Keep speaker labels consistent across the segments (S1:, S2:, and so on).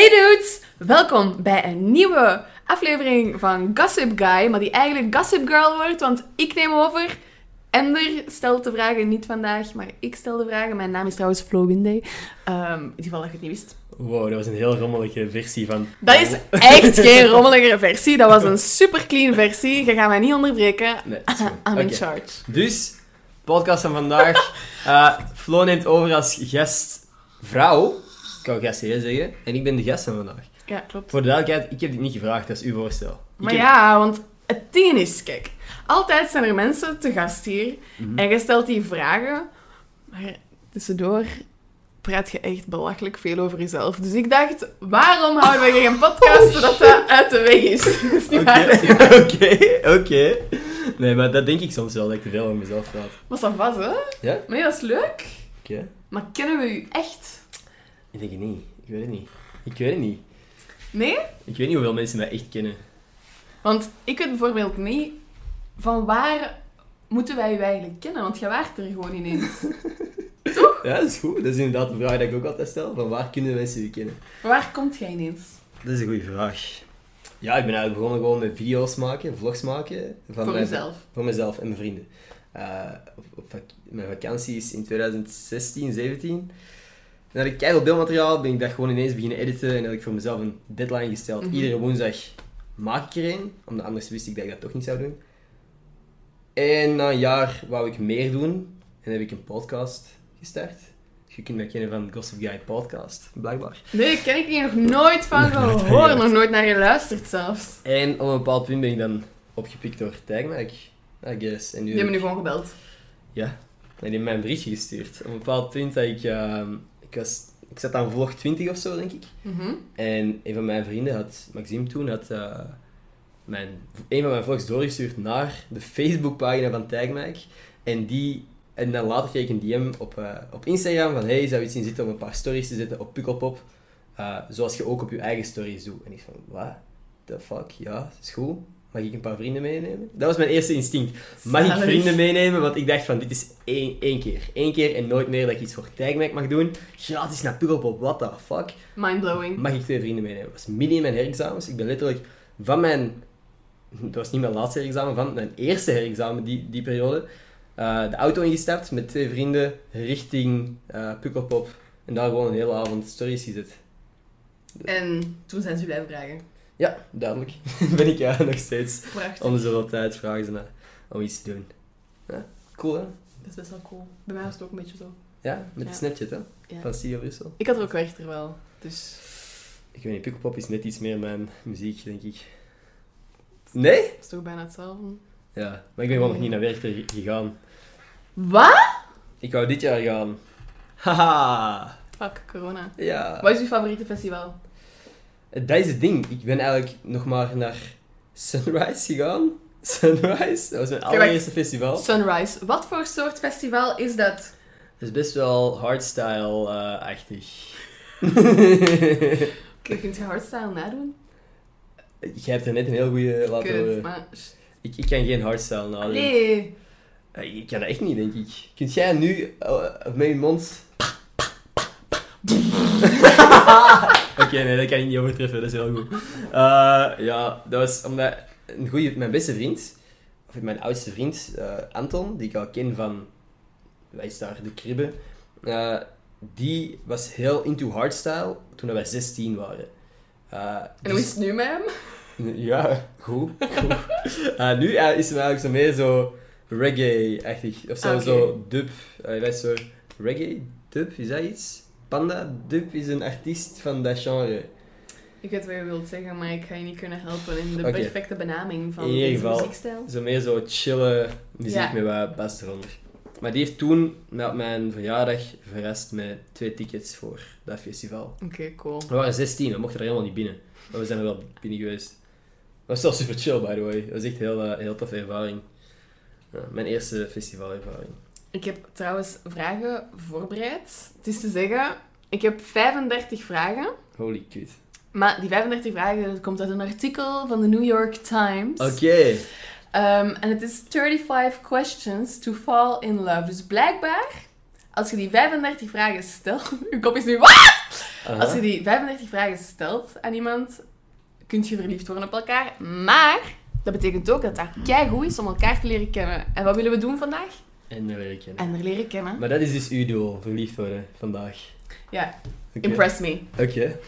S1: Kids, welkom bij een nieuwe aflevering van Gossip Guy, maar die eigenlijk Gossip Girl wordt, want ik neem over. Ender stelt de vragen niet vandaag, maar ik stel de vragen. Mijn naam is trouwens Flo Winday, Ehm, in ieder geval dat je het niet wist.
S2: Wow, dat was een heel rommelige versie van...
S1: Dat is echt geen rommeligere versie, dat was een super clean versie. Je gaat mij niet onderbreken. Ah,
S2: Nee, dat is goed.
S1: I'm in
S2: Oké.
S1: charge.
S2: Dus, podcast van vandaag. Eh, Flo neemt over als gastvrouw. Ik kan gastheer zeggen. En ik ben de gast van vandaag.
S1: Ja, klopt.
S2: Voor de duidelijkheid, ik heb dit niet gevraagd. Dat is uw voorstel. Ik
S1: Maar
S2: heb-
S1: ja, want het ding is, kijk, altijd zijn er mensen te gast hier
S2: Mhm.
S1: en je stelt die vragen, maar tussendoor praat je echt belachelijk veel over jezelf. Dus ik dacht, waarom houden we geen podcast zodat dat uit de weg is? Dus Dat is niet waar.
S2: Oh, Oké, oké, oké. Nee, maar dat denk ik soms wel, dat ik te veel over mezelf praat.
S1: Maar dat was, hè?
S2: Ja?
S1: Maar ja, dat is leuk.
S2: Oké.
S1: Maar kennen we u echt?
S2: Ik denk het niet. Ik weet het niet. Ik weet het niet.
S1: Nee?
S2: Ik weet niet hoeveel mensen mij echt kennen.
S1: Want ik weet bijvoorbeeld niet van waar moeten wij u eigenlijk kennen, want jij waart er gewoon ineens.
S2: Ja, dat is goed. Dat is inderdaad de vraag die ik ook altijd stel. Van waar kunnen mensen u kennen?
S1: Van waar komt jij ineens?
S2: Dat is een goede vraag. Ja, ik ben eigenlijk begonnen gewoon met video's maken, vlogs maken. Van
S1: Voor
S2: mijn-
S1: jezelf.
S2: Voor mezelf en mijn vrienden. Eh, op, op vak- mijn vakanties in 2016, 17. En had ik keihard beeldmateriaal, ben ik dat gewoon ineens beginnen editen en had ik voor mezelf een deadline gesteld.
S1: Mhm.
S2: Iedere woensdag maak ik er een, omdat anders wist ik dat ik dat toch niet zou doen. En na een jaar wou ik meer doen en heb ik een podcast gestart. Dus je kunt mij kennen van Gossip Guy Podcast, blijkbaar.
S1: Nee, ken ik hier nog nooit van
S2: Nog nooit van
S1: gehoord,
S2: gehoord.
S1: nog nooit naar geluisterd zelfs.
S2: En op een bepaald punt ben ik dan opgepikt door Tijgmerk, I guess. En nu
S1: Die hebben
S2: heb ik-
S1: nu gewoon gebeld.
S2: Ja, en die heeft mij een berichtje gestuurd. Op een bepaald punt dat ik... ehm, ik, was, ik zat aan vlog 20 of zo, denk ik.
S1: Mhm.
S2: En een van mijn vrienden had... Maxime toen had... eh, mijn, een van mijn vlogs doorgestuurd naar de Facebookpagina van Tijgmijk. En die... En dan later kreeg ik een DM op, eh, op Instagram van... Hey, zou je iets in zitten om een paar stories te zetten op Pukkelpop? Eh, zoals je ook op je eigen stories doet. En ik van... Wat? The fuck? Ja, is goed. Mag ik een paar vrienden meenemen? Dat was mijn eerste instinct. Mag ik
S1: Zalig.
S2: vrienden meenemen? Want ik dacht van, dit is één, één keer. Eén keer en nooit meer dat ik iets voor Tijgmerk mag doen. Gratis naar Pukkelpop, what the fuck?
S1: Mindblowing.
S2: Mag ik twee vrienden meenemen? Dat was midden in mijn herexamens. Ik ben letterlijk van mijn... Dat was niet mijn laatste herexamen, van mijn eerste herexamen die, die periode. eh, de auto ingestapt met twee vrienden richting eh Pukkelpop. En daar gewoon een hele avond stories gezet.
S1: En toen zijn ze blijven vragen.
S2: Ja, duidelijk. ben ik ja, nog steeds.
S1: Prachtig.
S2: Om de zoveel tijd vragen ze mij om iets te doen. Ja, cool hè?
S1: Dat is best wel cool. Bij mij was het ook een beetje zo.
S2: Ja, met
S1: Ja.
S2: de Snapchat hè?
S1: Ja.
S2: Van Studio Brussel.
S1: Ik had er ook echt er wel. Dus
S2: Ik weet niet, Pukkelpop is net iets meer mijn muziek, denk ik. Nee?
S1: dat is toch bijna hetzelfde.
S2: Ja, maar ik ben gewoon nog niet naar Werchter ge- gegaan.
S1: Wat?
S2: Ik wou dit jaar gaan. Haha!
S1: Fuck, corona.
S2: Ja.
S1: Wat is uw favoriete festival?
S2: Dat is het ding. Ik ben eigenlijk nog maar naar Sunrise gegaan. Sunrise? Dat was mijn allereerste festival.
S1: Sunrise. Wat voor soort festival is dat?
S2: Het is best wel hardstyle-achtig.
S1: Kun kunt je hardstyle nadoen?
S2: Jij hebt er net een heel goede laten
S1: Kut,
S2: horen.
S1: maar...
S2: Ik, ik kan geen hardstyle nadoen.
S1: Nee.
S2: Eh, Ik kan dat echt niet, denk ik. Kunt jij nu eh, met je mond... Oké, nee, dat kan ik niet overtreffen. Dat is heel goed. Eh, ja, dat was omdat een goede, mijn beste vriend, of mijn oudste vriend, eh, Anton, die ik al ken van, wij is daar, de Kribbe, eh, die was heel into hardstyle toen wij 16 waren. Eh,
S1: En hoe
S2: dus-
S1: is het nu met hem?
S2: ja, goed. goed. Eh, nu eh, is het eigenlijk zo meer zo reggae-achtig. Of zo,
S1: Ah, oké.
S2: zo dub. Eh, wij zo reggae, dub, is dat iets? Panda Dub is een artiest van dat genre.
S1: Ik weet wat je wilt zeggen, maar ik ga je niet kunnen helpen in de
S2: Oké.
S1: perfecte benaming van
S2: In ieder
S1: deze
S2: geval.
S1: muziekstijl.
S2: Zo meer zo chille muziek
S1: Ja.
S2: met wat bas eronder. Maar die heeft toen met mijn verjaardag verrast met twee tickets voor dat festival.
S1: Oké, cool.
S2: We waren 16, we mochten er helemaal niet binnen. Maar we zijn er wel binnen geweest. Dat was wel super chill, by the way. Dat was echt een heel, eh, heel toffe ervaring. Ja, mijn eerste festivalervaring.
S1: Ik heb trouwens vragen voorbereid. Het is te zeggen, ik heb 35 vragen.
S2: Holy kut.
S1: Maar die 35 vragen dat komt uit een artikel van de New York Times.
S2: Oké.
S1: Ehm, en het is 35 questions to fall in love. Dus blijkbaar, als je die 35 vragen stelt... Uw kop is nu... Wat?
S2: Aha.
S1: Als je die 35 vragen stelt aan iemand, kun je verliefd worden op elkaar. Maar dat betekent ook dat dat goed is om elkaar te leren kennen. En wat willen we doen vandaag?
S2: En dat wil ik kennen.
S1: En er leren kennen.
S2: Maar dat is dus uw doel, verliefd worden, vandaag.
S1: Ja,
S2: Oké.
S1: impress me.
S2: Oké.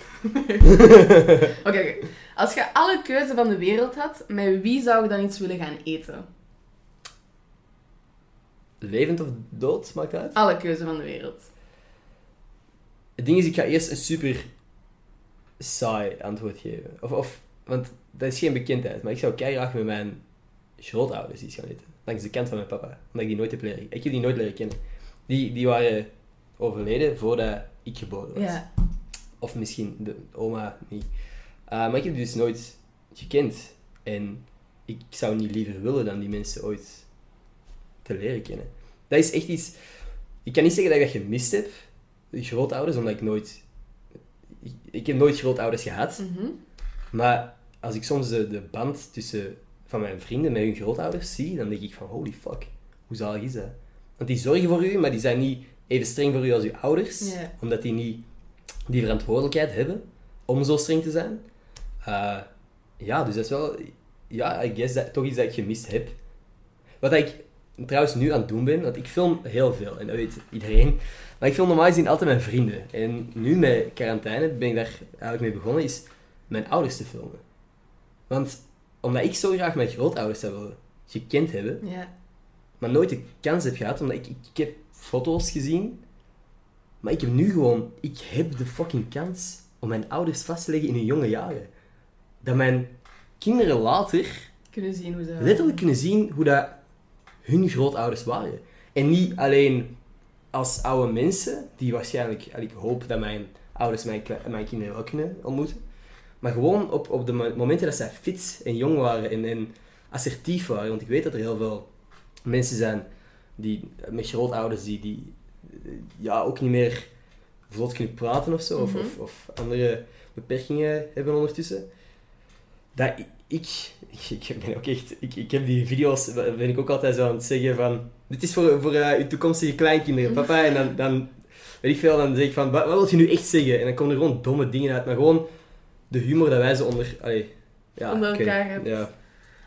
S1: Oké, oké. Als je alle keuze van de wereld had, met wie zou je dan iets willen gaan eten?
S2: Levend of dood, maakt dat uit?
S1: Alle keuze van de wereld.
S2: Het ding is, ik ga eerst een super saai antwoord geven. Of, of, want dat is geen bekendheid, maar ik zou graag met mijn grootouders iets gaan eten. Langs de kant van mijn papa, omdat ik die nooit heb leren. Ik heb die nooit leren kennen. Die, die waren overleden voordat ik geboren was.
S1: Ja.
S2: Of misschien de oma niet. Eh, maar ik heb die dus nooit gekend. En ik zou niet liever willen dan die mensen ooit te leren kennen. Dat is echt iets... Ik kan niet zeggen dat ik dat gemist heb, die grootouders, omdat ik nooit... Ik, ik heb nooit grootouders gehad.
S1: Mhm.
S2: Maar als ik soms de, de band tussen van mijn vrienden met hun grootouders zie, dan denk ik van holy fuck, hoe zalig is dat? Want die zorgen voor u, maar die zijn niet even streng voor u als uw ouders,
S1: Ja.
S2: omdat die niet die verantwoordelijkheid hebben om zo streng te zijn. Eh, ja, dus dat is wel, ja, I guess dat, toch iets dat ik gemist heb. Wat ik trouwens nu aan het doen ben, want ik film heel veel en dat weet iedereen. Maar ik film normaal gezien altijd mijn vrienden. En nu met quarantaine ben ik daar eigenlijk mee begonnen, is mijn ouders te filmen. Want omdat ik zo graag mijn grootouders zou willen gekend hebben,
S1: Ja.
S2: maar nooit de kans heb gehad, omdat ik, ik, ik heb foto's gezien, maar ik heb nu gewoon, ik heb de fucking kans om mijn ouders vast te leggen in hun jonge jaren. Dat mijn kinderen later
S1: Kunnen zien hoe ze...
S2: letterlijk kunnen zien hoe dat hun grootouders waren. En niet alleen als oude mensen, die waarschijnlijk, en ik hoop dat mijn ouders mijn, kle- mijn kinderen wel kunnen ontmoeten, maar gewoon op, op de mo- momenten dat zij fit en jong waren en, en assertief waren. Want ik weet dat er heel veel mensen zijn die, eh, met grootouders die, die eh, ja, ook niet meer vlot kunnen praten of zo, of-
S1: Mhm.
S2: of, of andere beperkingen hebben ondertussen dat ik, ik, ik ben ook echt, ik, ik heb die video's, ben ik ook altijd zo aan het zeggen van, dit is voor, voor eh, uw toekomstige kleinkinderen, papa, en dan, dan, weet ik veel, dan zeg ik van, wat, wat wil je nu echt zeggen? En dan komen er gewoon domme dingen uit, maar gewoon de humor dat wij ze onder, allee, ja,
S1: Onder
S2: oké,
S1: elkaar hebt.
S2: Ja.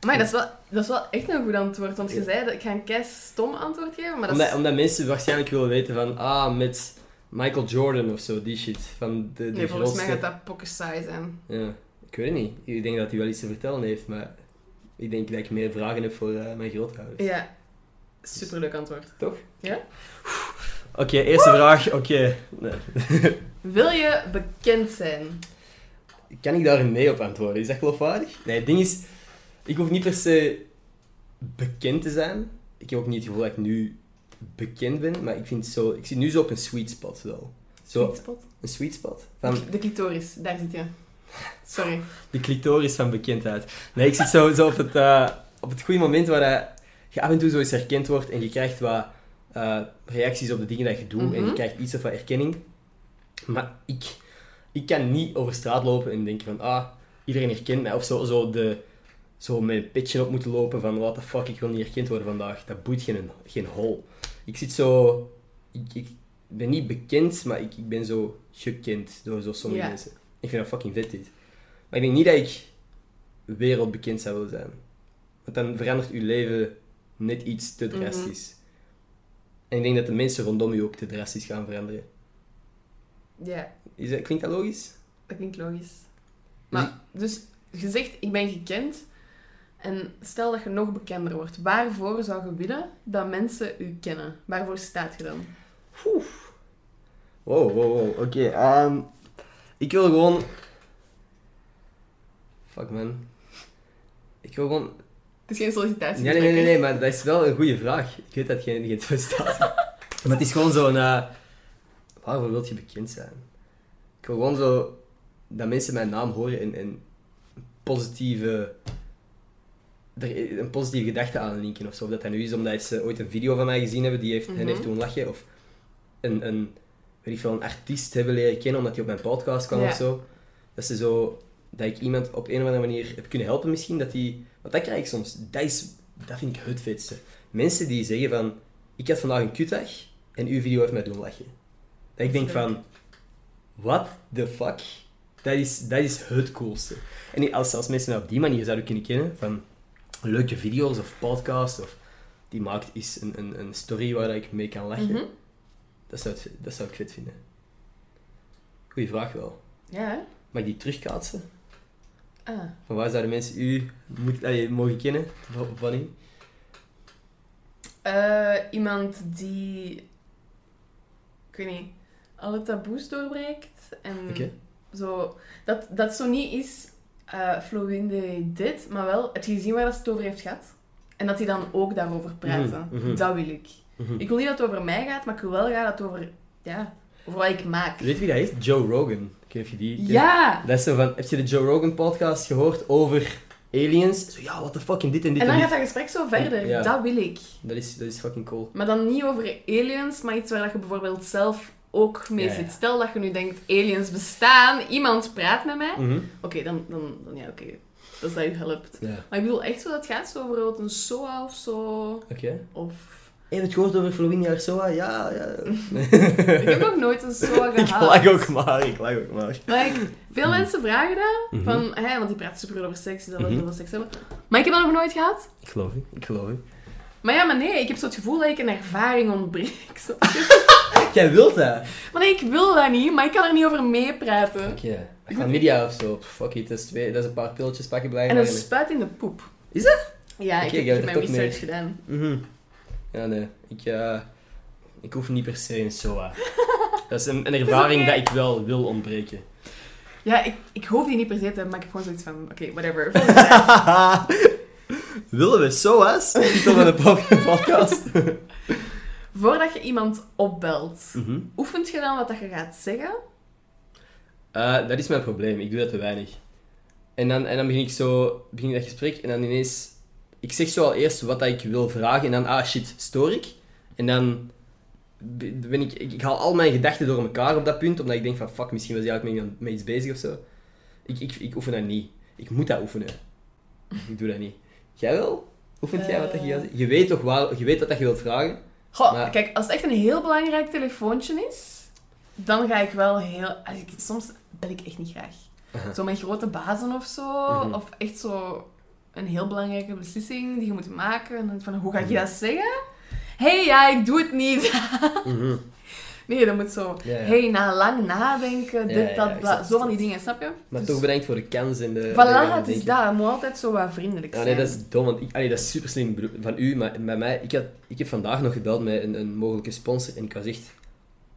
S1: Maar dat is, wel, dat is wel echt een goed antwoord. Want je
S2: Ja.
S1: zei dat ik ga een kei stom antwoord geven, maar dat
S2: Omdat,
S1: is...
S2: omdat mensen waarschijnlijk willen weten van, ah, met Michael Jordan of zo, die shit, van de, de
S1: Nee, volgens mij
S2: grootste-
S1: gaat dat pokken saai zijn.
S2: Ja, ik weet het niet. Ik denk dat hij wel iets te vertellen heeft, maar ik denk dat ik meer vragen heb voor eh, mijn grootouders.
S1: Ja. Superleuk antwoord.
S2: Toch?
S1: Ja.
S2: Oké, eerste vraag. Oké. Nee.
S1: Wil je bekend zijn?
S2: Kan ik daar nee op antwoorden? Is dat geloofwaardig? Nee, het ding is... Ik hoef niet per se bekend te zijn. Ik heb ook niet het gevoel dat ik nu bekend ben. Maar ik vind zo... Ik zit nu zo op een sweet spot wel. Zo,
S1: Sweet spot.
S2: een sweet spot. Van
S1: De clitoris, daar zit je. Sorry.
S2: de clitoris van bekendheid. Nee, ik zit zo, zo op, het, eh, op het goede moment waar dat je af en toe zo eens herkend wordt en je krijgt wat eh, reacties op de dingen dat je doet en je
S1: Mhm.
S2: krijgt iets of wat erkenning. Maar ik, ik kan niet over straat lopen en denken van, ah, iedereen herkent mij. Of zo, zo, de, zo met een petje op moeten lopen van, what the fuck, ik wil niet herkend worden vandaag. Dat boeit geen, geen hol. Ik zit zo... Ik, ik ben niet bekend, maar ik, ik ben zo gekend door zo sommige
S1: Ja.
S2: mensen. Ik vind dat fucking vet, dit. Maar ik denk niet dat ik wereldbekend zou willen zijn. Want dan verandert uw leven net iets te
S1: Mhm.
S2: drastisch. En ik denk dat de mensen rondom u ook te drastisch gaan veranderen.
S1: Ja,
S2: Is dat, klinkt dat logisch?
S1: dat klinkt logisch. Maar, dus, je zegt, ik ben gekend. En stel dat je nog bekender wordt. Waarvoor zou je willen dat mensen u kennen? Waarvoor staat je dan?
S2: Oeh. Wow, wow, wow. Oké, ehm, ik wil gewoon... Fuck, man. Ik wil gewoon...
S1: Het is geen sollicitatie. dus
S2: Nee, nee, nee, nee, nee, maar dat is wel een goede vraag. Ik weet dat geen, geen antwoord staat. maar het is gewoon zo'n... eh, waarvoor wil je bekend zijn? Ik wil gewoon zo... Dat mensen mijn naam horen en, en een positieve... Er een positieve gedachte aan linken of zo. Of dat dat nu is omdat ze ooit een video van mij gezien hebben, die heeft, hen
S1: Mhm.
S2: heeft doen lachen. Of een, een, weet ik veel, een artiest hebben leren kennen omdat hij op mijn podcast kwam
S1: Ja.
S2: of zo. Dat ze zo... Dat ik iemand op een of andere manier heb kunnen helpen misschien, dat die... Want dat krijg ik soms. Dat, is, dat vind ik het vetste. Mensen die zeggen van... Ik had vandaag een kutdag en uw video heeft mij doen lachen. Dat ik denk van... what the fuck? Dat is, dat is het coolste. En als, als mensen mij op die manier zouden kunnen kennen, van leuke video's of podcasts, of die maakt is een, een, een story waar ik mee kan lachen,
S1: Mhm.
S2: dat, zou het- dat zou ik vet vinden. Goeie vraag wel.
S1: Ja, hè?
S2: Mag ik die terugkaatsen?
S1: Ah.
S2: Van waar zouden mensen u moet, allee, mogen kennen? Van- Van u?
S1: Eh, iemand die, ik weet niet, alle taboes doorbreekt. En
S2: Oké.
S1: zo, dat, dat zo niet is, eh Florinde dit, maar wel, heb je gezien waar dat ze het over heeft gehad? En dat hij dan ook daarover praten.
S2: Mhm, mhm.
S1: Dat wil ik.
S2: Mhm.
S1: Ik wil niet dat het over mij gaat, maar ik wil wel graag dat het over, ja, over wat ik maak.
S2: Weet je wie dat is? Joe Rogan. Ik weet niet of je die kent.
S1: Ja!
S2: Dat is zo van, heb je de Joe Rogan podcast gehoord over aliens? Zo, ja, what the fuck, en dit en dit
S1: En
S2: en,
S1: dan
S2: dit.
S1: gaat dat gesprek zo verder.
S2: Ja.
S1: Dat wil ik.
S2: Dat is, dat is fucking cool.
S1: Maar dan niet over aliens, maar iets waar dat je bijvoorbeeld zelf ook mee
S2: Ja, ja.
S1: zit. Stel dat je nu denkt, aliens bestaan, iemand praat met mij. Oké,
S2: Mhm.
S1: dan, dan, dan ja, oké. Dat is dat je helpt.
S2: Ja.
S1: Maar ik bedoel echt zo dat het gaat, zo bijvoorbeeld een SOA of zo.
S2: Oké.
S1: Of...
S2: Heb je het gehoord over Florinia Arsoa? Ja, ja.
S1: Ik heb nog nooit een SOA
S2: ik
S1: gehad.
S2: lag ook maar, ik lag ook maar.
S1: Maar ik- veel
S2: Hmm.
S1: mensen vragen dat,
S2: Mhm.
S1: van, hè, want die praten super over seks, dat
S2: Mhm.
S1: we over seks hebben. Maar ik heb dat nog nooit gehad.
S2: Ik geloof je, ik geloof je.
S1: Maar ja, maar nee, ik heb zo het gevoel dat ik een ervaring ontbreek. Zo.
S2: Jij wilt dat?
S1: Maar nee, ik wil dat niet, maar ik kan er niet over meepraten.
S2: Oké. Chlamydia of zo. Pff, Fuck it, dat is, twee, dat is een paar pilletjes pakken
S1: En
S2: blijven.
S1: een spuit in de poep.
S2: Is
S1: dat? Ja,
S2: Oké,
S1: ik
S2: jij
S1: heb
S2: hebt
S1: mijn
S2: het ook
S1: research
S2: mee.
S1: gedaan.
S2: Mhm. Ja, nee. Ik, eh, ik hoef niet per se een SOA. dat is een, een ervaring
S1: oké.
S2: dat ik wel wil ontbreken.
S1: Ja, ik, ik hoef die niet per se te hebben, maar ik heb gewoon zoiets van, oké, whatever. volgend jaar.
S2: Willen we SOA's? Titel van de pod- podcast.
S1: Voordat je iemand opbelt,
S2: Mhm.
S1: oefent je dan wat dat je gaat zeggen?
S2: Eh, dat is mijn probleem. Ik doe dat te weinig. En dan, en dan begin ik zo, begin ik dat gesprek en dan ineens... Ik zeg zo al eerst wat dat ik wil vragen en dan, ah shit, stoor ik? En dan be- ben ik, ik, ik haal al mijn gedachten door elkaar op dat punt, omdat ik denk van, fuck, misschien was hij eigenlijk met, met iets bezig of zo. Ik, ik, ik oefen dat niet. Ik moet dat oefenen. Ik doe dat niet. Jij wel? Oefent jij wat dat je
S1: Eh.
S2: gaat zeggen? Je weet toch waar, je weet wat dat je wilt vragen?
S1: Goh,
S2: Maar-
S1: kijk, als het echt een heel belangrijk telefoontje is, dan ga ik wel heel... als ik- soms bel ik echt niet graag.
S2: Aha.
S1: Zo mijn grote bazen of zo,
S2: Mhm.
S1: of echt zo een heel belangrijke beslissing die je moet maken. En dan van, hoe ga je dat zeggen? hey, ja, ik doe het niet.
S2: Mhm.
S1: Nee, dat moet zo.
S2: Ja, ja.
S1: hey, na lang nadenken,
S2: Ja,
S1: dit,
S2: ja,
S1: dat,
S2: ja, ik
S1: bla.
S2: snap het,
S1: Zo van die dingen, snap je?
S2: Maar
S1: Dus-
S2: toch bedankt voor de kans en de...
S1: Voilà, het
S2: de-
S1: is dat. Je moet altijd zo wat vriendelijk
S2: Ja,
S1: zijn.
S2: nee, dat is dom, want ik, allee, dat is super slim van u, maar bij mij, ik, had, ik heb vandaag nog gebeld met een, een mogelijke sponsor en ik was echt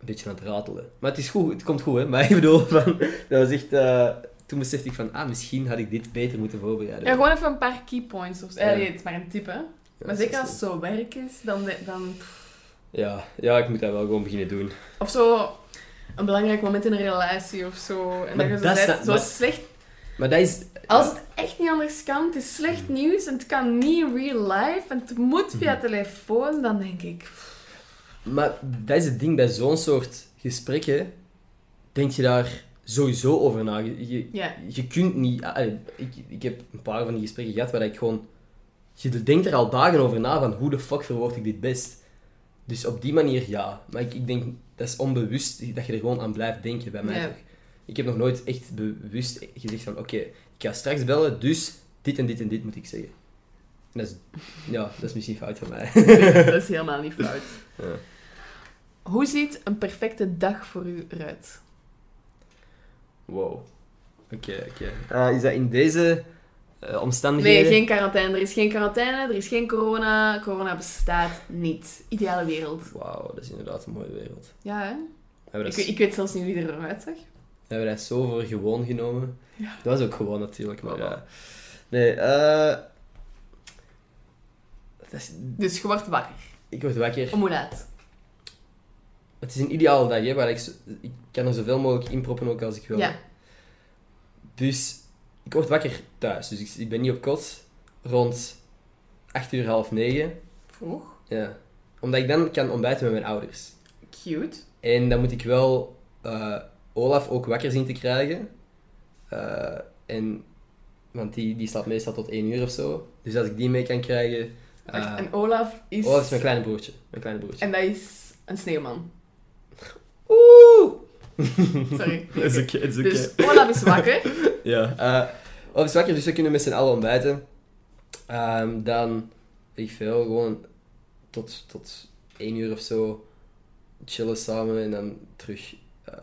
S2: een beetje aan het ratelen. Maar het is goed, het komt goed, hè? Maar ik bedoel, van, dat was echt, eh, toen besefte ik van, ah, misschien had ik dit beter moeten voorbereiden.
S1: Ja, gewoon even een paar key points of zo.
S2: Ja.
S1: Eh, nee, het is maar een tip, hè.
S2: Ja,
S1: maar
S2: dat is
S1: zeker als
S2: slim.
S1: het zo werk is, dan, de- dan...
S2: Ja, ja, ik moet dat wel gewoon beginnen doen.
S1: Of zo een belangrijk moment in een relatie of zo. En
S2: Maar
S1: dat je
S2: dat
S1: zo,
S2: is
S1: zegt,
S2: dat-
S1: zo
S2: maar-
S1: slecht...
S2: Maar dat is...
S1: Als het echt niet anders kan, het is slecht
S2: Mm.
S1: nieuws en het kan niet in real life en het moet via
S2: Mm-hmm.
S1: telefoon, dan denk ik... pff,
S2: Maar dat is het ding, bij zo'n soort gesprekken denk je daar sowieso over na. Je, je,
S1: Ja.
S2: je kunt niet... ah, allee, ik, ik heb een paar van die gesprekken gehad waar ik gewoon... Je denkt er al dagen over na van hoe de fuck verwoord ik dit best. Dus op die manier ja. Maar ik, ik denk, dat is onbewust dat je er gewoon aan blijft denken bij mij.
S1: Ja.
S2: toch. Ik heb nog nooit echt bewust gezegd van oké, ik ga straks bellen, dus dit en dit en dit moet ik zeggen. En dat is, ja, dat is misschien fout van mij.
S1: dat is helemaal niet fout.
S2: Ja.
S1: Hoe ziet een perfecte dag voor u eruit?
S2: Wow. Oké, oké. is dat in deze eh, omstandigheden?
S1: Nee, geen quarantaine. Er is geen quarantaine, er is geen corona. Corona bestaat niet. Ideale wereld.
S2: Wauw, dat is inderdaad een mooie wereld.
S1: Ja, hè?
S2: We hebben
S1: Ik,
S2: dat,
S1: ik weet zelfs niet wie er eruit zag.
S2: we hebben dat zo voor gewoon genomen.
S1: Ja.
S2: Dat was ook gewoon natuurlijk, maar
S1: Wauw.
S2: ja. Nee, eh... dat is-
S1: Dus je wordt wakker.
S2: ik word wakker.
S1: Om hoe laat?
S2: Het is een ideale dag, hè, waar ik, zo- ik kan er zoveel mogelijk inproppen ook als ik wil.
S1: Ja.
S2: Dus ik word wakker thuis. Dus ik, ik ben niet op kot. Rond 8 uur, half 9.
S1: Vroeg.
S2: Ja. Omdat ik dan kan ontbijten met mijn ouders.
S1: Cute.
S2: En dan moet ik wel eh, Olaf ook wakker zien te krijgen. Eh, en, want die, die slaapt meestal tot één uur of zo. Dus als ik die mee kan krijgen... eh,
S1: Wacht, en Olaf is...
S2: Olaf is mijn kleine broertje. Mijn kleine broertje.
S1: En dat is een sneeuwman.
S2: Oeh!
S1: Sorry.
S2: Het is oké, het is oké.
S1: Dus Olaf is wakker.
S2: Ja. eh of is wakker, dus we kunnen met z'n allen ontbijten. Ehm, dan, weet ik veel, gewoon tot, tot één uur of zo chillen samen en dan terug eh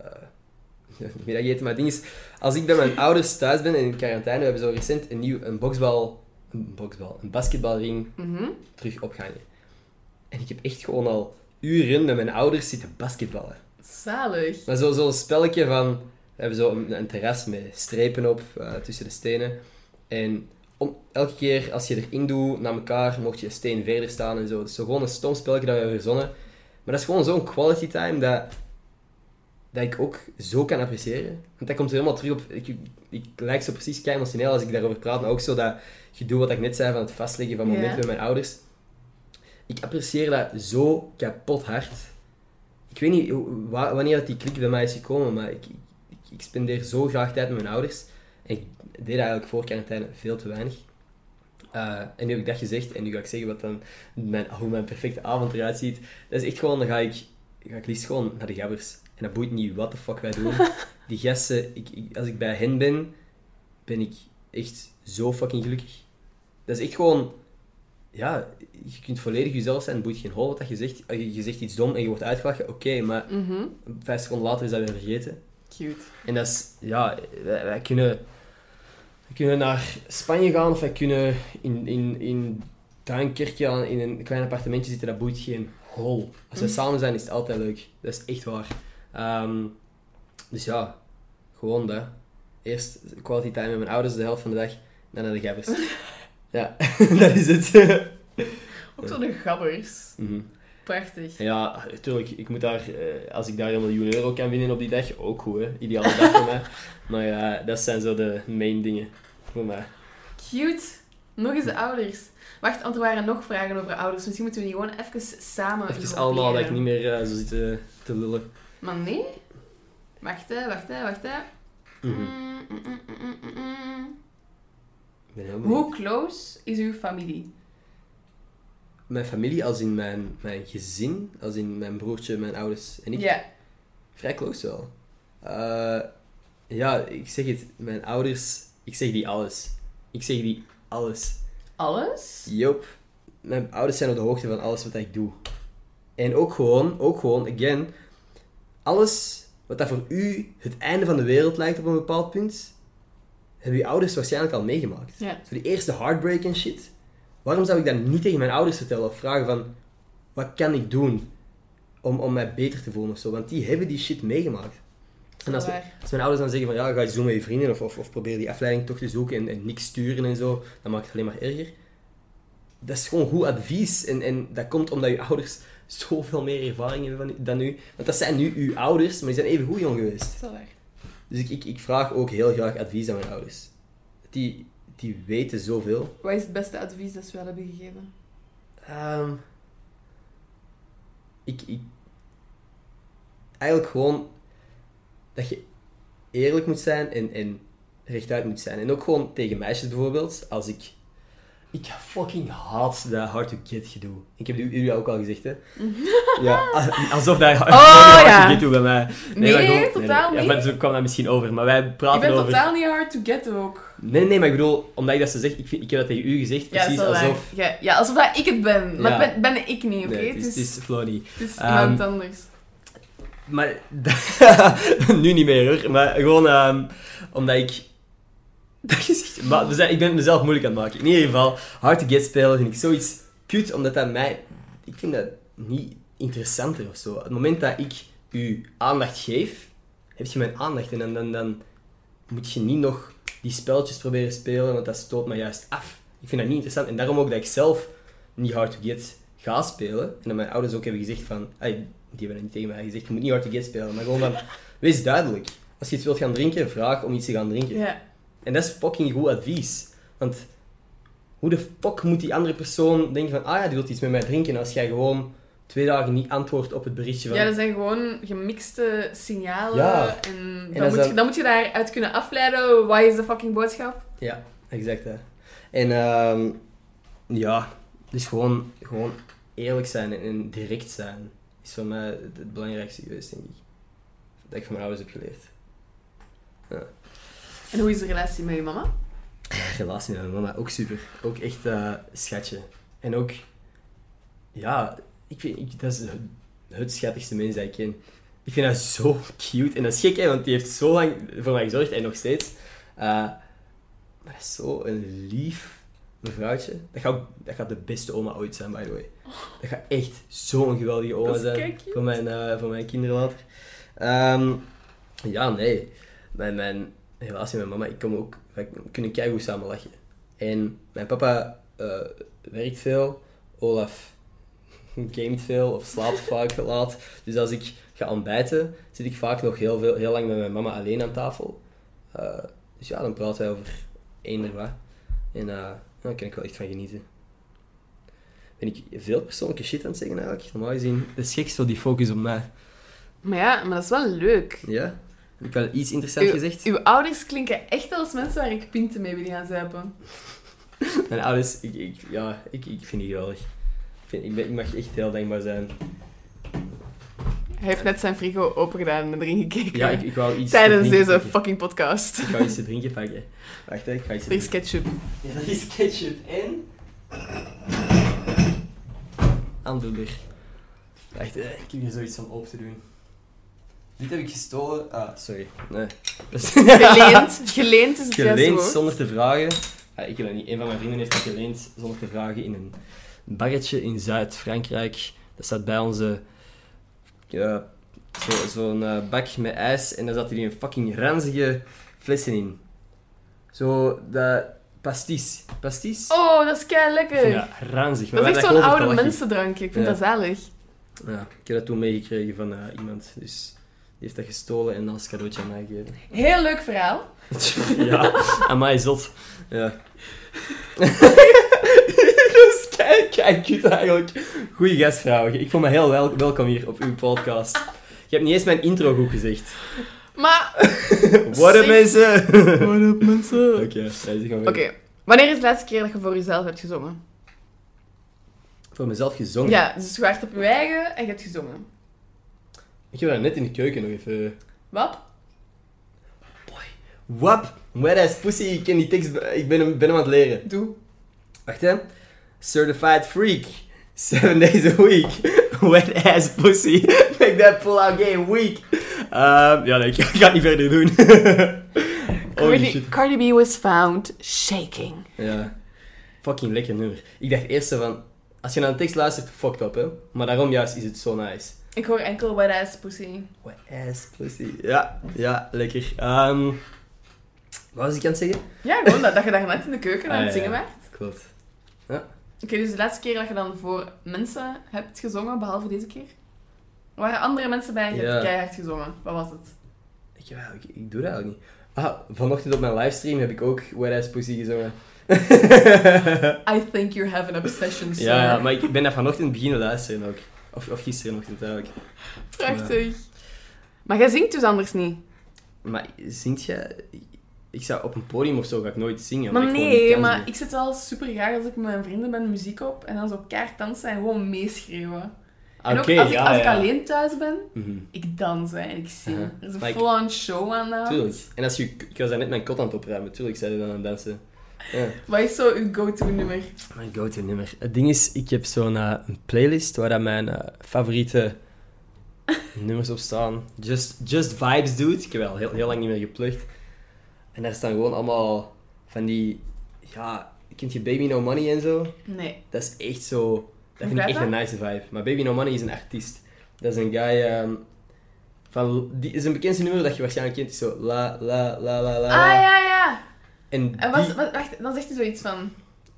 S2: middag eten. Maar het ding is, als ik bij mijn ouders thuis ben en in quarantaine, we hebben zo recent een nieuw een boksbal, een boksbal, een basketbalring
S1: Mhm.
S2: terug opgehangen. En ik heb echt gewoon al uren met mijn ouders zitten basketballen.
S1: Zalig.
S2: Maar zo- zo'n spelletje van... We hebben zo een, een terras met strepen op eh, tussen de stenen. En om, elke keer als je erin doet, naar elkaar, mocht je een steen verder staan en zo. Het is zo gewoon een stom spelletje dat we hebben verzonnen. Maar dat is gewoon zo'n quality time dat, dat ik ook zo kan appreciëren. Want dat komt er helemaal terug op... Ik, ik lijk zo precies kei emotioneel als ik daarover praat. Maar ook zo dat gedoe wat ik net zei van het vastleggen van
S1: Ja.
S2: momenten met mijn ouders. Ik apprecieer dat zo kapot hard. Ik weet niet hoe- wa- wanneer dat die klik bij mij is gekomen, maar ik, ik, ik spendeer zo graag tijd met mijn ouders. En ik deed dat eigenlijk voor quarantaine veel te weinig. Eh, en nu heb ik dat gezegd en nu ga ik zeggen wat dan mijn, hoe mijn perfecte avond eruit ziet. Dat is echt gewoon, dan ga ik, ga ik liefst gewoon naar de gabbers. En dat boeit niet wat de fuck wij doen. Die gasten, ik, ik- als ik bij hen ben, ben ik echt zo fucking gelukkig. Dat is echt gewoon, ja, je kunt volledig jezelf zijn, het boeit geen hol wat dat je zegt. Je, je zegt iets dom en je wordt uitgelachen, oké, maar
S1: Mhm.
S2: vijf seconden later is dat weer vergeten.
S1: Cute.
S2: En dat is, ja, wij, wij kunnen, wij kunnen naar Spanje gaan of wij kunnen in, in, in Duinkerkje aan- in een klein appartementje zitten, dat boeit geen hol. Als we
S1: Mm.
S2: samen zijn is het altijd leuk, dat is echt waar. Ehm, dus ja, gewoon dat. Eerst quality time met mijn ouders de helft van de dag, dan naar de gabbers. ja, dat is het.
S1: Ook zo'n gabbers.
S2: Mhm.
S1: Prachtig.
S2: Ja, tuurlijk, ik moet daar, eh, als ik daar een miljoen euro kan winnen op die dag, ook goed, hè. Ideale dag voor mij. Maar ja, dat zijn zo de main dingen voor mij.
S1: Cute. Nog eens de ouders. Wacht, want er waren nog vragen over ouders. Misschien moeten we die gewoon even samen
S2: Het is
S1: groeperen.
S2: allemaal dat Ah, ik niet meer eh, zo zit eh, te lullen.
S1: Maar nee. Wacht, hè, wacht, hè, wacht. Hè.
S2: Mhm.
S1: Mm, mm, mm, mm, mm, mm.
S2: Ik ben heel benieuwd.
S1: Hoe close is uw familie?
S2: Mijn familie, als in mijn, mijn gezin, als in mijn broertje, mijn ouders en ik,
S1: Ja.
S2: vrij close wel. Eh, ja, ik zeg het, mijn ouders, ik zeg die alles. Ik zeg die alles.
S1: Alles?
S2: Joop. Mijn ouders zijn op de hoogte van alles wat ik doe. En ook gewoon, ook gewoon, again, alles wat dat voor u het einde van de wereld lijkt op een bepaald punt, hebben uw ouders waarschijnlijk al meegemaakt.
S1: Ja.
S2: Zo die eerste heartbreak en shit. Waarom zou ik dat niet tegen mijn ouders vertellen of vragen van, wat kan ik doen om, om mij beter te voelen of zo? Want die hebben die shit meegemaakt. En als,
S1: Waar.
S2: als mijn ouders dan zeggen van ja, ga je zo met je vrienden of, of, of probeer die afleiding toch te zoeken en, en niks sturen en zo, dan maakt het alleen maar erger. Dat is gewoon goed advies en, en dat komt omdat je ouders zoveel meer ervaring hebben van, u- dan u. Want dat zijn nu uw ouders, maar die zijn even goed jong geweest.
S1: Zo waar.
S2: Dus ik, ik, ik vraag ook heel graag advies aan mijn ouders. Die, die weten zoveel.
S1: Wat is het beste advies dat ze wel hebben gegeven?
S2: Ehm, ik, ik... Eigenlijk gewoon dat je eerlijk moet zijn en, en rechtuit moet zijn. En ook gewoon tegen meisjes bijvoorbeeld. Als ik... Ik fucking haat dat hard to get gedoe. Ik heb het jullie ook al gezegd, hè? Ja, a- alsof dat hard, hard
S1: Oh, ja.
S2: to get doet bij mij.
S1: Nee,
S2: maar gewoon-
S1: totaal
S2: Ja,
S1: niet.
S2: maar zo kwam dat misschien over. Maar wij
S1: Je
S2: praten
S1: bent
S2: over...
S1: totaal niet hard to get ook.
S2: Nee, nee, maar ik bedoel, omdat ik dat ze zegt, ik, vind, ik heb dat tegen u gezegd,
S1: Ja,
S2: precies
S1: zo waar.
S2: alsof...
S1: Ja, ja, alsof dat ik het ben. Maar
S2: Ja.
S1: dat ben, ben ik niet, oké? dus-
S2: Nee,
S1: het,
S2: het is,
S1: is,
S2: het is Flo niet.
S1: het is
S2: Ehm,
S1: iemand anders.
S2: Maar nu niet meer hoor. Maar gewoon ehm, omdat ik. Dat je zegt, maar we zijn, ik ben het mezelf moeilijk aan het maken. In ieder geval, hard to get spelen vind ik zoiets kut, omdat dat mij. Ik vind dat niet interessanter of zo. Het moment dat ik u aandacht geef, heb je mijn aandacht. En dan, dan, dan moet je niet nog die spelletjes proberen spelen, want dat stoot me juist af. Ik vind dat niet interessant. En daarom ook dat ik zelf niet hard to get ga spelen. En dat mijn ouders ook hebben gezegd van... Ay, die hebben dat niet tegen mij gezegd. Je moet niet hard to get spelen. Maar gewoon van... Wees duidelijk. Als je iets wilt gaan drinken, vraag om iets te gaan drinken.
S1: Ja.
S2: En dat is fucking goed advies. Want hoe de fuck moet die andere persoon denken van... Ah ja, die wil iets met mij drinken. Als jij gewoon twee dagen niet antwoordt op het berichtje van...
S1: ja, dat zijn gewoon gemixte signalen.
S2: Ja.
S1: En, dan,
S2: als
S1: moet
S2: dat-
S1: Je, dan moet je daaruit kunnen afleiden, oh, wat is de fucking boodschap?
S2: Ja, exact. Hè. En ehm, ja, dus gewoon, gewoon eerlijk zijn en, en direct zijn is voor mij het, het belangrijkste geweest, denk ik. dat ik van mijn ouders heb geleerd.
S1: En hoe is de relatie met je mama?
S2: relatie met mijn mama ook super. Ook echt eh, schatje. En ook, ja, ik vind, ik, dat is het, het schattigste mens dat ik ken. Ik vind haar zo cute. En dat is gek, hè, want die heeft zo lang voor mij gezorgd en nog steeds. Eh, maar dat is zo een lief mevrouwtje. Dat gaat, ook- dat gaat de beste oma ooit zijn, by the way. Dat gaat echt zo'n geweldige oma
S1: Dat is
S2: zijn
S1: keicute.
S2: voor mijn, eh, voor mijn kinderen later. Ehm, ja, nee. Mijn, mijn relatie met mama, ik kom ook, wij kunnen keigoed samen lachen. En mijn papa eh, werkt veel, Olaf gamet veel of slaapt vaak laat. Dus als ik ga ontbijten, zit ik vaak nog heel, veel, heel lang met mijn mama alleen aan tafel. Eh, dus ja, dan praten wij over eender wat. En eh, ja, daar kan ik wel echt van genieten. Ben ik veel persoonlijke shit aan het zeggen eigenlijk? Normaal gezien, het is gek zo die focus op mij.
S1: Maar ja, maar dat is wel leuk.
S2: Ja? Heb ik wel iets interessants
S1: Uw-
S2: gezegd?
S1: Uw ouders klinken echt als mensen waar ik pinten mee wil gaan zuipen.
S2: Mijn ouders, ik, ik, ja, ik, ik vind die geweldig. Ik, vind, ik, ben, ik mag echt heel dankbaar zijn.
S1: Hij heeft net zijn frigo opengedaan en erin gekeken.
S2: Ja, ik, ik wou iets te
S1: Tijdens
S2: drinken
S1: deze
S2: pakken.
S1: fucking podcast.
S2: Ik wou iets te drinken pakken. Wacht, hè, ik ga iets te
S1: Er is
S2: drinken.
S1: ketchup.
S2: Ja, dat is ketchup en... Aandoener. Wacht, hè, ik heb hier zoiets om op te doen. Dit heb ik gestolen. Ah, sorry. Nee. Dat is-
S1: Geleend. Geleend is het juiste
S2: Geleend
S1: woord.
S2: zonder te vragen. Ah, ik heb dat niet. Een van mijn vrienden heeft dat geleend zonder te vragen in een barretje in Zuid-Frankrijk. Dat staat bij onze. Ja, zo- zo'n eh, bak met ijs en daar zat hier een fucking ranzige flessen in. Zo, dat. Pastis. Pastis?
S1: Oh, dat is kei
S2: Ik vind
S1: lekker.
S2: dat ranzig. maar
S1: dat is echt
S2: wij
S1: zo'n
S2: geloven
S1: oude
S2: dat dat
S1: mensendrankje. Ik vind
S2: Ja.
S1: dat zalig.
S2: je- Ja, ik heb dat toen meegekregen van eh, iemand. Dus die heeft dat gestolen en als cadeautje aan mij gegeven.
S1: Heel leuk verhaal.
S2: ja, aan mij zot. Ja. dat is kei, kei cute eigenlijk. Goeie gastvrouw. Ik voel me heel wel, welkom hier op uw podcast. Je hebt niet eens mijn intro goed gezegd.
S1: Maar,
S2: What up
S1: Zeg-
S2: mensen!
S1: what up mensen?
S2: Oké,
S1: Oké,
S2: okay, gaan we
S1: wanneer is de laatste keer dat je voor jezelf hebt gezongen?
S2: Voor mezelf gezongen.
S1: Ja, dus je waart op je eigen en je hebt gezongen.
S2: Ik heb daar net in de keuken nog even... eh,
S1: Wat?
S2: Wap! Wet ass pussy, ik ken die tekst... Ik ben hem, ben hem aan het leren.
S1: Doe.
S2: Wacht hè. Certified freak. Seven days a week. Wet ass pussy. Make that pull out game weak. Ehm, ja, nee, ik ga het niet verder doen. Holy
S1: Cardi,
S2: shit.
S1: Cardi B was found shaking.
S2: Ja. Fucking lekker nummer. Ik dacht eerst zo van... Als je naar de tekst luistert, fucked up hè. Maar daarom juist is het zo nice.
S1: Ik hoor enkel wet ass pussy.
S2: Wet ass pussy. Ja, ja, lekker. Ehm, wat was ik aan het zeggen?
S1: Ja, gewoon dat, dat je daar net in de keuken aan het
S2: Ah, ja.
S1: zingen waart.
S2: Klopt.
S1: Oké, dus de laatste keer dat je dan voor mensen hebt gezongen, behalve deze keer, er waren andere mensen bij en je hebt
S2: Ja.
S1: keihard gezongen. Wat was het?
S2: Ik, ja, ik, ik doe dat eigenlijk niet. Ah, vanochtend op mijn livestream heb ik ook Wet ass pussy gezongen.
S1: I think you have an obsession, sir.
S2: Ja, ja, maar ik ben dat vanochtend beginnen luisteren ook. Of, of gisterenochtend eigenlijk.
S1: Prachtig. Maar jij zingt dus anders niet?
S2: Maar zingt jij... Ik zou op een podium of zo ga ik nooit zingen.
S1: Maar
S2: omdat ik gewoon niet
S1: nee,
S2: kan
S1: maar
S2: zingen.
S1: ik zit wel super graag als ik met mijn vrienden ben muziek op en dan zo keihard dansen en gewoon meeschreeuwen. en ook
S2: Oké,
S1: als, ik,
S2: ja,
S1: als ik
S2: ja.
S1: alleen thuis ben,
S2: Mhm,
S1: ik dans hè, en ik zing.
S2: Aha.
S1: Er is een
S2: Maar ik-
S1: full-on show aan de hand.
S2: Tuurlijk. En als je... Ik was daar net mijn kot aan het opruimen. Tuurlijk zijn dan aan het dansen. Ja.
S1: Wat is zo uw go-to-nummer?
S2: Mijn go-to nummer. Het ding is, ik heb zo'n eh, een playlist waar dat mijn eh, favoriete nummers op staan. Just, just Vibes, dude. Ik heb al heel, heel lang niet meer geplukt. En daar staan gewoon allemaal van die... Ja, kent je Baby No Money en zo?
S1: Nee.
S2: Dat is echt zo.
S1: Hoe
S2: Dat vind ik
S1: gaat
S2: echt
S1: dat?
S2: een nice vibe. Maar Baby No Money is een artiest. Dat is een guy. ehm, van, die is een bekendste nummer dat je waarschijnlijk kent. Is zo la la la la la.
S1: Ah ja, ja.
S2: En
S1: En was,
S2: Eh, die-
S1: wat, wacht, dan zegt hij zoiets van.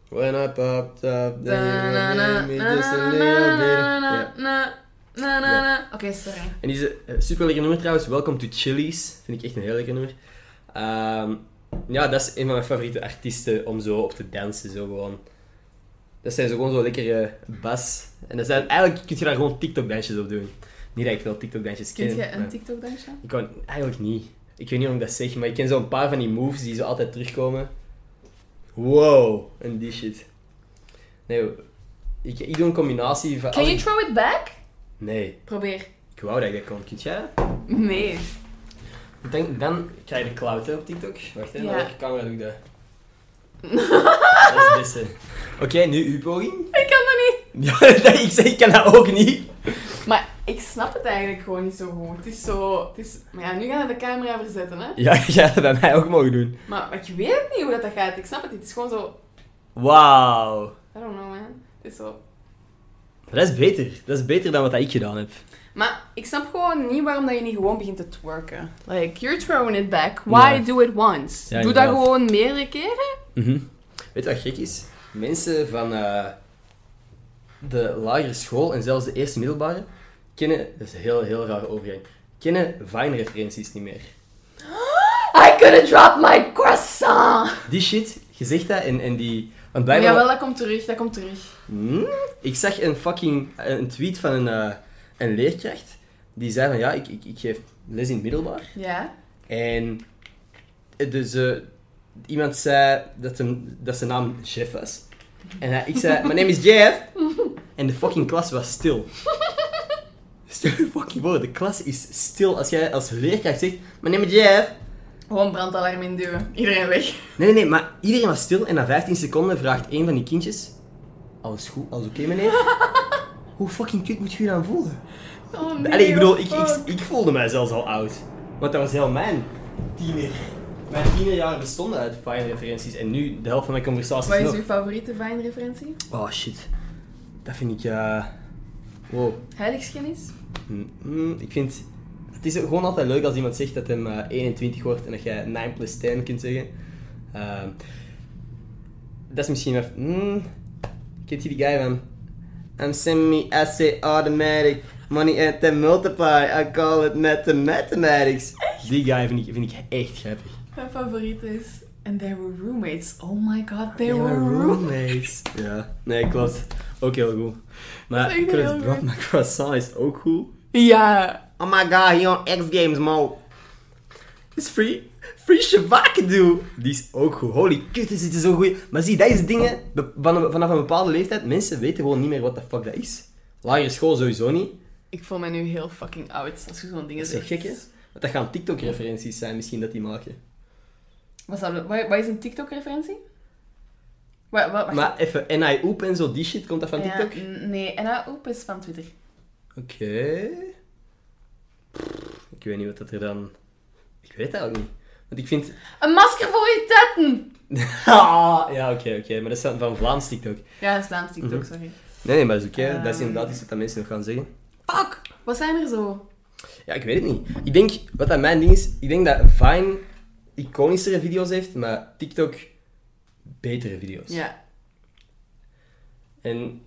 S2: When I popped up, they
S1: Na, na, na,
S2: named me
S1: na,
S2: just a
S1: na,
S2: little bit.
S1: na,
S2: Ja.
S1: na, na, na, na,
S2: Ja.
S1: na. Oké, sorry.
S2: En die is een eh, super lekker nummer trouwens. Welcome to Chili's. Vind ik echt een heel lekker nummer. Ehm, ja, dat is een van mijn favoriete artiesten om zo op te dansen. Zo gewoon. Dat zijn zo gewoon zo lekkere bas. En dat zijn, eigenlijk kun je daar gewoon TikTok-dansjes op doen. Niet dat ik veel TikTok-dansjes ken.
S1: Dus Kent jij een
S2: maar-
S1: TikTok-dansje?
S2: Ik kan eigenlijk niet. Ik weet niet hoe ik dat zeg, maar ik ken zo'n paar van die moves die zo altijd terugkomen. Wow, en die shit. Nee, ik, ik doe een combinatie van...
S1: Can
S2: als
S1: you
S2: ik-
S1: throw it back?
S2: Nee,
S1: Probeer.
S2: ik wou dat ik dat kon. Kun jij dat?
S1: Nee.
S2: Dan, dan krijg je de clout hè, op TikTok. Wacht, hè,
S1: Ja.
S2: naar welke camera doe ik dat? dat is het beste. Oké, nu uw poging.
S1: Ik kan dat niet.
S2: Ja, dat- ik zeg, ik kan dat ook niet.
S1: Maar ik snap het eigenlijk gewoon niet zo goed. Het is zo... Het is... Maar ja, nu gaan we de camera verzetten, hè.
S2: Ja, ik ga dat bij mij ook mogen doen.
S1: Maar, maar ik weet niet hoe dat, dat gaat. Ik snap het niet. Het is gewoon zo...
S2: Wauw.
S1: I don't know, man. Het is zo...
S2: Dat is beter. Dat is beter dan wat ik gedaan heb.
S1: Maar ik snap gewoon niet waarom dat je niet gewoon begint te twerken. Like, you're throwing it back. Why
S2: Ja.
S1: do it once?
S2: Ja,
S1: Doe dat
S2: inderdaad.
S1: gewoon meerdere keren.
S2: Mhm. Weet je wat gek is? Mensen van eh, de lagere school en zelfs de eerste middelbare kennen, dat is een heel, heel rare overgang, kennen Vine-referenties niet meer.
S1: I couldn't drop my croissant!
S2: Die shit, je zegt dat en, en die... Want
S1: Maar
S2: blijkbaar...
S1: jawel, dat komt terug. Dat komt terug.
S2: Hmm? Ik zag een fucking een tweet van een, eh, een leerkracht die zei van ja, ik, ik, ik geef les in het middelbaar.
S1: Ja?
S2: En eh, dus eh, iemand zei dat, hem, dat zijn naam Jeff was. En hij- ik zei, my name is Jeff. En de fucking klas was stil. Stel je fucking voor, de klas is stil als jij als leerkracht zegt, my name is Jeff.
S1: Gewoon brandalarm induwen. Iedereen weg.
S2: Nee, nee, nee, maar iedereen was stil en na 15 seconden vraagt één van die kindjes, alles goed, alles oké meneer? Hoe fucking kut moet je je dan voelen?
S1: Oh nee,
S2: Allee, ik bedoel,
S1: oh,
S2: ik, ik,
S1: fuck.
S2: ik voelde mij zelfs al oud. Want dat was heel mijn tiener. Mijn tienerjaren bestonden uit Vine-referenties en nu de helft van mijn conversaties
S1: Wat is
S2: nog.
S1: uw favoriete Vine-referentie?
S2: Oh shit. Dat vind ik... eh Wow.
S1: Heiligschennis?
S2: Mm, mm, ik vind... Het is gewoon altijd leuk als iemand zegt dat hem eh, 21 wordt en dat jij 9 plus 10 kunt zeggen. Ehm, dat is misschien wel... Mm, kent je die guy van... I'm semi-automatic money at the multiply. I call it mathematics. Die guy vind ik, vind ik echt grappig.
S1: Mijn favoriet is... And there were roommates. Oh my god, they
S2: Ja,
S1: were roommates.
S2: Ja, nee, klopt. Ook heel goed. Maar
S1: Dat is echt
S2: Chris
S1: heel goed.
S2: Brown, croissant is ook cool.
S1: Ja.
S2: Oh my god, he on X Games, mo. It's free. Free Shavakadu. Die is ook goed. Holy kut, is dit zo goed. Maar zie, dat is dingen... be- van een- Vanaf een bepaalde leeftijd, mensen weten gewoon niet meer wat de fuck dat is. Lagere school sowieso niet.
S1: Ik voel me nu heel fucking oud als je zo'n dingen
S2: Dat is zo
S1: zegt.
S2: gek, hè? Want dat gaan TikTok-referenties zijn misschien dat die maken.
S1: Wat is, dat, wat, wat is een TikTok-referentie? Wat, wat, wacht.
S2: Maar even, NI Oep en zo, die shit, komt dat van
S1: Ja,
S2: TikTok? Oké.
S1: n- nee, en haar oep is van Twitter.
S2: Pff, Ik weet niet wat dat er dan... Ik weet dat ook niet. Want ik vind...
S1: Een masker voor je tetten!
S2: Ah, ja, oké, oké. Maar dat is van- van Vlaams TikTok.
S1: Ja, dat is Vlaams TikTok,
S2: Mhm.
S1: sorry.
S2: Nee, nee, maar dat is oké. Dat is
S1: Ehm.
S2: inderdaad iets wat dat mensen nog gaan zeggen.
S1: Fuck! Wat zijn er zo?
S2: Ja, ik weet het niet. Ik denk, wat dat mijn ding is, ik denk dat Vine iconischere video's heeft, maar TikTok betere video's.
S1: Ja.
S2: En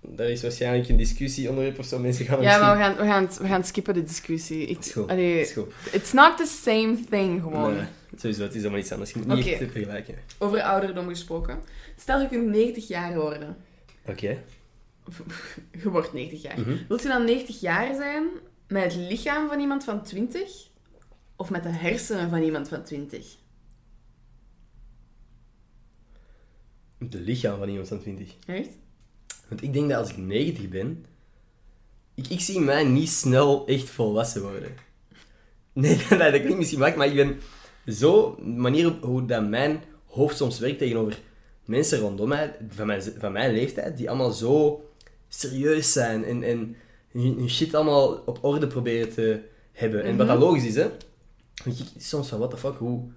S2: daar is waarschijnlijk een discussieonderwerp of zo. Mensen gaan
S1: Ja, maar we gaan, we, gaan, het- we gaan skippen de discussie. Ik,
S2: Is goed.
S1: allee,
S2: Is goed.
S1: it's not the same thing, gewoon.
S2: Nee, sowieso, het is allemaal iets anders. Je moet niet
S1: Oké.
S2: echt te vergelijken.
S1: Over ouderdom gesproken. Stel, je kunt 90 jaar worden.
S2: Oké.
S1: Je wordt 90 jaar.
S2: Mhm.
S1: Wilt je dan 90 jaar zijn met het lichaam van iemand van 20? Of met de hersenen van iemand van 20?
S2: De lichaam van iemand van 20.
S1: Echt?
S2: Want ik denk dat als ik 90 ben, ik, ik zie mij niet snel echt volwassen worden. Nee, dat, dat klinkt misschien makkelijk, maar ik ben zo, de manier op- hoe dat mijn hoofd soms werkt tegenover mensen rondom mij, van mijn, van mijn leeftijd, die allemaal zo serieus zijn en, en hun, hun shit allemaal op orde proberen te hebben. En wat dat logisch is, hè. Want ik soms van, what the fuck, hoe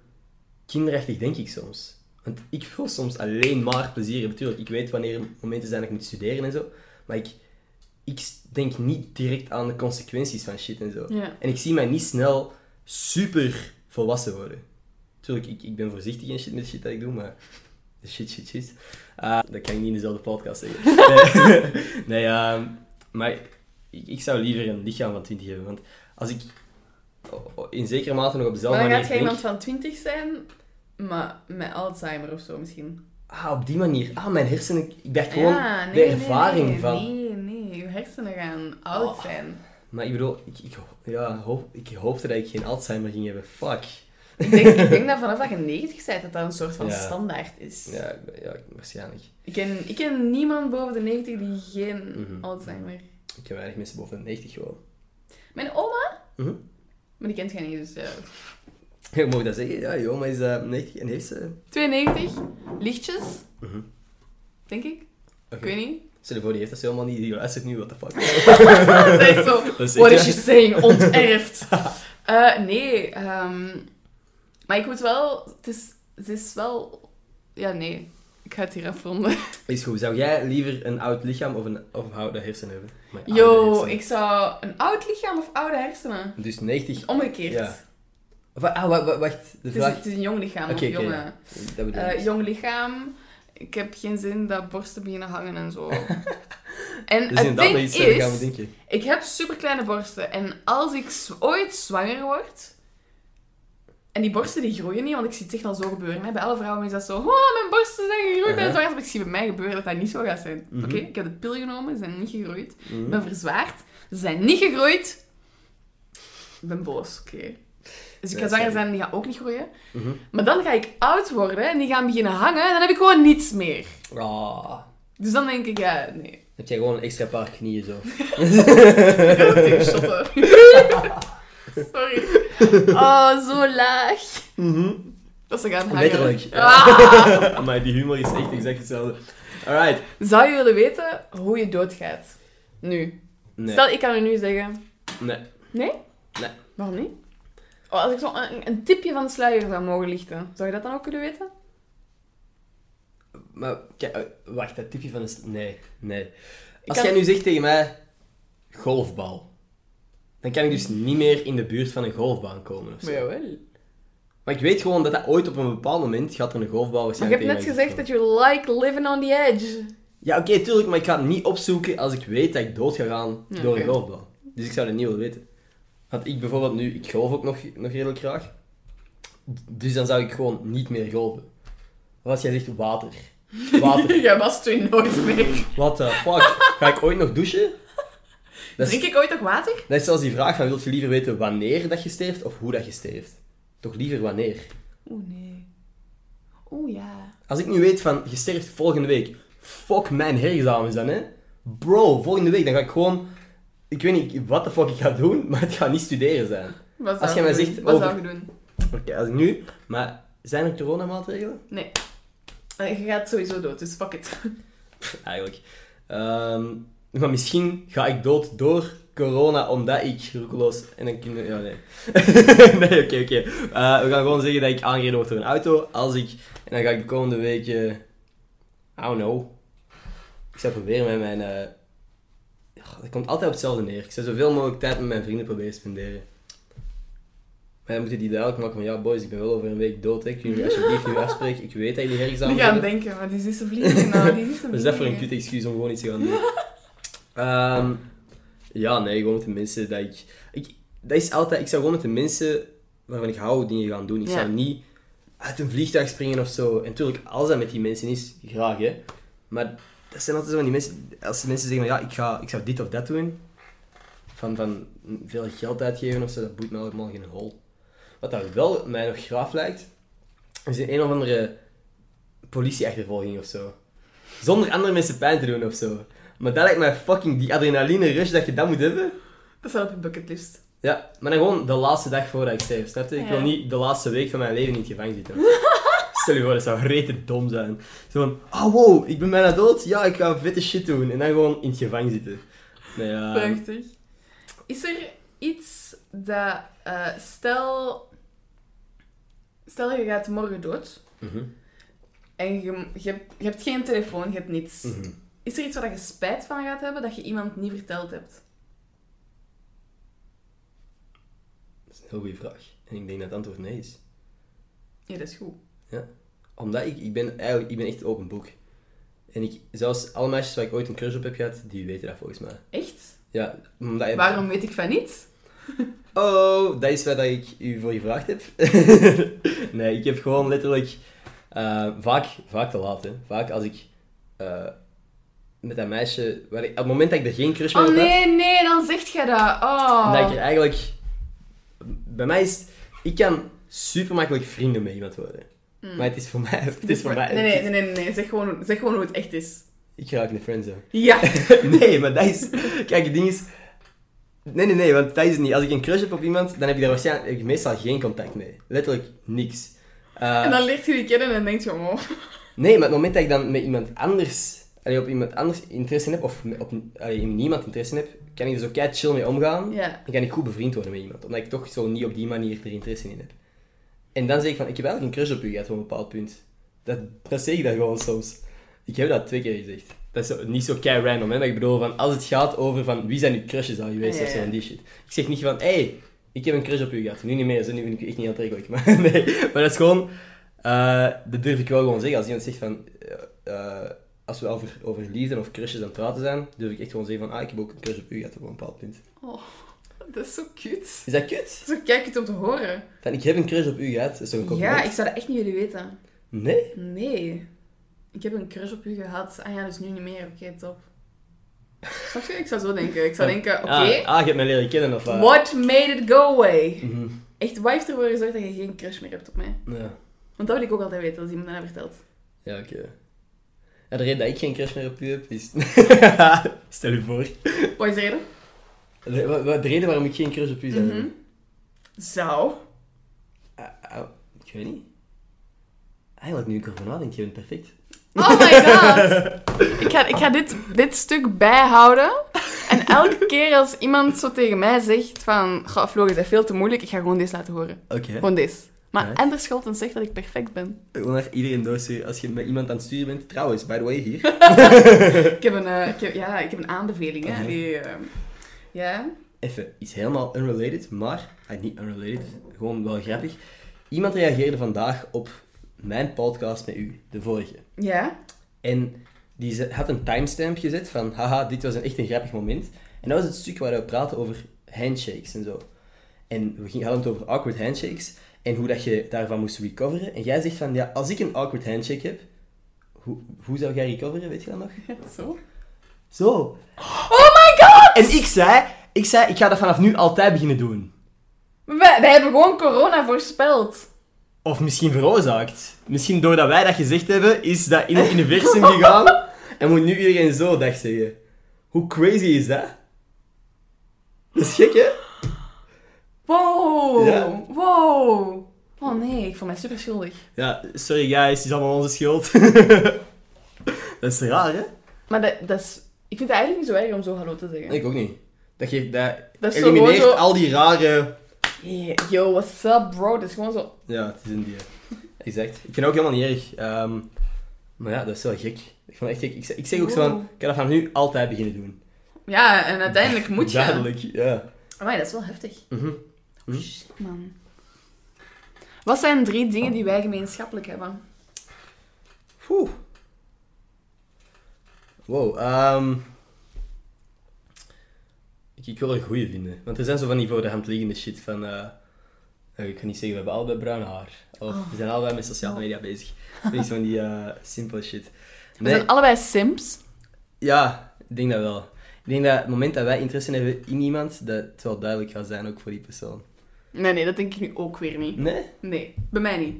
S2: kinderachtig denk ik soms. Want ik wil soms alleen maar plezier hebben. Tuurlijk, ik weet wanneer momenten zijn dat ik moet studeren en zo. Maar ik, ik denk niet direct aan de consequenties van shit en zo.
S1: Ja.
S2: En ik zie mij niet snel super volwassen worden. Tuurlijk, ik, ik ben voorzichtig en shit met shit dat ik doe, maar... Shit, shit, shit. Eh, dat kan ik niet in dezelfde podcast zeggen. nee, nee ehm, maar ik, ik zou liever een lichaam van 20 hebben. Want als ik o- o- in zekere mate nog op dezelfde
S1: Maar dan
S2: manier
S1: gaat jij
S2: denk-
S1: iemand van 20 zijn, maar met Alzheimer of zo misschien.
S2: Ah, op die manier. Ah, mijn hersenen. Ik dacht gewoon de ervaring
S1: nee,
S2: van.
S1: Nee, nee, je hersenen gaan oud
S2: Oh.
S1: zijn.
S2: Maar ik bedoel, ik, ik, ho- ja, hoop, ik hoopte dat ik geen Alzheimer ging hebben. Fuck.
S1: Ik denk, ik denk dat vanaf dat je 90 bent, dat dat een soort van
S2: Ja.
S1: standaard is.
S2: Ja, ik- ja ik- waarschijnlijk.
S1: Ik, ken, ik ken niemand boven de 90 die geen
S2: Mhm.
S1: Alzheimer
S2: Ik heb weinig mensen boven de 90 gewoon.
S1: Mijn oma,
S2: Mhm.
S1: Maar die kent jij niet, dus... eh,
S2: Je mag dat zeggen. Ja, joh, maar is eh 90 en heeft ze...
S1: 92, lichtjes,
S2: Mhm.
S1: denk ik.
S2: Oké.
S1: Ik weet niet.
S2: Stel je voor, die heeft dat ze helemaal niet. Die luistert nu, what the fuck. Dus
S1: Dat is echt zo.
S2: Dat is
S1: What
S2: echt,
S1: is she
S2: ja.
S1: saying? Onterfd. Eh, nee, ehm, maar ik moet wel... Het is, het is wel... Ja, nee. Ik ga het hier afronden.
S2: Is goed. Zou jij liever een oud lichaam of een of oude hersenen hebben? Maar oude
S1: Yo,
S2: hersenen.
S1: ik zou een oud lichaam of oude hersenen?
S2: Dus 90...
S1: Omgekeerd.
S2: Ja. Of, ah, wa- wa- wacht. De
S1: Het, is,
S2: vraag...
S1: het is een jong lichaam
S2: Oké,
S1: of
S2: oké,
S1: jonge.
S2: Dat bedoel ik.
S1: Eh, jong lichaam. Ik heb geen zin dat borsten beginnen hangen en zo. en het
S2: Dus inderdaad
S1: ding
S2: nog iets eh, gaan
S1: is,
S2: bedenken.
S1: ik heb superkleine borsten. En als ik z- ooit zwanger word... En die borsten die groeien niet, want ik zie het echt al zo gebeuren. Hè. Bij alle vrouwen is dat zo... Oh, mijn borsten zijn gegroeid bij de
S2: Uh-huh.
S1: zwangerschap. Maar Ik zie bij mij gebeuren dat dat niet zo gaat zijn.
S2: Mhm.
S1: Oké, ik heb de pil genomen, ze zijn niet gegroeid. Ik
S2: Mhm.
S1: ben verzwaard, ze zijn niet gegroeid. Ik ben boos, oké. Dus ik
S2: Ja,
S1: ga zwanger
S2: sorry.
S1: zijn en die gaan ook niet groeien.
S2: Mhm.
S1: Maar dan ga ik oud worden en die gaan beginnen hangen en dan heb ik gewoon niets meer.
S2: Ah,
S1: Dus dan denk ik, ja, nee.
S2: heb jij gewoon een extra paar knieën zo.
S1: Ik wil het tegen shotten. Sorry. Oh, zo laag. Dat ze gaan hangen.
S2: Mhm. Letterlijk.
S1: Ah.
S2: maar die humor is echt exact hetzelfde. Alright.
S1: Zou je willen weten hoe je doodgaat? Nu.
S2: Nee.
S1: Stel, ik kan er nu zeggen,
S2: Nee.
S1: waarom niet? Oh, als ik zo een, een tipje van de sluier zou mogen lichten, zou je dat dan ook kunnen weten?
S2: Maar kijk, eh, wacht, dat tipje van de... s- Nee, nee. Als
S1: kan-
S2: jij nu zegt tegen mij golfbal, dan kan ik dus niet meer in de buurt van een golfbaan komen of zo.
S1: jawel.
S2: Maar ik weet gewoon dat dat ooit op een bepaald moment gaat er een golfbal
S1: Maar je
S2: waarschijnlijk
S1: hebt net
S2: tegen mij
S1: gezegd dat
S2: komen.
S1: you like living on the edge.
S2: Ja, oké, tuurlijk, maar ik ga het niet opzoeken als ik weet dat ik dood ga gaan
S1: Ja,
S2: door een
S1: oké.
S2: golfbal. Dus ik zou dat niet willen weten. Want ik bijvoorbeeld nu, ik golf ook nog, nog redelijk graag. Dus dan zou ik gewoon niet meer golven. Of als jij zegt water. Water.
S1: Jij was toen nooit meer.
S2: What the fuck? Ga ik ooit nog douchen? Dat is,
S1: Drink ik ooit nog water?
S2: dat is zoals die vraag van, wil je liever weten wanneer dat je sterft of hoe dat je sterft? Toch liever wanneer.
S1: Oeh, nee. Oeh, ja.
S2: Als ik nu weet van, je sterft volgende week. Fuck mijn herexamens dan, hè. Bro, volgende week, dan ga ik gewoon... Ik weet niet wat de fuck ik ga doen, maar het gaat niet studeren zijn.
S1: Wat
S2: Als
S1: zou
S2: jij
S1: je
S2: mij
S1: doen?
S2: zegt
S1: Wat
S2: over-
S1: zou je doen?
S2: Oké, als ik nu... Maar zijn er coronamaatregelen?
S1: Nee. Eh, Je gaat sowieso dood, dus fuck it.
S2: Eigenlijk. Ehm, maar misschien ga ik dood door corona, omdat ik roekeloos... En dan kunnen... Ja, nee. nee, oké, oké. Eh, we gaan gewoon zeggen dat ik aangereden word door een auto. Als ik... En dan ga ik de komende week... eh, I don't know. Ik zou proberen met mijn... eh, ja, dat komt altijd op hetzelfde neer. Ik zou zoveel mogelijk tijd met mijn vrienden proberen te spenderen. Maar dan moeten die duidelijk maken van... Ja, boys, ik ben wel over een week dood, hè. Kunnen jullie alsjeblieft nu afspreken? Ik weet dat jullie herexamen
S1: Die gaan denken, maar die is een vliegen nou, die is een
S2: wat is dat voor een kut excuus om gewoon iets te gaan doen? Ehm, ja, nee, gewoon met de mensen dat ik, ik... Dat is altijd... Ik zou gewoon met de mensen waarvan ik hou dingen gaan doen. Ik
S1: Ja.
S2: zou niet uit een vliegtuig springen of zo. En natuurlijk, als dat met die mensen is, graag hè. Maar dat zijn altijd zo van die mensen... Als die mensen zeggen van, ja, ik, ga, ik zou dit of dat doen. Van, van veel geld uitgeven of zo, dat boeit me allemaal geen hol. Wat daar wel mij nog graaf lijkt, is een, een of andere politieachtervolging of zo. Zonder andere mensen pijn te doen of zo. Maar dat lijkt mij fucking die adrenaline rush dat je dat moet hebben.
S1: Dat staat op je bucketlist.
S2: Ja, maar dan gewoon de laatste dag voordat ik sterf, snap je? Ik wil
S1: Ja.
S2: niet de laatste week van mijn leven in het gevangen zitten. Stel je voor, dat zou rete dom zijn. Zo van, oh wow, ik ben bijna dood, ja, ik ga vette shit doen. En dan gewoon in het gevangen zitten. Nee, ja.
S1: Prachtig. Is er iets dat... eh, stel... Stel, je gaat morgen dood.
S2: Mhm,
S1: En je, je, hebt- je hebt geen telefoon, je hebt niets.
S2: mhm.
S1: Is er iets waar je spijt van gaat hebben dat je iemand niet verteld hebt?
S2: Dat is een heel goede vraag. En ik denk dat het antwoord nee is.
S1: Ja, dat is goed.
S2: Omdat ik, ik ben eigenlijk, ik ben echt een open boek. En ik, zelfs alle meisjes waar ik ooit een crush op heb gehad, die weten dat volgens mij.
S1: Echt?
S2: Ja, omdat je-
S1: Waarom weet ik van niets?
S2: Oh, dat is wat ik u voor gevraagd heb. nee, ik heb gewoon letterlijk eh, vaak, vaak te laat. Hè. Vaak als ik eh, met dat meisje, waar ik, op het moment dat ik er geen crush meer
S1: Oh
S2: op heb,
S1: nee, nee, dan zegt jij dat. Oh.
S2: dat ik er eigenlijk. Bij mij is. Ik kan super makkelijk vrienden met iemand worden. Maar het is voor mij. Het is voor mij.
S1: Mm. Nee, nee, nee, nee, nee. Zeg, gewoon, zeg gewoon hoe het echt is.
S2: Ik raak in de friendzone.
S1: Ja.
S2: nee, maar dat is... Kijk, het ding is... Nee, nee, nee, want dat is het niet. Als ik een crush heb op iemand, dan heb ik daar waarschijnlijk heb ik meestal geen contact mee. Letterlijk niks. Eh,
S1: En dan leert je die kennen en denkt je, oh,
S2: Nee, maar het moment dat ik dan met iemand anders, allee, op iemand anders interesse heb, of met- op, allee, in niemand interesse heb, kan ik er zo kei chill mee omgaan.
S1: ja.
S2: Dan kan ik goed bevriend worden met iemand, omdat ik toch zo niet op die manier er interesse in heb. En dan zeg ik van, ik heb eigenlijk een crush op u gehad op een bepaald punt. Dat, dat zeg ik dan gewoon soms. Ik heb dat twee keer gezegd. Dat is zo- niet zo kei random, hè, maar ik bedoel van, als het gaat over van, wie zijn uw crushes al geweest
S1: Ja,
S2: of zo,
S1: ja.
S2: en die shit. Ik zeg niet van, hé, hey, ik heb een crush op u gehad. Nu niet meer, zo, nu vind ik u echt niet aantrekkelijk. Maar nee, maar dat is gewoon, eh, dat durf ik wel gewoon zeggen. Als iemand zegt van, eh, eh, als we over, over liefde of crushes aan het praten zijn, durf ik echt gewoon zeggen van, ah, ik heb ook een crush op u gehad op een bepaald punt.
S1: oh, dat is zo cute.
S2: Is dat kut?
S1: Zo kijk het om te horen.
S2: Van, ik heb een crush op u gehad. Dat is toch een compliment?
S1: Ja, ik zou dat echt niet willen weten.
S2: Nee?
S1: Nee. Ik heb een crush op u gehad. Ah ja, dus nu niet meer. Oké, top. Snap je? Ik zou zo denken. Ik zou denken, oké,
S2: Ah, ah, je hebt mij leren kennen of... eh,
S1: what made it go away?
S2: mhm.
S1: Echt, wat heeft ervoor gezorgd dat je geen crush meer hebt op mij?
S2: Ja,
S1: Want dat wil ik ook altijd weten als iemand dat vertelt.
S2: ja oké. Ja, de reden dat ik geen crush meer op u heb, is... Stel u voor.
S1: Wat is de reden?
S2: De, wa- wa- de reden waarom ik geen crush op u zou hebben?
S1: Mhm. Zou.
S2: Ah, ah, ik weet niet. Eigenlijk, nu ik erover nadenk, je bent perfect.
S1: Oh my god! ik ga, ik ga dit, dit stuk bijhouden. En elke keer als iemand zo tegen mij zegt van... Goh, Floor, is dat veel te moeilijk? Ik ga gewoon deze laten horen.
S2: Oké.
S1: Gewoon deze. Maar
S2: Nice.
S1: Anders Scholten zegt dat ik perfect ben.
S2: Ik wil naar iedereen doorsturen als je met iemand aan het sturen bent. Trouwens, by the way, hier.
S1: Ik heb een, eh, ik heb, ja, ik heb een aanbeveling, hè.
S2: Mhm.
S1: Die, eh, ja.
S2: Even iets helemaal unrelated, maar ah, niet unrelated, gewoon wel grappig. Iemand reageerde vandaag op mijn podcast met u, de vorige.
S1: Ja.
S2: En die ze- had een timestamp gezet van, haha, dit was een, echt een grappig moment. En dat was het stuk waar we praten over handshakes en zo. En we gingen, hadden het over awkward handshakes en hoe dat je daarvan moest recoveren. En jij zegt van, ja, als ik een awkward handshake heb, hoe, hoe zou jij recoveren, weet je dat nog?
S1: Zo.
S2: Zo.
S1: Oh my god!
S2: En ik zei, ik zei, ik ga dat vanaf nu altijd beginnen doen.
S1: Wij, wij hebben gewoon corona voorspeld.
S2: Of misschien veroorzaakt. Misschien doordat wij dat gezegd hebben, is dat in het universum gegaan. en moet nu iedereen zo dag zeggen. Hoe crazy is dat? Dat is gek, hè?
S1: Wow.
S2: Ja.
S1: Wow. Oh nee, ik voel mij super schuldig.
S2: Ja, sorry guys, het is allemaal onze schuld. dat is raar, hè?
S1: Maar dat, dat is... Ik vind het eigenlijk niet zo erg om zo hallo te zeggen.
S2: Ik ook niet. Dat, geeft, dat,
S1: Dat is zo
S2: elimineert
S1: gewoon zo-
S2: al die rare...
S1: Yeah, yo, what's up, bro? Dat is gewoon zo...
S2: Ja, het is een dier. Exact. Ik vind het ook helemaal niet erg. Ehm, maar ja, dat is wel gek. Ik vond het echt gek. Ik, zeg- ik zeg ook zo van,
S1: Wow.
S2: ik ga dat van nu altijd beginnen doen.
S1: Ja, en uiteindelijk moet je.
S2: Duidelijk, ja.
S1: Maar dat is wel heftig.
S2: Mhm. Mhm.
S1: Shit, man. Wat zijn drie dingen die wij gemeenschappelijk hebben?
S2: Oeh. Wow, ehm ik, ik wil er goede vinden. Want er zijn zo van die voor de hand liggende shit van... eh, eh, ik kan niet zeggen, we hebben allebei bruin haar. Of we zijn allebei met sociale media bezig. Niks van die eh simpele shit.
S1: We
S2: Nee,
S1: zijn allebei sims.
S2: Ja, ik denk dat wel. Ik denk dat het moment dat wij interesse hebben in iemand, dat het wel duidelijk gaat zijn ook voor die persoon.
S1: Nee, nee, dat denk ik nu ook weer niet.
S2: Nee?
S1: Nee, bij mij niet.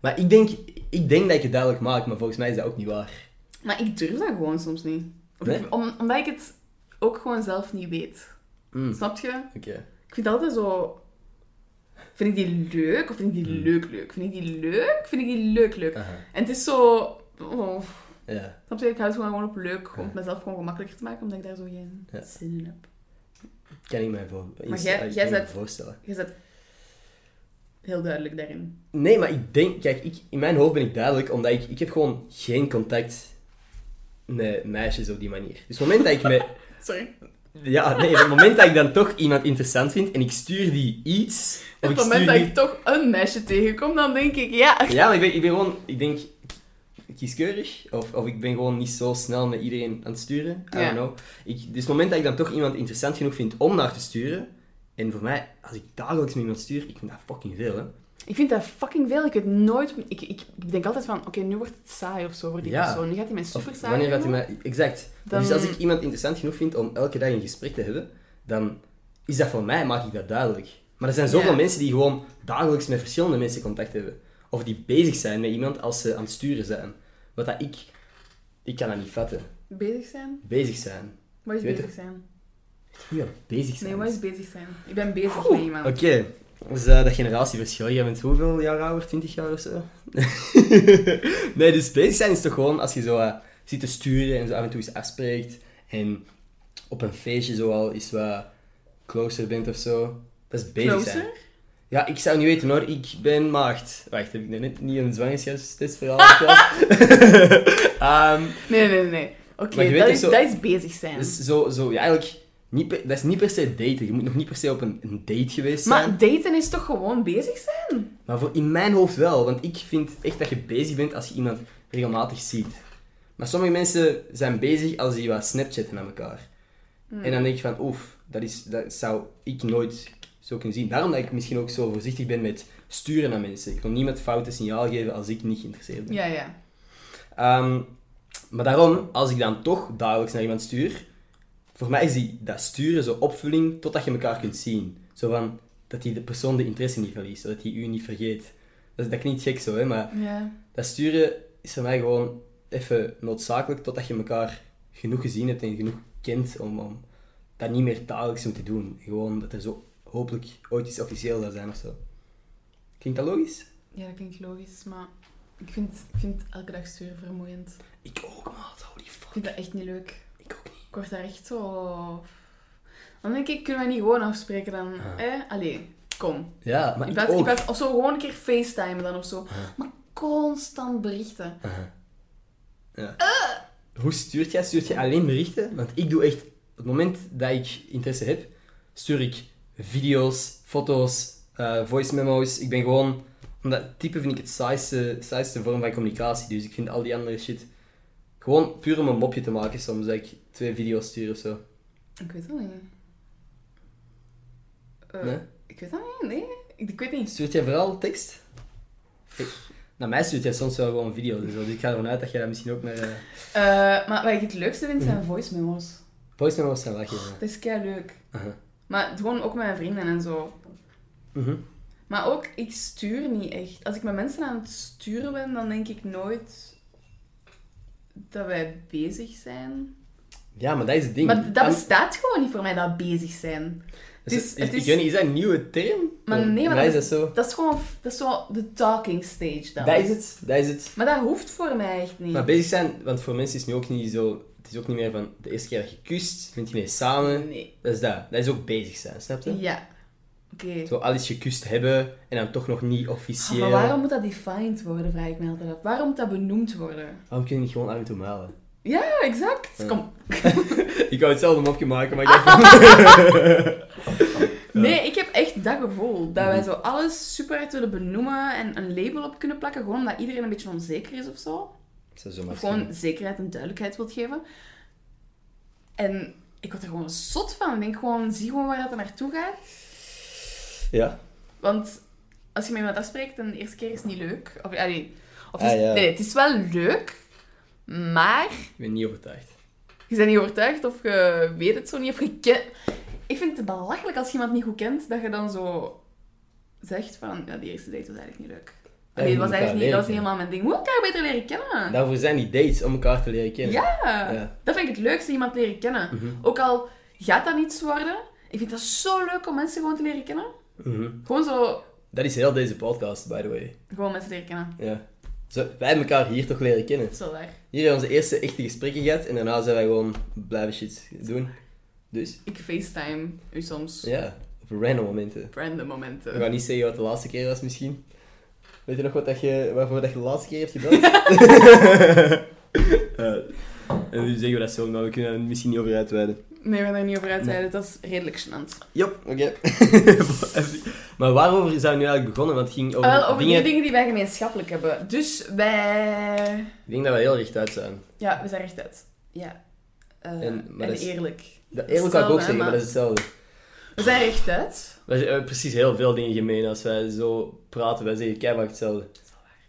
S2: Maar ik denk, ik denk dat ik het duidelijk maak, maar volgens mij is dat ook niet waar.
S1: Maar ik durf dat gewoon soms niet. Of
S2: Nee?
S1: ik- om, omdat ik het ook gewoon zelf niet weet.
S2: Mm, Oké.
S1: Snap je? Ik vind altijd zo... Vind ik die leuk of vind ik die
S2: Hmm.
S1: leuk leuk? Vind ik die leuk? Vind ik die leuk leuk?
S2: Aha.
S1: En het is zo... oh,
S2: Ja.
S1: Snap je? Ik hou het gewoon gewoon op leuk om het
S2: Ja.
S1: mezelf gewoon gemakkelijker te maken, omdat ik daar zo geen
S2: Ja.
S1: zin in heb.
S2: Kan ik mij voor...
S1: Maar
S2: inst-
S1: jij-
S2: eh, kan
S1: jij
S2: ik me
S1: zet-
S2: voorstellen.
S1: Je zit heel duidelijk daarin.
S2: Nee, maar ik denk... Kijk, ik, in mijn hoofd ben ik duidelijk, omdat ik... Ik heb gewoon geen contact met meisjes op die manier. Dus het moment dat ik met... Oh,
S1: Sorry.
S2: Ja, nee, het moment dat ik dan toch iemand interessant vind en ik stuur die iets... of
S1: Op
S2: ik
S1: het moment
S2: stuur
S1: dat
S2: die-
S1: ik toch een meisje tegenkom, dan denk ik, ja.
S2: Ja, maar ik ben, ik ben gewoon... Ik denk kieskeurig. Of, of ik ben gewoon niet zo snel met iedereen aan het sturen. I
S1: Ja.
S2: don't know. Ik, dus het moment dat ik dan toch iemand interessant genoeg vind om naar te sturen... En voor mij, als ik dagelijks met iemand stuur, ik vind dat fucking veel, hè.
S1: Ik vind dat fucking veel. Ik weet nooit... Ik, ik, ik denk altijd van, oké, nu wordt het saai of zo voor die
S2: Ja.
S1: persoon. Nu gaat hij mij
S2: Of
S1: super saai
S2: wanneer gaat hij
S1: vinden.
S2: mij... Exact.
S1: Dan-
S2: Dus als ik iemand interessant genoeg vind om elke dag een gesprek te hebben, dan is dat voor mij, maak ik dat duidelijk. Maar er zijn zoveel
S1: Ja.
S2: mensen die gewoon dagelijks met verschillende mensen contact hebben. Of die bezig zijn met iemand als ze aan het sturen zijn. Wat dat ik... Ik kan dat niet vatten.
S1: Bezig zijn?
S2: Bezig zijn.
S1: Wat is
S2: Je weet
S1: bezig zijn?
S2: Goed aan het bezig zijn.
S1: Nee, wat is bezig zijn? Ik ben bezig
S2: Oeh,
S1: met iemand.
S2: Oké, dus eh, dat generatieverschil. Jij bent hoeveel jaar ouder? 20 jaar of zo? nee, dus bezig zijn is toch gewoon als je zo eh, zit te sturen en zo af en toe eens afspreekt en op een feestje zo al eens wat closer bent of zo. Dat is bezig zijn.
S1: Closer?
S2: Ja, ik zou niet weten hoor, ik ben maagd. Wacht, heb ik nou net niet een zwangerschapstestverhaal verteld? Ehm,
S1: Nee, nee, nee. Oké,
S2: Maar je weet
S1: dat,
S2: toch
S1: is,
S2: zo-
S1: dat is bezig zijn.
S2: dus zo, zo ja, eigenlijk, niet per- dat is niet per se daten. Je moet nog niet per se op een, een date geweest zijn.
S1: Maar daten is toch gewoon bezig zijn?
S2: Maar voor, in mijn hoofd wel, want ik vind echt dat je bezig bent als je iemand regelmatig ziet. Maar sommige mensen zijn bezig als die wat snapchatten aan elkaar. En dan denk je van, oef, dat, is, dat zou ik nooit zo kunnen zien. Daarom dat ik misschien ook zo voorzichtig ben met sturen naar mensen. Ik wil niemand foute signaal geven als ik niet geïnteresseerd ben.
S1: Ja, ja.
S2: Ehm, maar daarom, als ik dan toch dagelijks naar iemand stuur, voor mij is die, dat sturen zo opvulling totdat je elkaar kunt zien. Zo van, dat die de persoon de interesse niet verliest, dat hij u niet vergeet. Dat, dat klinkt gek zo, hè, maar
S1: Ja.
S2: dat sturen is voor mij gewoon even noodzakelijk totdat je elkaar genoeg gezien hebt en genoeg kent om, om dat niet meer dagelijks te moeten doen. Gewoon dat er zo hopelijk ooit iets officieel zou zijn of zo. Klinkt dat logisch?
S1: ja, dat klinkt logisch, maar ik vind, ik vind elke dag sturen vermoeiend.
S2: Ik ook, maat. Holy
S1: Ik
S2: fuck.
S1: vind dat echt niet leuk.
S2: Ik ook niet.
S1: Ik word daar echt zo... Dan denk ik, kunnen we niet gewoon afspreken dan?
S2: Ah.
S1: Hè? Allee, kom.
S2: Ja, maar
S1: In
S2: ik,
S1: plaats, in
S2: ook. Ah.
S1: plaats- of zo gewoon een keer facetimen dan of zo. Maar constant berichten.
S2: Ja. Hoe stuurt jij? Stuurt je alleen berichten? Want ik doe echt... Op het moment dat ik interesse heb, stuur ik video's, foto's, eh, voice memo's. Ik ben gewoon... Omdat typen vind ik het saaiste, saaiste vorm van communicatie. Dus ik vind al die andere shit... Gewoon puur om een mopje te maken soms, dat ik twee video's stuur of zo.
S1: Ik weet dat niet. Eh,
S2: Nee?
S1: Ik weet dat niet, nee. Ik, ik weet niet.
S2: Stuurt jij vooral tekst? Ik- Naar mij stuurt jij soms wel gewoon video's en zo. Dus ik ga ervan uit dat jij dat misschien ook naar... eh,
S1: Eh, maar wat ik het leukste vind
S2: Mhm.
S1: zijn voice memos.
S2: voice memo's zijn wel geven.
S1: Dat is kei leuk.
S2: Aha.
S1: Maar gewoon ook met mijn vrienden en zo.
S2: Mhm.
S1: Maar ook, ik stuur niet echt. Als ik met mensen aan het sturen ben, dan denk ik nooit dat wij bezig zijn.
S2: Ja, maar dat is het ding.
S1: Maar dat
S2: Am-
S1: bestaat gewoon niet voor mij, dat bezig zijn. Het
S2: Dus,
S1: is, het
S2: is,
S1: is,
S2: is dat een nieuwe term?
S1: maar nee, maar
S2: Voor mij
S1: dat
S2: is
S1: is,
S2: dat zo.
S1: dat is gewoon dat is zo de talking stage dan.
S2: Dat is het, dat is het.
S1: Maar dat hoeft voor mij echt niet.
S2: Maar bezig zijn, want voor mensen is het nu ook niet zo... Het is ook niet meer van de eerste keer dat je kust, vind je mee samen.
S1: Nee.
S2: Dat is dat. Dat is ook bezig zijn, snap je?
S1: Ja. Oké.
S2: Zo al eens gekust hebben en dan toch nog niet
S1: Ah,
S2: officieel.
S1: Maar waarom moet dat defined worden, vraag ik me altijd af. Waarom moet dat benoemd worden?
S2: Waarom kun je niet gewoon af en toe malen?
S1: Ja, exact.
S2: Ja.
S1: Kom.
S2: Ik wou hetzelfde mopje maken, maar ik
S1: Ah.
S2: dacht...
S1: Nee, ik heb echt dat gevoel.
S2: Mhm.
S1: Dat wij zo alles super hard willen benoemen en een label op kunnen plakken. Gewoon omdat iedereen een beetje onzeker is of zo.
S2: Ik zou zo maar
S1: Of gewoon zekerheid en duidelijkheid wilt geven. En ik word er gewoon zot van. Ik denk gewoon, zie gewoon waar dat er naartoe gaat.
S2: Ja.
S1: Want als je met iemand afspreekt en de eerste keer is het niet leuk. Of, allee, of het is-
S2: Ah, ja.
S1: Nee, het is wel leuk. Maar
S2: Ik ben niet overtuigd.
S1: je bent niet overtuigd of je weet het zo niet. Of je ken- Ik vind het belachelijk als je iemand niet goed kent, dat je dan zo zegt van, ja, die eerste date was eigenlijk niet leuk.
S2: Ja,
S1: Nee,
S2: je
S1: dat was
S2: moet
S1: eigenlijk niet,
S2: elkaar
S1: dat was niet helemaal mijn ding. We moeten elkaar beter leren kennen.
S2: Daarvoor zijn die dates, om elkaar te leren kennen.
S1: Ah. Ja,
S2: Ja. Mhm.
S1: dat vind ik het leukste, iemand leren kennen. Ook al gaat dat niets worden, ik vind dat zo leuk om mensen gewoon te leren kennen.
S2: Mhm.
S1: Gewoon zo,
S2: Dat is heel deze podcast, by the way.
S1: gewoon mensen leren kennen.
S2: Ja. Zo, wij hebben elkaar hier toch leren kennen.
S1: Dat is wel waar.
S2: Hier hebben we onze eerste echte gesprekken gehad en daarna zijn wij gewoon blijven shit doen. Dus
S1: Ik facetime u soms.
S2: ja, op random momenten.
S1: Random
S2: We
S1: momenten.
S2: gaan niet zeggen wat de laatste keer was misschien. Weet je nog wat dat je, waarvoor dat je de laatste keer hebt gedaan? Eh, en nu zeggen we dat zo, maar we kunnen er misschien niet over uitweiden.
S1: Nee, we gaan daar niet over uitweiden. Dat is redelijk gênant.
S2: Jop, oké. maar waarover zijn we nu eigenlijk begonnen? Want het ging over,
S1: Wel, Eh, over
S2: dingen...
S1: die dingen die wij gemeenschappelijk hebben. Dus wij...
S2: Ik denk dat we heel recht uit zijn.
S1: Ja, we zijn echt uit. Ja. Eh,
S2: En-
S1: en
S2: maar dat is-
S1: eerlijk.
S2: Dat, eerlijk kan ik ook
S1: Hetzelfde, hè,
S2: zeggen, maar dat is hetzelfde.
S1: We zijn echt uit.
S2: We hebben eh, precies heel veel dingen gemeen als wij zo praten. Wij zeggen keihard hetzelfde.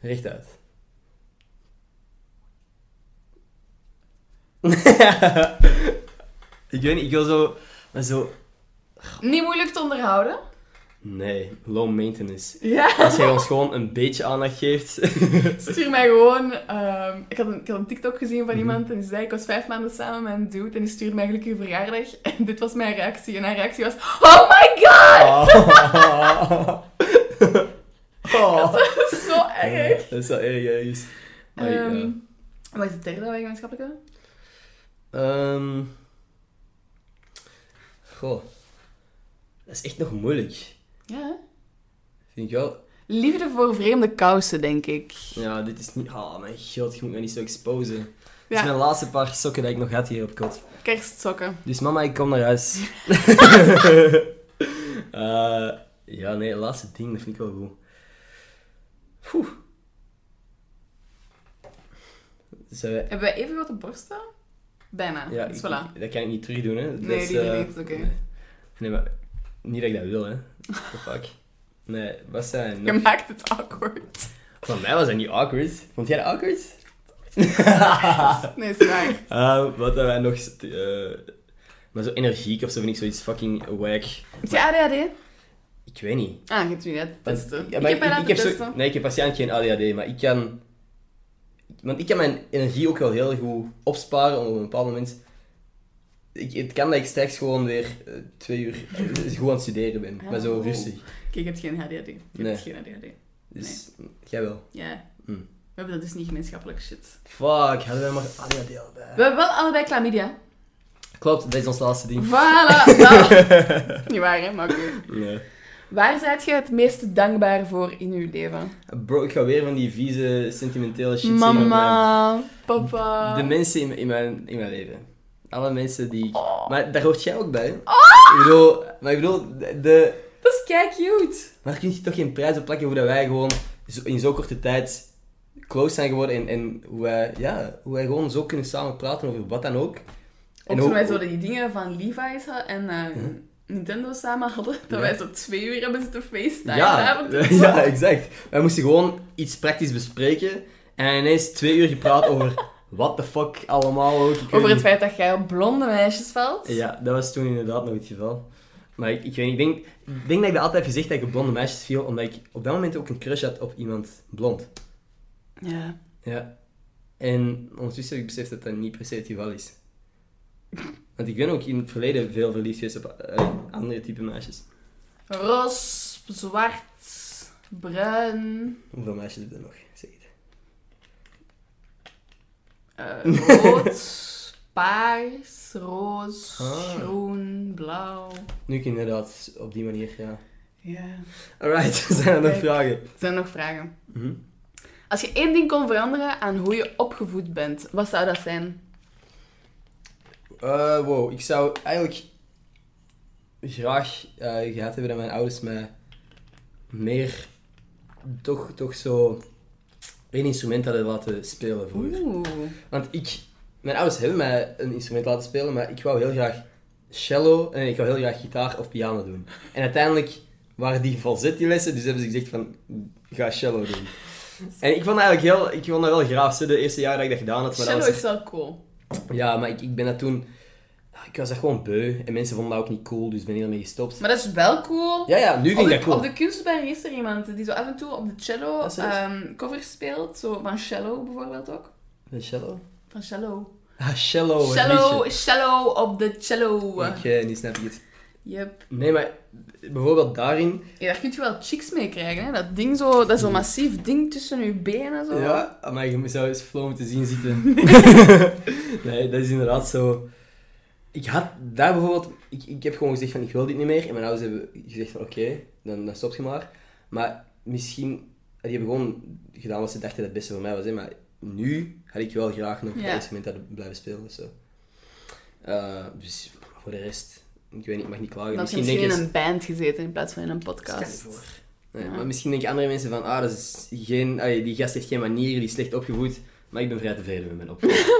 S2: Recht uit. ik weet niet, ik wil zo... Maar zo...
S1: Niet moeilijk te onderhouden.
S2: Nee, low maintenance.
S1: Ja,
S2: Als jij ons gewoon een beetje aandacht geeft.
S1: stuur mij gewoon... ehm, ik, had een, ik had een TikTok gezien van
S2: Mhm.
S1: iemand en die zei, ik was vijf maanden samen met een dude en die stuurde mij gelukkig een verjaardag. En dit was mijn reactie. En haar reactie was, oh my god!
S2: Ah. Oh. Oh.
S1: Dat is zo erg.
S2: Dat is wel erg, ergens. Eh, Maar,
S1: Ehm
S2: ja.
S1: Wat is het derde dat wij gemeenschappelijk hebben?
S2: Ehm. Goh. Dat is echt nog moeilijk.
S1: Ja, hè?
S2: Vind ik wel.
S1: Liefde voor vreemde kousen, denk ik.
S2: Ja, dit is niet... Oh mijn god, je moet me niet zo exposen. Dit
S1: Ja.
S2: is mijn laatste paar sokken dat ik nog had hier op kot.
S1: Kerstsokken.
S2: Dus mama, ik kom naar huis. Eh, ja, nee, laatste ding, dat vind ik wel goed. Poeh. Zijn we-
S1: Hebben wij even grote borsten? Bijna.
S2: Ja,
S1: dus
S2: ik-
S1: voilà.
S2: dat kan ik niet terug doen, hè. Dat
S1: Nee,
S2: is,
S1: die
S2: eh,
S1: niet, oké.
S2: Nee. Nee, maar niet dat ik dat wil, hè. What the fuck? Nee, wat zijn
S1: Je
S2: nog...
S1: maakt het awkward.
S2: Van mij was dat niet awkward. Vond jij dat awkward?
S1: Nee, is waar.
S2: Eh, wat hebben wij nog... eh, maar zo energiek of zo vind ik zoiets fucking wack.
S1: Heb je ADHD?
S2: Ik weet niet.
S1: Ah, je hebt je net testen.
S2: Ja,
S1: ik
S2: maar
S1: heb mij laten
S2: zo-
S1: testen.
S2: nee, ik heb patiënt geen ADHD, maar ik kan... Want ik kan mijn energie ook wel heel goed opsparen, om op een bepaald moment... Ik, het kan dat ik straks gewoon weer eh, twee uur eh, goed aan het studeren ben, maar zo
S1: Oh.
S2: rustig.
S1: Kijk, je hebt geen ADHD. Je
S2: Nee.
S1: hebt geen ADHD.
S2: Dus, jij wel.
S1: Ja.
S2: Hm.
S1: We hebben dat dus niet gemeenschappelijk shit.
S2: Fuck, hadden wij maar ADHD al bij.
S1: We hebben wel allebei chlamydia.
S2: Klopt, dat is ons laatste ding.
S1: Voilà. Nou, dat is niet waar, hè? Maar oké.
S2: Nee.
S1: Waar zijt je het meest dankbaar voor in je leven?
S2: Bro, ik ga weer van die vieze, sentimentele shit zien op mijn-
S1: Mama, papa.
S2: De mensen in, in, mijn, in mijn leven. Alle mensen die ik...
S1: Oh.
S2: Maar daar hoort jij ook bij, hè?
S1: Ah!
S2: Ik bedoel, maar ik bedoel, de... de-
S1: Dat is kijk cute.
S2: Maar kun je toch geen prijs op plakken hoe dat wij gewoon zo- in zo'n korte tijd close zijn geworden en, en hoe, wij, ja, hoe wij gewoon zo kunnen samen praten over wat dan ook.
S1: En
S2: En
S1: toen
S2: ook-
S1: wij zo die dingen van Levi's had- en eh, Nintendo samen hadden, dat
S2: Ja.
S1: wij zo twee uur hebben zitten facetimen.
S2: Ja, ja, exact. Wij moesten gewoon iets praktisch bespreken en ineens twee uur gepraat over what the fuck allemaal ook. Ik weet
S1: Over het
S2: niet.
S1: feit dat jij op blonde meisjes valt.
S2: Ja, dat was toen inderdaad nog het geval. Maar ik, ik weet niet, ik denk, ik denk dat ik dat altijd heb gezegd dat ik op blonde meisjes viel, omdat ik op dat moment ook een crush had op iemand blond.
S1: Ja.
S2: Ja. En ondertussen heb ik beseft dat dat niet per se het geval is. Want ik ben ook in het verleden veel verliefd geweest op eh, andere type meisjes.
S1: Ros, zwart, bruin,
S2: Hoeveel meisjes heb je nog? Zeg het.
S1: eh, rood, paars, roos,
S2: Ah.
S1: groen, blauw.
S2: Nu ik inderdaad op die manier, ja.
S1: Ja.
S2: Alright, zijn er nog
S1: Kijk.
S2: vragen?
S1: Zijn er nog vragen?
S2: Mhm.
S1: Als je één ding kon veranderen aan hoe je opgevoed bent, wat zou dat zijn?
S2: Eh, wow, ik zou eigenlijk graag eh, gehad hebben dat mijn ouders mij meer toch, toch zo één instrument hadden laten spelen vroeger.
S1: Oeh.
S2: Want ik, mijn ouders hebben mij een instrument laten spelen, maar ik wou heel graag cello en ik wou heel graag gitaar of piano doen. En uiteindelijk waren die falsetti lessen, dus hebben ze gezegd van, ga cello doen. En ik vond dat eigenlijk heel, ik vond dat wel graaf, de eerste jaar dat ik dat gedaan had. Maar dat
S1: Shadow
S2: was
S1: is wel cool.
S2: ja, maar ik, ik ben dat toen... Ah, Ik was dat gewoon beu. En mensen vonden dat ook niet cool, dus ben ik daarmee gestopt.
S1: Maar dat is wel cool.
S2: Ja, ja, nu
S1: op,
S2: vind
S1: de,
S2: ik dat cool.
S1: op de kunstberg is er iemand die zo af en toe op de cello
S2: Ah, serieus?
S1: ehm, covers speelt. Zo van Shallow bijvoorbeeld ook.
S2: De cello?
S1: Van Shallow.
S2: Eh, Ah, cello. het liedje.
S1: shallow, shallow op de cello.
S2: Oké, nu snap ik het.
S1: Yep.
S2: Nee, maar bijvoorbeeld daarin...
S1: Ja, daar kun je wel chicks mee krijgen. Hè? Dat ding zo, dat zo'n massief ding tussen je benen. Zo.
S2: Ja, maar je zou eens flow moeten zien zitten. nee, dat is inderdaad zo... Ik had daar bijvoorbeeld... Ik, ik heb gewoon gezegd van, ik wil dit niet meer. En mijn ouders hebben gezegd van, oké, dan, dan stop je maar. Maar misschien... Die hebben gewoon gedaan wat ze dachten dat het beste voor mij was. Hè. Maar nu had ik wel graag nog
S1: Ja.
S2: dat instrument dat blijven spelen. of Zo. Eh, dus voor de rest... Ik weet niet, ik mag niet klagen.
S1: Dan heb je
S2: misschien
S1: misschien
S2: denk je...
S1: in een band gezeten in plaats van in een podcast.
S2: Stel je Nee,
S1: Ja.
S2: Maar misschien denken andere mensen van, ah, dat is geen, ah, die gast heeft geen manieren, die is slecht opgevoed. Maar ik ben vrij tevreden met mijn opvoeding.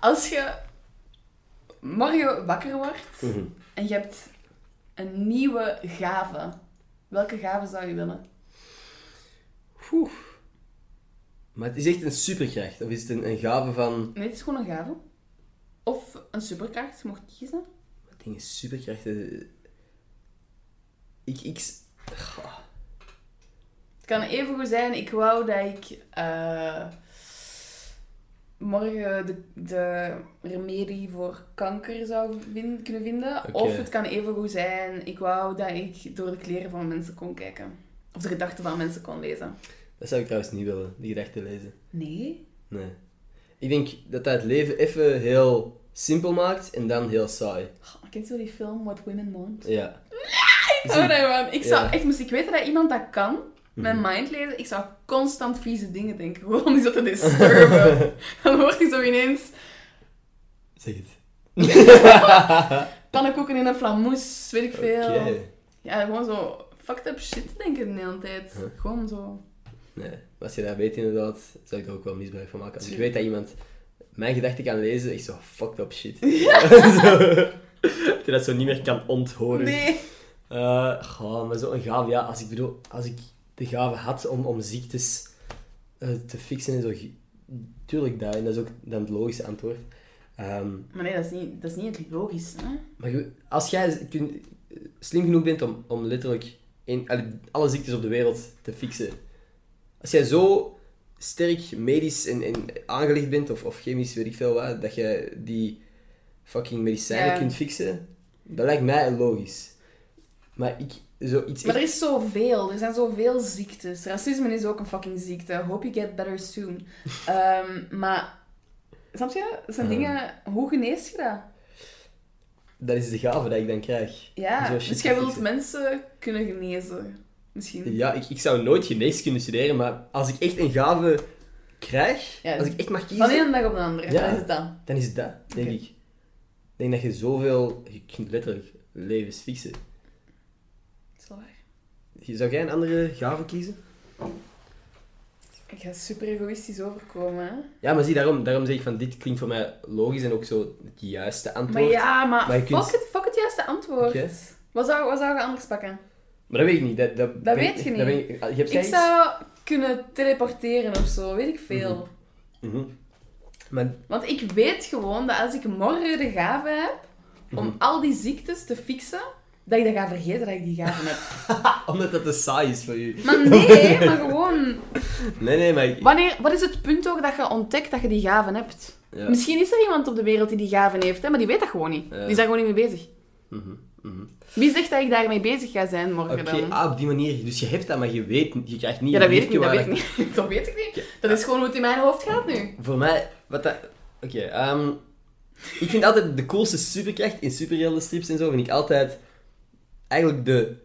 S1: Als je morgen wakker wordt
S2: Mhm.
S1: en je hebt een nieuwe gave, welke gave zou je willen?
S2: Oeh. Maar het is echt een superkracht. Of is het een, een gave van...
S1: Nee, het is gewoon een gave. Of een superkracht, je mocht kiezen.
S2: Wat dingen superkrachten... eh, Ik, ik... Goh.
S1: Het kan even goed zijn, ik wou dat ik eh, morgen de, de remedie voor kanker zou vin- kunnen vinden.
S2: Oké.
S1: Of het kan even goed zijn, ik wou dat ik door de kleren van mensen kon kijken. Of de gedachten van mensen kon lezen.
S2: Dat zou ik trouwens niet willen, die gedachten lezen.
S1: Nee?
S2: Nee. Ik denk dat dat het leven even heel simpel maakt en dan heel saai.
S1: Oh, kent zo die film What Women Want?
S2: Ja.
S1: Ik zou dat Oh, man. Ik zou
S2: Ja. Mhm.
S1: echt, moest ik weten dat iemand dat kan, mijn mind lezen, ik zou constant vieze dingen denken. Gewoon om die zo te disturben. Dan hoort hij zo ineens
S2: Zeg het.
S1: pannenkoeken in een flamoes, weet ik
S2: Oké.
S1: veel. Ja, gewoon zo fucked up shit te denken de hele tijd.
S2: Huh?
S1: Gewoon zo.
S2: Nee, maar als je dat weet inderdaad, zou ik er ook wel misbruik van maken. Als ik
S1: Tuurlijk.
S2: weet dat iemand mijn gedachten kan lezen, ik zo fucked up shit. Zo. dat je dat zo niet meer kan onthoren.
S1: Nee.
S2: Eh, goh, maar zo'n gave, ja, als ik bedoel, als ik de gave had om, om ziektes eh, te fixen en zo, ge- tuurlijk dat, en dat is ook dan het logische antwoord. Ehm,
S1: Maar nee, dat is niet, dat is niet het logisch. Hè?
S2: maar je- als jij kun- slim genoeg bent om, om letterlijk in, alle- alle ziektes op de wereld te fixen, als jij zo sterk medisch en, en aangelegd bent, of, of chemisch, weet ik veel wat, dat jij die fucking medicijnen
S1: Ja.
S2: kunt fixen, dat lijkt mij logisch. Maar ik, zoiets
S1: Maar er is zoveel. Er zijn zoveel ziektes. Racisme is ook een fucking ziekte. Hope you get better soon. Ehm, maar, snap je? Dat zijn
S2: Ja.
S1: dingen... Hoe genees je dat?
S2: Dat is de gave dat ik dan krijg.
S1: Ja,
S2: Zo shit
S1: dus jij
S2: te
S1: wilt
S2: fixen.
S1: mensen kunnen genezen. Misschien.
S2: Ja, ik, ik zou nooit geneeskunde studeren, maar als ik echt een gave krijg,
S1: Ja,
S2: als ik echt mag
S1: Van de
S2: kiezen,
S1: ene dag op de andere.
S2: Ja.
S1: Dat is het dan.
S2: dan is het dat, denk
S1: Oké.
S2: ik. Ik denk dat je zoveel... Je kunt letterlijk levens fixen.
S1: Dat is wel waar.
S2: Zou jij een andere gave kiezen?
S1: Ik ga super egoïstisch overkomen, hè?
S2: Ja, maar zie, daarom, daarom zeg ik van, dit klinkt voor mij logisch en ook zo het juiste
S1: Maar
S2: antwoord.
S1: ja, maar,
S2: Maar je
S1: fuck,
S2: kunt-
S1: het, fuck het juiste antwoord.
S2: Oké.
S1: Wat, zou, wat zou je anders pakken?
S2: Maar dat weet ik niet. Dat, dat,
S1: Dat
S2: ben-
S1: weet je niet.
S2: dat ben ik- ah, je hebt
S1: Ik
S2: jij iets?
S1: zou kunnen teleporteren of zo, weet ik veel.
S2: Mhm. Maar
S1: Want ik weet gewoon dat als ik morgen de gave heb om
S2: Mhm.
S1: al die ziektes te fixen, dat ik dat ga vergeten dat ik die gave heb.
S2: omdat dat te saai is voor je.
S1: Maar nee, maar gewoon...
S2: Nee, nee, maar... ik-
S1: Wanneer, wat is het punt ook dat je ontdekt dat je die gaven hebt?
S2: Ja.
S1: Misschien is er iemand op de wereld die die gaven heeft, hè, maar die weet dat gewoon niet.
S2: Ja.
S1: Die is daar gewoon niet mee bezig.
S2: Mhm, mhm.
S1: Wie zegt dat ik daarmee bezig ga zijn morgen
S2: Oké,
S1: dan?
S2: ah, op die manier. Dus je hebt dat, maar je weet, je krijgt niet
S1: Ja,
S2: een
S1: dat weet ik
S2: briefje
S1: niet, dat
S2: waar
S1: weet ik niet. Dat weet ik niet. Dat is gewoon hoe het in mijn hoofd gaat nu.
S2: Voor mij, wat dat... Oké, ehm, ik vind altijd de coolste superkracht in superheldenstrips en zo, vind ik altijd eigenlijk de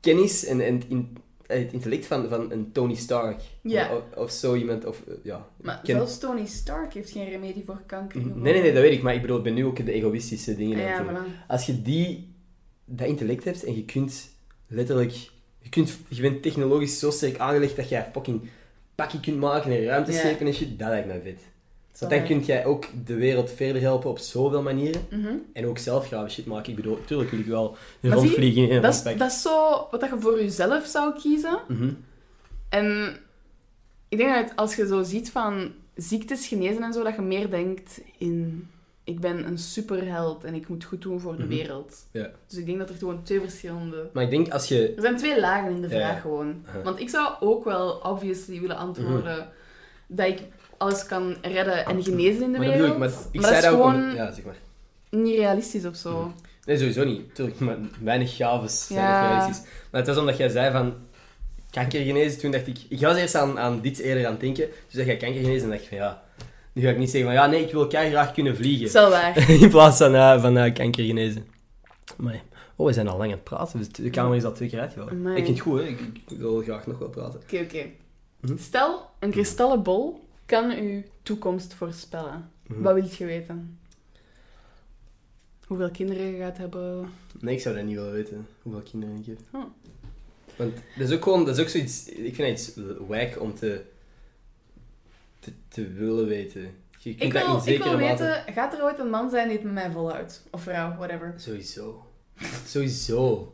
S2: kennis en, en het, in- het intellect van, van een Tony Stark.
S1: Ja.
S2: Of, of zo iemand, of... eh, ja.
S1: Maar
S2: Ken- Mhm.
S1: zelfs Tony Stark heeft geen remedie voor kanker.
S2: Nee, nee, nee, dat weet ik, maar ik bedoel, ik ben nu ook de egoïstische dingen aan het
S1: Ah Ja,
S2: doen.
S1: voilà.
S2: Als je die, dat intellect hebt en je kunt letterlijk... Je, kunt, je bent technologisch zo sterk aangelegd dat jij fucking pakje kunt maken en
S1: Ja.
S2: ruimteschepen en shit, dat lijkt mij vet. Want
S1: Sorry.
S2: dan kun jij ook de wereld verder helpen op zoveel manieren.
S1: Mhm.
S2: En ook zelf grave shit maken. Ik bedoel, tuurlijk wil ik wel
S1: Maar zie,
S2: rondvliegen in een
S1: Dat is,
S2: rondpak.
S1: dat is zo wat dat je voor jezelf zou kiezen.
S2: Mhm.
S1: En ik denk dat als je zo ziet van ziektes genezen en zo, dat je meer denkt in... Ik ben een superheld en ik moet goed doen voor de
S2: Mhm.
S1: wereld.
S2: Ja.
S1: Dus ik denk dat er gewoon twee verschillende...
S2: Maar ik denk als je...
S1: Er zijn twee lagen in de
S2: Ja.
S1: vraag gewoon.
S2: Aha. Mhm.
S1: Want ik zou ook wel obviously willen antwoorden dat ik alles kan redden en genezen in de
S2: maar dat
S1: wereld.
S2: bedoel ik, maar ik
S1: dat
S2: zei
S1: is
S2: dat ook
S1: gewoon
S2: om... Ja, zeg maar. Mhm.
S1: niet realistisch of zo.
S2: Nee, sowieso niet. Tuurlijk, maar weinig gaves zijn
S1: Ja.
S2: ja. realistisch. Maar het was omdat jij zei van... Kanker genezen, toen dacht ik... Ik was eerst aan, aan dit eerder aan het denken. Toen zei jij kanker genezen en dacht ik van ja... Nu ga ik niet zeggen van ja, nee, ik wil graag kunnen vliegen.
S1: Is wel waar.
S2: In plaats van, eh, van eh, kanker genezen. Maar, oh, we zijn al lang aan het praten. dus De camera is al twee keer uitgevallen.
S1: Amai.
S2: Ik vind het goed, hè. Ik, ik wil graag nog wel praten.
S1: Oké, oké.
S2: Mhm.
S1: Stel, een kristallenbol kan uw toekomst voorspellen.
S2: Mhm.
S1: Wat wilt je weten? Hoeveel kinderen je gaat hebben?
S2: Nee, ik zou dat niet willen weten. Hoeveel kinderen ik heb.
S1: Oh.
S2: Want dat is ook gewoon... Dat is ook zoiets... Ik vind dat iets wack om te... Te, te willen weten. Je kunt
S1: Ik
S2: dat in
S1: wil, ik
S2: zekere
S1: wil
S2: mate...
S1: weten, gaat er ooit een man zijn die het met mij volhoudt? Of vrouw, whatever.
S2: Sowieso. Sowieso.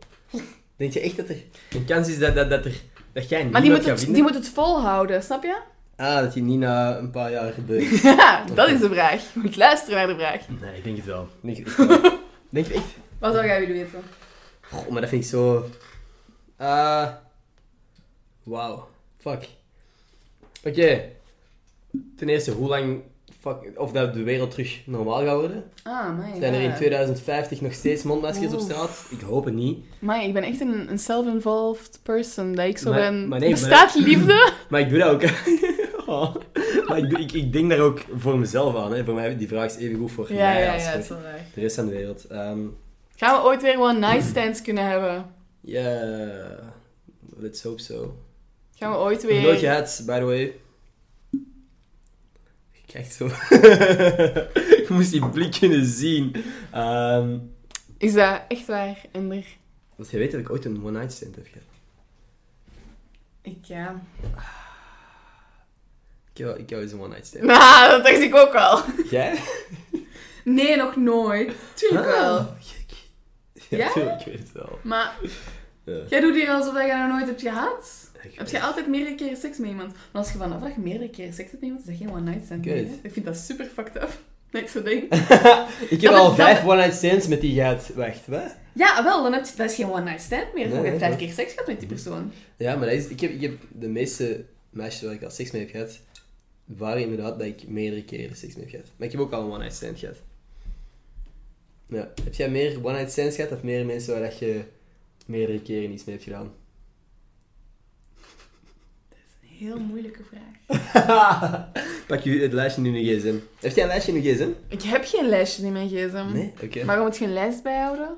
S2: Denk je echt dat er een kans is dat, dat, dat, er, dat jij
S1: Maar
S2: niemand
S1: die moet,
S2: gaat
S1: het,
S2: vinden?
S1: die moet het volhouden, snap je?
S2: Ah, dat je niet na een paar jaar gebeurt.
S1: Ja, dat is de vraag. Je moet luisteren naar de vraag.
S2: nee, ik denk het wel. Ik Denk het echt wel. Denk je echt?
S1: Wat zou jij willen weten?
S2: Goh, maar dat vind ik zo... Eh, Wauw. Fuck. Oké. Ten eerste, hoe lang... Fuck, of dat de wereld terug normaal gaat worden.
S1: Ah, my
S2: Zijn er in 2050 nog steeds mondmaskers op
S1: Oef.
S2: straat? Ik hoop het niet.
S1: Maar ik ben echt een, een self-involved person. Dat ik zo
S2: Maar-
S1: ben.
S2: maar nee, maar-
S1: Bestaat liefde?
S2: Maar ik doe dat ook. Oh. Maar ik, doe- ik, ik denk daar ook voor mezelf aan. Hè. Voor mij, die vraag is even goed voor
S1: ja,
S2: mij
S1: ja,
S2: als
S1: ja,
S2: voor
S1: het is wel waar.
S2: de rest van de wereld. Ehm,
S1: Gaan we ooit weer gewoon nice stands kunnen hebben?
S2: Ja, let's hope so.
S1: Gaan we ooit
S2: Nog
S1: weer...
S2: Nooit gehad, by the way. Je kijkt zo. Je moest die blik kunnen zien. Ehm,
S1: Is dat echt waar, Ender?
S2: want je weet dat ik ooit een one-night stand heb gehad.
S1: Ik, ja...
S2: Ik heb, wel- ik heb wel eens een one-night stand.
S1: Nou, dat dacht ik ook al.
S2: Jij?
S1: Nee, nog nooit. Tuurlijk wel.
S2: Ah, gek.
S1: Ja?
S2: Ja, tuurlijk, ik weet het wel.
S1: Maar
S2: Ja.
S1: jij doet hier alsof dat je dat nog nooit hebt gehad.
S2: Ik
S1: Heb
S2: weet-
S1: je altijd meerdere keren seks met iemand? Maar als je vanaf dat je meerdere keren seks hebt met iemand, is dat geen one night stand.
S2: Ik weet
S1: meer,
S2: het.
S1: hè? Ik vind dat super fucked up. Dat ik zo denk.
S2: ik heb
S1: Dat
S2: al
S1: is-
S2: vijf one-night stands met die gehad. Wacht, wat?
S1: Ja, wel, dan heb je, dat is geen one night stand meer.
S2: Nee,
S1: je hebt
S2: nee,
S1: vijf
S2: nee.
S1: keer seks gehad met die persoon.
S2: Ja, maar dat is, ik, heb, ik heb de meeste meisjes waar ik al seks mee heb gehad, waren inderdaad dat ik meerdere keren seks mee heb gehad. Maar ik heb ook al een one-night stand gehad. Ja. Heb jij meer one-night stands gehad of meer mensen waar dat je meerdere keren iets mee hebt gedaan?
S1: Dat is een heel moeilijke vraag.
S2: Pak je het lijstje nu in je gsm. Heeft jij een lijstje in je gsm?
S1: Ik heb geen lijstje in mijn gsm.
S2: Nee? Oké.
S1: Waarom moet je een lijst bijhouden?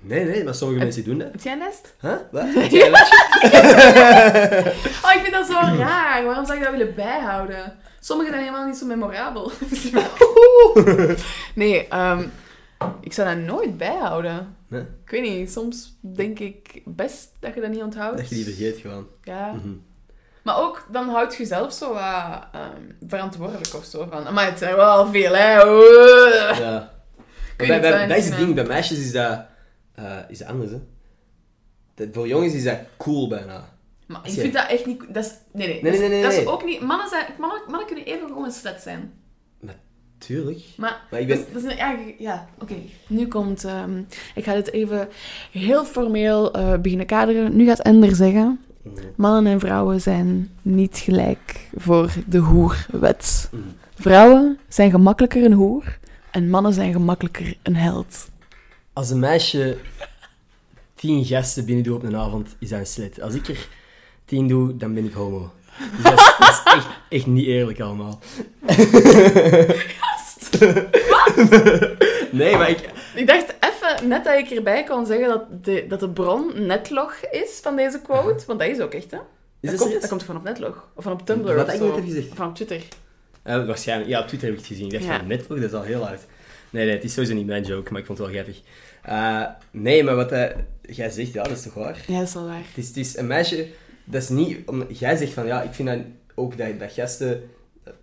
S2: Nee, nee, maar sommige mensen doen dat.
S1: Heb jij een lijst?
S2: Huh? Wat? Heb jij een lijstje?
S1: Oh, ik vind dat zo raar. Waarom zou ik dat willen bijhouden? Sommige zijn helemaal niet zo memorabel. nee, ehm, ik zou dat nooit bijhouden.
S2: Nee?
S1: Ik weet niet, soms denk ik best dat je dat niet onthoudt.
S2: Dat je die vergeet gewoon.
S1: Ja.
S2: Mhm.
S1: Maar ook, dan houd je jezelf zo wat ehm, verantwoordelijk of zo. Van, maar het zijn wel veel, hè. Oeh.
S2: Ja.
S1: weet het
S2: bij, bij,
S1: eigenlijk
S2: dat is het
S1: niet,
S2: ding, bij meisjes is dat, eh, is dat anders, hè. Dat, voor jongens is dat cool bijna.
S1: Maar ik
S2: Als je-
S1: vind dat echt niet... Dat is, nee, nee.
S2: Nee, nee, nee, nee,
S1: dat is
S2: nee.
S1: ook niet... Mannen, zijn, mannen, mannen kunnen even gewoon een slet zijn.
S2: Tuurlijk.
S1: Maar,
S2: Maar ik
S1: Dus dat
S2: ben-
S1: is- dat is een- ja, ja, oké. Nu komt... ehm, ik ga dit even heel formeel eh, beginnen kaderen. Nu gaat Ender zeggen... Mannen en vrouwen zijn niet gelijk voor de hoerwet.
S2: Mm.
S1: Vrouwen zijn gemakkelijker een hoer en mannen zijn gemakkelijker een held.
S2: Als een meisje tien gasten binnen doe op een avond, is dat een slet. Als ik er tien doe, dan ben ik homo. Dus dat is, dat is echt, echt niet eerlijk allemaal. Nee, maar ik...
S1: Ik dacht even net dat ik erbij kon zeggen dat de, dat de bron netlog is van deze quote. Want dat is ook echt, hè? dat,
S2: Is dat
S1: komt,
S2: serieus?
S1: dat komt van op netlog. Of van op Tumblr
S2: Wat
S1: of
S2: ik
S1: zo.
S2: net heb gezegd.
S1: Of van op Twitter.
S2: Eh, waarschijnlijk. Ja, op Twitter heb ik het gezien. Ik dacht
S1: Ja.
S2: van, netwerk, dat is al heel hard. Nee, nee, het is sowieso niet mijn joke, maar ik vond het wel grappig. Eh, nee, maar wat eh, jij zegt, ja, dat is toch waar?
S1: Ja, dat is wel waar.
S2: Het is, het is een meisje, dat is niet... Om, jij zegt van, ja, ik vind dat ook dat, dat gasten... Dat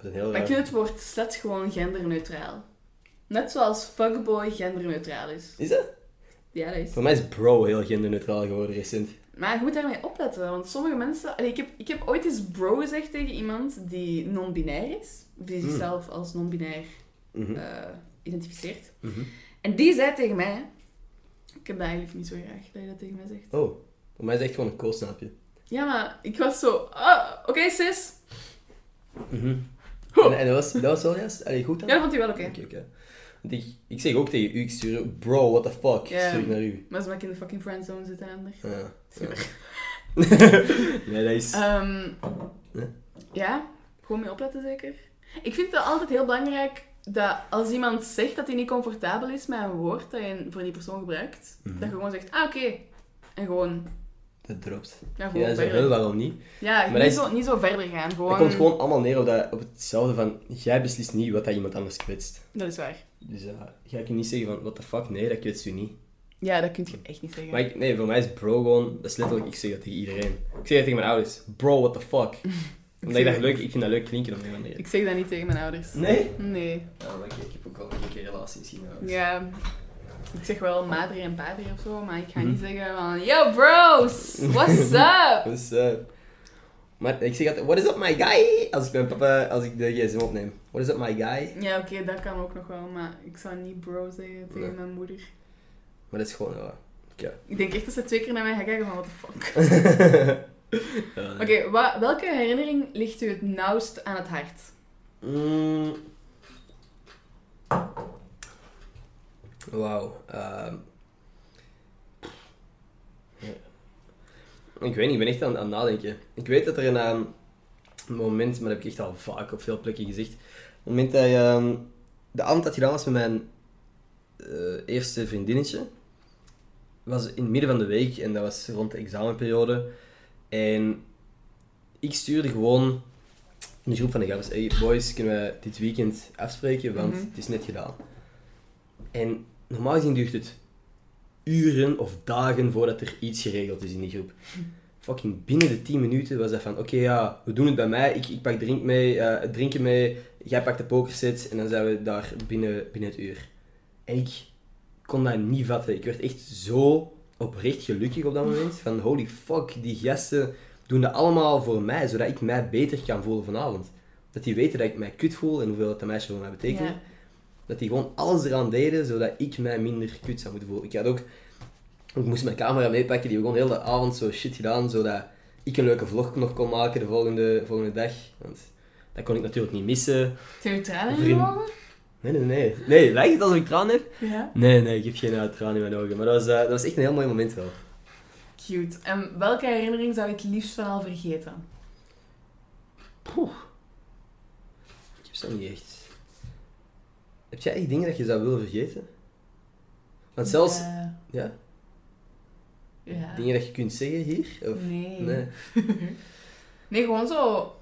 S2: is een heel
S1: Maar
S2: raar-
S1: ik vind het woord slet gewoon genderneutraal. Net zoals fuckboy genderneutraal is.
S2: Is dat?
S1: Ja, dat is.
S2: Voor mij is bro heel genderneutraal geworden recent.
S1: Maar je moet daarmee opletten, want sommige mensen... Allee, ik, heb, ik heb ooit eens bro gezegd tegen iemand die non-binair is. Of die
S2: Mm.
S1: zichzelf als non-binair
S2: Mhm,
S1: eh, identificeert.
S2: mhm.
S1: En die zei tegen mij... Ik heb dat eigenlijk niet zo graag, dat je dat tegen mij zegt.
S2: Oh, voor mij is het echt gewoon een koolsnaapje.
S1: Ja, maar ik was zo... "Ah, oké, sis.
S2: Mhm.
S1: Ho.
S2: En, en dat, was, dat was wel juist? Allee, goed
S1: Ja,
S2: dan?
S1: dat vond hij wel oké.
S2: Oké, oké. Want ik, ik zeg ook tegen u, ik stuur u, bro, what the fuck,
S1: Ja.
S2: stuur ik naar u.
S1: Maar ze maakt in de fucking friendzone zitten, Ander.
S2: Ja. ja.
S1: Super.
S2: nee, dat is...
S1: Ehm,
S2: Ja?
S1: ja, gewoon mee opletten zeker. Ik vind het altijd heel belangrijk dat als iemand zegt dat hij niet comfortabel is met een woord dat je voor die persoon gebruikt,
S2: Mhm.
S1: dat je gewoon zegt, ah oké. En gewoon,
S2: Dat dropt.
S1: ja, gewoon
S2: Ja, dat is wel
S1: verder.
S2: heel waarom niet.
S1: Ja,
S2: Maar
S1: niet,
S2: dat
S1: zo, niet zo verder gaan. Gewoon,
S2: Het komt gewoon allemaal neer op, dat, op hetzelfde van, jij beslist niet wat dat iemand anders kwetst.
S1: Dat is waar.
S2: Dus ja, ga ik niet zeggen van, what the fuck, nee, dat kwetst u niet.
S1: Ja, dat kun je echt niet zeggen.
S2: Maar ik, nee, voor mij is bro gewoon, dat is letterlijk, ik zeg dat tegen iedereen. Ik zeg dat tegen mijn ouders, bro, what the fuck. Omdat ik,
S1: zeg dat-
S2: dat leuk, ik vind dat leuk klinken op een manier.
S1: Ik zeg dat niet tegen mijn ouders.
S2: Nee?
S1: Nee.
S2: Ja, maar ik, ik heb ook al een keer relaties gezien.
S1: Ja. Ik zeg wel madre en padre of zo, maar ik ga niet
S2: Mhm.
S1: zeggen van, yo bros, what's up?
S2: Dus, eh, maar ik zeg altijd, what is up my guy? Als ik mijn papa, als ik de gsm opneem. What is up my guy?
S1: Ja, oké, dat kan ook nog wel, maar ik zou niet bro zeggen tegen
S2: Nee.
S1: mijn moeder.
S2: Maar dat is gewoon, ja, Ja.
S1: Ik denk echt dat ze twee keer naar mij gaan kijken van what the fuck.
S2: Ja, nee.
S1: Oké, wa- welke herinnering ligt u het nauwst aan het hart?
S2: Mm. Wauw. ehm. Ja. Ik weet niet, ik ben echt aan, aan het nadenken. Ik weet dat er een, ehm, een moment, maar dat heb ik echt al vaak op veel plekken gezegd. Het moment dat je ehm, de avond had gedaan was met mijn eh, eerste vriendinnetje, was in het midden van de week en dat was rond de examenperiode. En ik stuurde gewoon in de groep van de gabbers, hey boys, kunnen we dit weekend afspreken, want
S1: Mhm.
S2: het is net gedaan. En normaal gezien duurt het uren of dagen voordat er iets geregeld is in die groep. Fucking binnen de 10 minuten was dat van, oké ja, we doen het bij mij, ik, ik pak drink mee, eh, het drinken mee, jij pakt de pokerset en dan zijn we daar binnen, binnen het uur. En ik kon dat niet vatten. Ik werd echt zo oprecht gelukkig op dat moment. Van holy fuck, die gasten doen dat allemaal voor mij, zodat ik mij beter kan voelen vanavond. Dat die weten dat ik mij kut voel en hoeveel dat dat meisje voor mij betekent.
S1: Ja.
S2: Dat die gewoon alles eraan deden, zodat ik mij minder kut zou moeten voelen. Ik had ook... Ik moest mijn camera meepakken, die hebben gewoon heel de avond zo shit gedaan, zodat ik een leuke vlog nog kon maken de volgende, volgende dag. Want dat kon ik natuurlijk niet missen.
S1: Zijn uw tranen in
S2: Vriend.
S1: uw ogen?
S2: Nee, nee, nee. Nee, lijkt het alsof ik tranen heb?
S1: Ja.
S2: Nee, nee, ik heb geen eh, tranen in mijn ogen. Maar dat was, eh, dat was echt een heel mooi moment wel.
S1: Cute. En welke herinnering zou je het liefst van al vergeten?
S2: Ik heb ze niet echt. Heb jij echt dingen dat je zou willen vergeten? Want zelfs
S1: Eh,
S2: ja,
S1: ja.
S2: dingen dat je kunt zeggen hier? Of,
S1: Nee.
S2: nee.
S1: Nee, gewoon zo.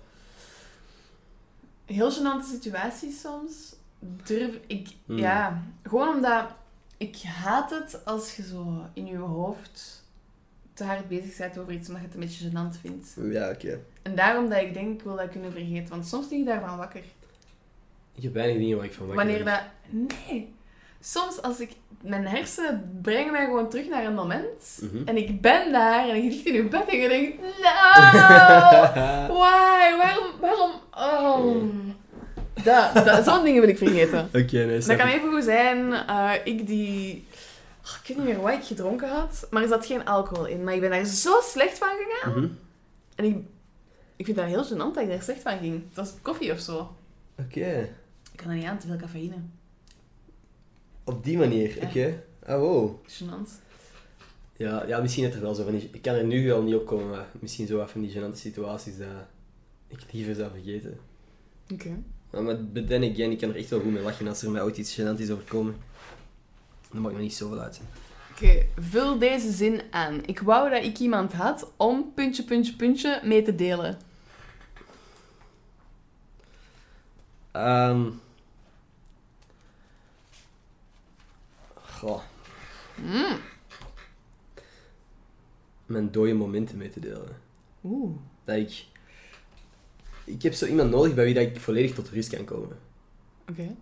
S1: Heel gênante situaties soms. Durf ik.
S2: Hmm.
S1: Ja, gewoon omdat. Ik haat het als je zo in je hoofd te hard bezig bent over iets omdat je het een beetje gênant vindt.
S2: Ja, oké.
S1: En daarom dat ik denk, ik wil dat kunnen vergeten. Want soms lig ik daarvan wakker.
S2: Ik heb weinig dingen waar ik van wakker
S1: Wanneer
S2: ben.
S1: dat... Nee. Soms als ik... Mijn hersenen brengen mij gewoon terug naar een moment.
S2: Mhm.
S1: En ik ben daar en je ligt in je bed en je denkt... "Nou!" No! Why? Waarom? Waarom? Oh. Dat, dat, zo'n dingen wil ik vergeten.
S2: Oké, nee,
S1: Dat
S2: snap
S1: kan
S2: ik.
S1: even goed zijn. eh, ik die... Oh, ik weet niet meer wat ik gedronken had. Maar er zat geen alcohol in. Maar ik ben daar zo slecht van gegaan.
S2: Mhm.
S1: En ik... Ik vind dat heel gênant dat ik daar slecht van ging. Het was koffie of zo.
S2: Oké,
S1: Ik kan er niet aan, te veel cafeïne.
S2: op die manier.
S1: Ja.
S2: Oké. Ah, wow.
S1: Gênant.
S2: Ja, ja, misschien dat er wel zo van die... Ik kan er nu wel niet op komen, maar misschien zo wat van die gênante situaties dat ik liever zou vergeten.
S1: Oké.
S2: Maar met but then again, ik kan er echt wel goed mee lachen als er mij ooit iets gênants is overkomen. Dan maakt me niet zoveel uit.
S1: Oké, vul deze zin aan. Ik wou dat ik iemand had om puntje, puntje, puntje mee te delen.
S2: Ehm. Goh,
S1: Mm.
S2: mijn dode momenten mee te delen.
S1: Oeh.
S2: Dat ik... Ik heb zo iemand nodig bij wie dat ik volledig tot rust kan komen.
S1: Oké.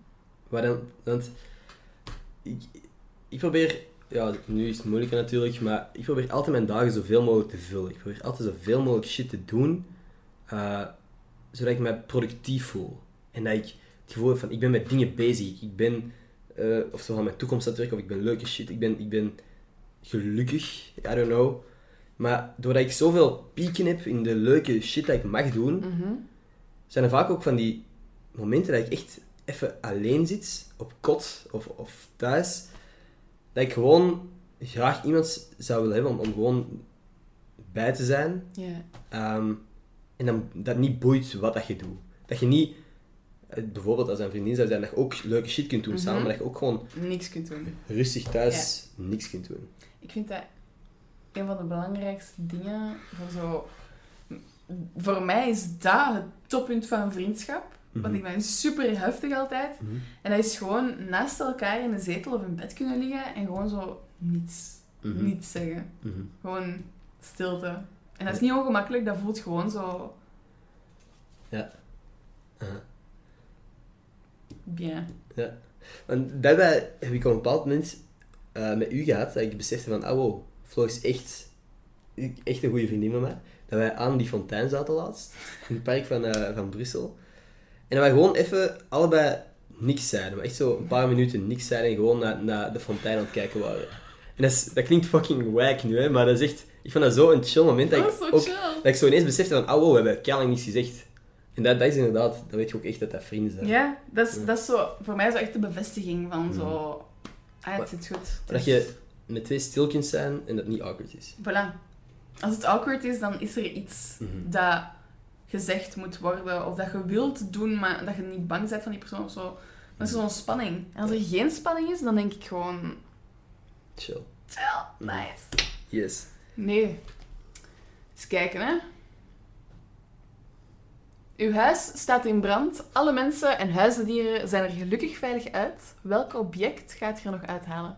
S2: Maar dan, want ik, ik probeer, ja, nu is het moeilijker natuurlijk, maar ik probeer altijd mijn dagen zoveel mogelijk te vullen. Ik probeer altijd zoveel mogelijk shit te doen, eh, zodat ik mij productief voel. En dat ik het gevoel heb van, ik ben met dingen bezig. Ik ben, eh of aan mijn toekomst aan het werken, of ik ben leuke shit. Ik ben, ik ben gelukkig, I don't know. Maar doordat ik zoveel pieken heb in de leuke shit dat ik mag doen,
S1: Mhm.
S2: zijn er vaak ook van die momenten dat ik echt even alleen zit, op kot of, of thuis, dat ik gewoon graag iemand zou willen hebben om, om gewoon bij te zijn.
S1: Ja.
S2: Ehm, en dan, dat niet boeit wat dat je doet. Dat je niet, eh, bijvoorbeeld als een vriendin zou zijn, dat je ook leuke shit kunt doen samen,
S1: Mhm.
S2: maar dat je ook gewoon
S1: Niks kunt doen.
S2: rustig thuis niks kunt doen.
S1: Ik vind dat een van de belangrijkste dingen voor zo... Voor mij is dat het toppunt van vriendschap. Want ik ben super heftig altijd.
S2: Mhm.
S1: En dat is gewoon naast elkaar in een zetel of in bed kunnen liggen en gewoon zo niets.
S2: Mhm.
S1: Niets zeggen.
S2: Mhm.
S1: Gewoon stilte. En dat is niet ongemakkelijk, dat voelt gewoon zo
S2: Aha.
S1: bien.
S2: Want daarbij heb ik op een bepaald moment eh, met u gehad dat ik besefte van, ah wow, Flo is echt, echt een goede vriendin van mij. Dat wij aan die fontein zaten laatst, in het park van, eh, van Brussel. En dat wij gewoon even allebei niks zeiden, maar echt zo een paar minuten niks zeiden en gewoon naar, naar de fontein aan het kijken waren. En En dat, is- dat klinkt fucking wack nu, hè, maar dat is echt... Ik vond dat zo een chill moment dat
S1: Dat
S2: ik
S1: is zo
S2: ook...
S1: chill.
S2: Dat ik zo ineens besefte van, oh wow, we hebben keilang niets gezegd. En dat, dat is inderdaad, dan weet je ook echt dat dat vrienden zijn.
S1: Ja, dat is,
S2: Ja. Mm.
S1: dat is zo, voor mij zo echt de bevestiging van zo... Ah, het zit goed.
S2: Maar dat je met twee stil kunt zijn en dat niet awkward is.
S1: Voilà. Als het awkward is, dan is er iets
S2: Mhm.
S1: dat gezegd moet worden of dat je wilt doen, maar dat je niet bang bent van die persoon of zo. Dan
S2: Mhm.
S1: is er zo'n spanning. En als er geen spanning is, dan denk ik gewoon...
S2: Chill.
S1: Chill,
S2: Mhm.
S1: nice.
S2: Yes.
S1: Nee. Eens kijken, hè. Uw huis staat in brand. Alle mensen en huisdieren zijn er gelukkig veilig uit. Welk object gaat je er nog uithalen?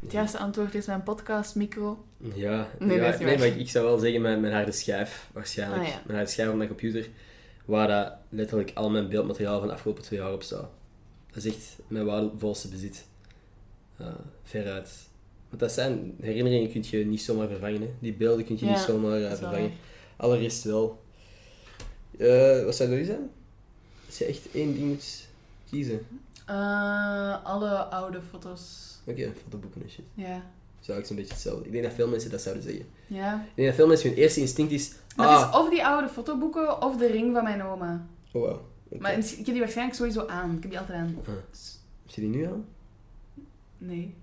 S1: Het juiste antwoord is mijn podcast, micro.
S2: Ja,
S1: Nee,
S2: ja,
S1: dat is niet
S2: nee
S1: waar.
S2: maar ik, ik zou wel zeggen mijn, mijn harde schijf, waarschijnlijk.
S1: Ah, ja.
S2: Mijn harde schijf op mijn computer, waar dat letterlijk al mijn beeldmateriaal van de afgelopen twee jaar op staat. Dat is echt mijn waardevolste bezit. Eh, veruit. Want dat zijn herinneringen kun je niet zomaar vervangen. Hè. Die beelden kun je
S1: Ja,
S2: niet zomaar eh,
S1: dat is wel
S2: vervangen. Alle rest wel. Eh, wat zou dat zijn? Als je echt één ding moet kiezen.
S1: waar. Eh, alle oude foto's.
S2: Oké, fotoboeken en shit.
S1: Ja.
S2: Zou ik zo'n beetje hetzelfde. Ik denk dat veel mensen dat zouden zeggen.
S1: Ja.
S2: Ik denk dat veel mensen hun eerste instinct is...
S1: Maar
S2: ah,
S1: het is of die oude fotoboeken of de ring van mijn oma.
S2: Oh, wow.
S1: Maar misschien- ik heb die waarschijnlijk sowieso aan. Ik heb die altijd aan. S-
S2: Zit die nu aan?
S1: Nee.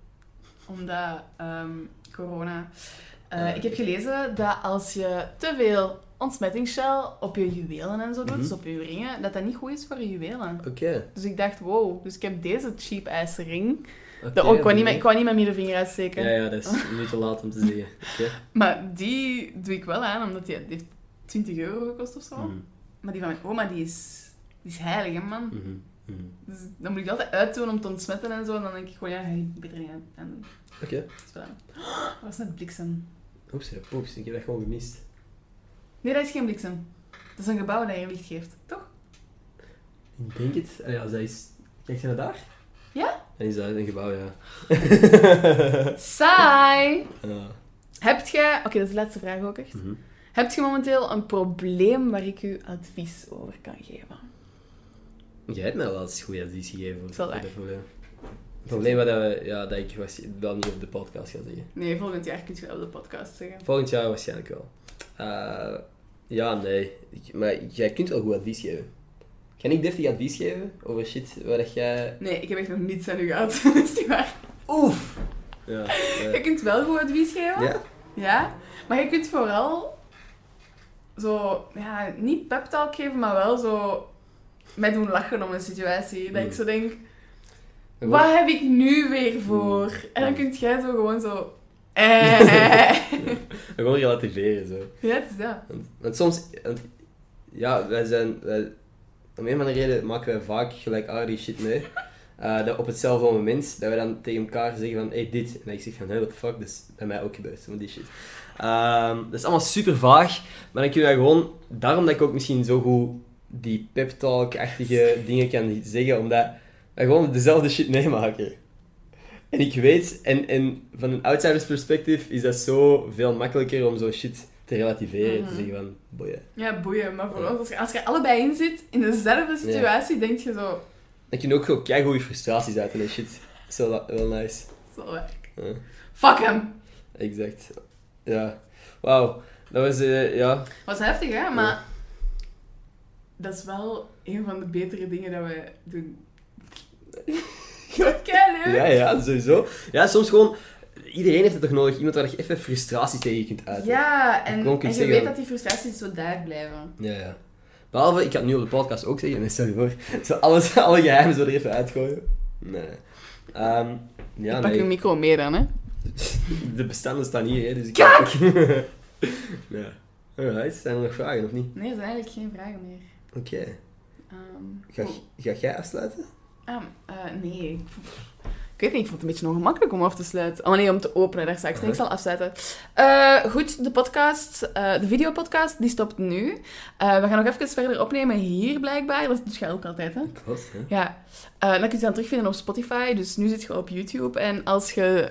S1: Omdat ehm, corona. Eh,
S2: Ah,
S1: ik heb gelezen dat als je te veel ontsmettingsgel op je juwelen en zo doet,
S2: Mhm.
S1: dus op je ringen, dat dat niet goed is voor je juwelen.
S2: Oké.
S1: Dus ik dacht, wow, dus ik heb deze cheap ass ring.
S2: Oké,
S1: Dat- oh, ik, wou niet,
S2: nee.
S1: met- ik wou niet mijn middenvinger uitsteken.
S2: Ja, ja, dat is nu te laat om te zeggen. Oké.
S1: Maar die doe ik wel aan, omdat die, die heeft 20 euro gekost of zo.
S2: Mhm,
S1: Maar die van mijn oma, die is, die is heilig, hè, man.
S2: mhm, mhm.
S1: Dus dan moet ik dat altijd uitdoen om te ontsmetten en zo. En dan denk ik gewoon, ja, hey, beter niet aan aan doen.
S2: Oké.
S1: Dat is wel aan. Dat was net bliksem.
S2: Oeps, hè, poeps, ik heb dat gewoon gemist.
S1: Nee, dat is geen bliksem. Dat is een gebouw dat je licht geeft, toch?
S2: Ik denk het. Allee, als dat is... Kijk je naar daar?
S1: Ja?
S2: Dan is dat een gebouw, ja.
S1: Saai!
S2: Ah,
S1: Hebt jij... Oké, dat is de laatste vraag ook echt.
S2: mhm.
S1: Hebt je momenteel een probleem waar ik u advies over kan geven?
S2: Jij hebt mij wel eens goede advies gegeven voor,
S1: is wel
S2: voor
S1: waar.
S2: dat probleem. Het probleem wat dat we, ja, dat ik was, wel niet op de podcast ga zeggen.
S1: Nee, volgend jaar kun je dat op de podcast zeggen.
S2: Volgend jaar waarschijnlijk wel. Eh, ja, nee. Ik- maar jij kunt wel goed advies geven. Kan ik deftig advies geven over shit waar dat jij...
S1: Nee, ik heb echt nog niets aan u gehad. dat is niet waar.
S2: Oef! Ja.
S1: Je
S2: eh,
S1: kunt wel goed advies geven.
S2: ja?
S1: Ja, maar je kunt vooral zo, ja, niet pep talk geven, maar wel zo mij doen lachen om een situatie. Dat
S2: Hm.
S1: ik zo denk, wat heb ik nu
S2: Mm.
S1: weer voor? En dan kunt jij zo gewoon zo... Eh.
S2: Gewoon relativeren, zo.
S1: ja, het is dat.
S2: Want, want soms... want- ja, wij zijn... Wij, om een van de reden maken wij vaak gelijkaardige shit mee. Eh, dat op hetzelfde moment, dat wij dan tegen elkaar zeggen van, hey, dit. En dat ik zeg van, hey, what the fuck, dat is bij mij ook gebeurd, van die shit. Ehm, dat is allemaal super vaag, maar dan kun je dat gewoon... Daarom dat ik ook misschien zo goed die pep talk-achtige dingen kan zeggen, omdat wij gewoon dezelfde shit meemaken. En ik weet, en, en van een outsiders perspectief is dat zo veel makkelijker om zo'n shit te relativeren.
S1: Mhm.
S2: Te zeggen van, boeien.
S1: Ja, boeien. Maar voor
S2: Ja.
S1: ons, als je, als je allebei in zit, in dezelfde situatie, denk je zo...
S2: Dan kun je ook gewoon keigoed je frustraties uiten en shit. Dat is wel, wel nice.
S1: Zo werk.
S2: Ja.
S1: Fuck hem!
S2: Exact. Ja. Wauw. Dat was, eh, ja.
S1: Was heftig, hè? Maar dat is wel een van de betere dingen dat we doen. Zo keihard.
S2: Ja, ja, sowieso. Ja, soms gewoon... Iedereen heeft het toch nodig. Iemand waar je even frustraties tegen kunt uiten.
S1: Ja, en,
S2: Gewoon kun
S1: en
S2: je
S1: je
S2: zeggen-
S1: weet dat die frustraties zo daar blijven.
S2: Ja, ja. Behalve, ik kan het nu op de podcast ook zeggen, en stel je voor, zo alles, alle geheimen zo er even uitgooien. Nee. Ehm, ja,
S1: Pak je
S2: nee.
S1: micro mee dan, hè?
S2: De bestanden staan hier, hè, dus ik...
S1: Kak!
S2: ja. Alright, zijn er nog vragen, of niet?
S1: Nee, er zijn eigenlijk geen vragen meer.
S2: Oké.
S1: Ehm,
S2: Ga,
S1: oh,
S2: ga jij afsluiten?
S1: ah, eh, nee. Ik ik weet niet, ik vond het een beetje ongemakkelijk om af te sluiten. Oh nee, om te openen, daar sta ik. Ik zal afsluiten. Eh, goed, de podcast, eh, de videopodcast, die stopt nu. Eh, we gaan nog even verder opnemen hier blijkbaar. Dat doet jij ook altijd, hè?
S2: Klopt, hè.
S1: Ja, Eh, dan kun je het dan terugvinden op Spotify. Dus nu zit je op YouTube. En als je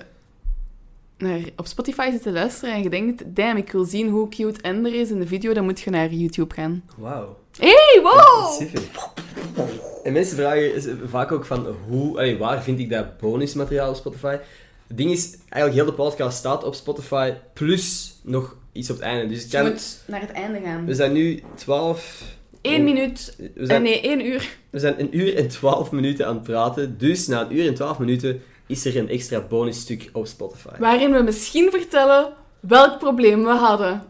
S1: naar, op Spotify zit te luisteren en je denkt... Damn, ik wil zien hoe cute Ender is in de video. Dan moet je naar YouTube gaan.
S2: Wauw.
S1: Hey, wow!
S2: Specific. En mensen vragen is- eh, vaak ook van hoe, allee, waar vind ik dat bonusmateriaal op Spotify? Het ding is, eigenlijk heel de podcast staat op Spotify, plus nog iets op het einde. Dus het
S1: Je
S2: kan,
S1: moet naar het einde gaan.
S2: we zijn nu 12...
S1: Eén minuut.
S2: We zijn,
S1: eh, nee, één uur.
S2: we zijn een uur en 12 minuten aan het praten, dus na een uur en 12 minuten is er een extra bonusstuk op Spotify.
S1: Waarin we misschien vertellen welk probleem we hadden.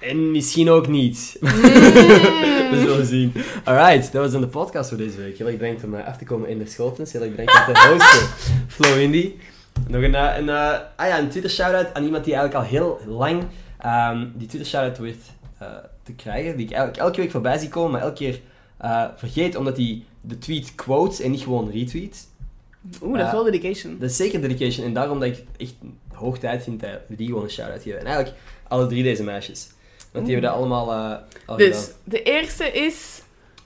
S2: En misschien ook niet. We zullen zien. Alright, dat was dan de podcast voor deze week. Heel erg bedankt om eh, af te komen in de Schotens. Heel erg bedankt om te hosten. Flo Indy. Nog een, eh, een, eh, ah ja, een Twitter shout-out aan iemand die eigenlijk al heel lang ehm, die Twitter shout-out weet eh, te krijgen. Die ik eigenlijk elke week voorbij zie komen, maar elke keer eh, vergeet omdat hij de tweet quotes en niet gewoon retweet.
S1: Oeh, dat is
S2: Ja.
S1: wel dedication.
S2: Dat is zeker dedication en daarom dat ik het echt hoog tijd vind dat we die gewoon een shout-out geven. En eigenlijk alle drie deze meisjes. Want die hebben dat allemaal eh, al
S1: Dus,
S2: gedaan.
S1: de eerste is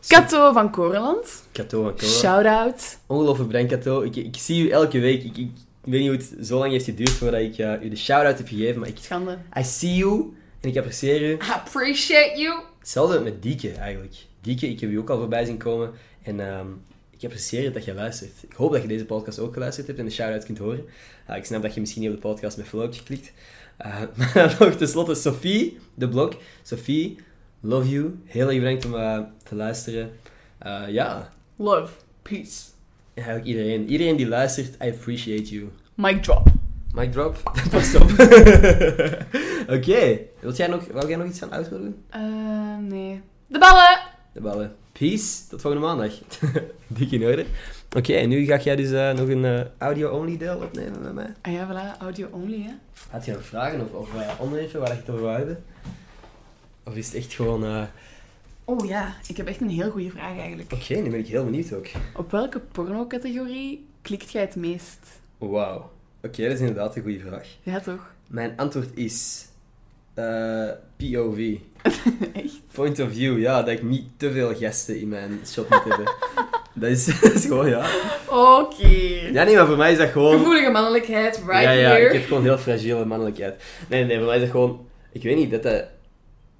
S1: Kato van Koreland.
S2: Kato en Cora.
S1: Shout-out.
S2: Ongelooflijk bedankt, Kato. Ik, ik zie u elke week. Ik, ik, ik weet niet hoe het zo lang heeft geduurd voordat ik eh, u de shout-out heb gegeven, maar ik...
S1: Schande.
S2: I see you en ik apprecieer u.
S1: Appreciate you.
S2: Hetzelfde met Dieke, eigenlijk. Dieke, ik heb u ook al voorbij zien komen en ehm, ik apprecieer het dat je luistert. Ik hoop dat je deze podcast ook geluisterd hebt en de shout-out kunt horen. Ah, ik snap dat je misschien niet op de podcast met Flo hebt geklikt. Eh, maar dan nog tenslotte Sophie, de blog. Sophie, love you. Heel erg bedankt om eh, te luisteren. Eh, ja,
S1: Love. Peace.
S2: En eigenlijk iedereen. Iedereen die luistert, I appreciate you.
S1: Mic drop.
S2: Mic drop. Pas op. Oké. Wilt jij nog, wou jij nog iets aan outro doen?
S1: Eh, nee. De ballen!
S2: De ballen. Peace. Tot volgende maandag. Dik in orde. Oké, en nu ga jij dus eh, nog een eh, audio-only deel opnemen met mij.
S1: Ah ja, voilà. Audio only, hè.
S2: Had je nog vragen of, of eh, onderwerpen waar je het over wou hebben? Of is het echt gewoon... eh,
S1: Oh ja, ik heb echt een heel goede vraag eigenlijk.
S2: Oké, nu ben ik heel benieuwd ook.
S1: Op welke porno-categorie klikt jij het meest?
S2: Wauw. Oké, dat is inderdaad een goede vraag.
S1: Ja, toch?
S2: Mijn antwoord is... eh, POV.
S1: Echt?
S2: Point of view, ja, dat ik niet te veel gasten in mijn shot moet hebben. Dat is, dat is gewoon, ja.
S1: Oké.
S2: Ja, nee, maar voor mij is dat gewoon...
S1: Gevoelige mannelijkheid, right
S2: ja, ja,
S1: here.
S2: ik heb gewoon heel fragiele mannelijkheid. Nee, nee, voor mij is dat gewoon... Ik weet niet, dat dat...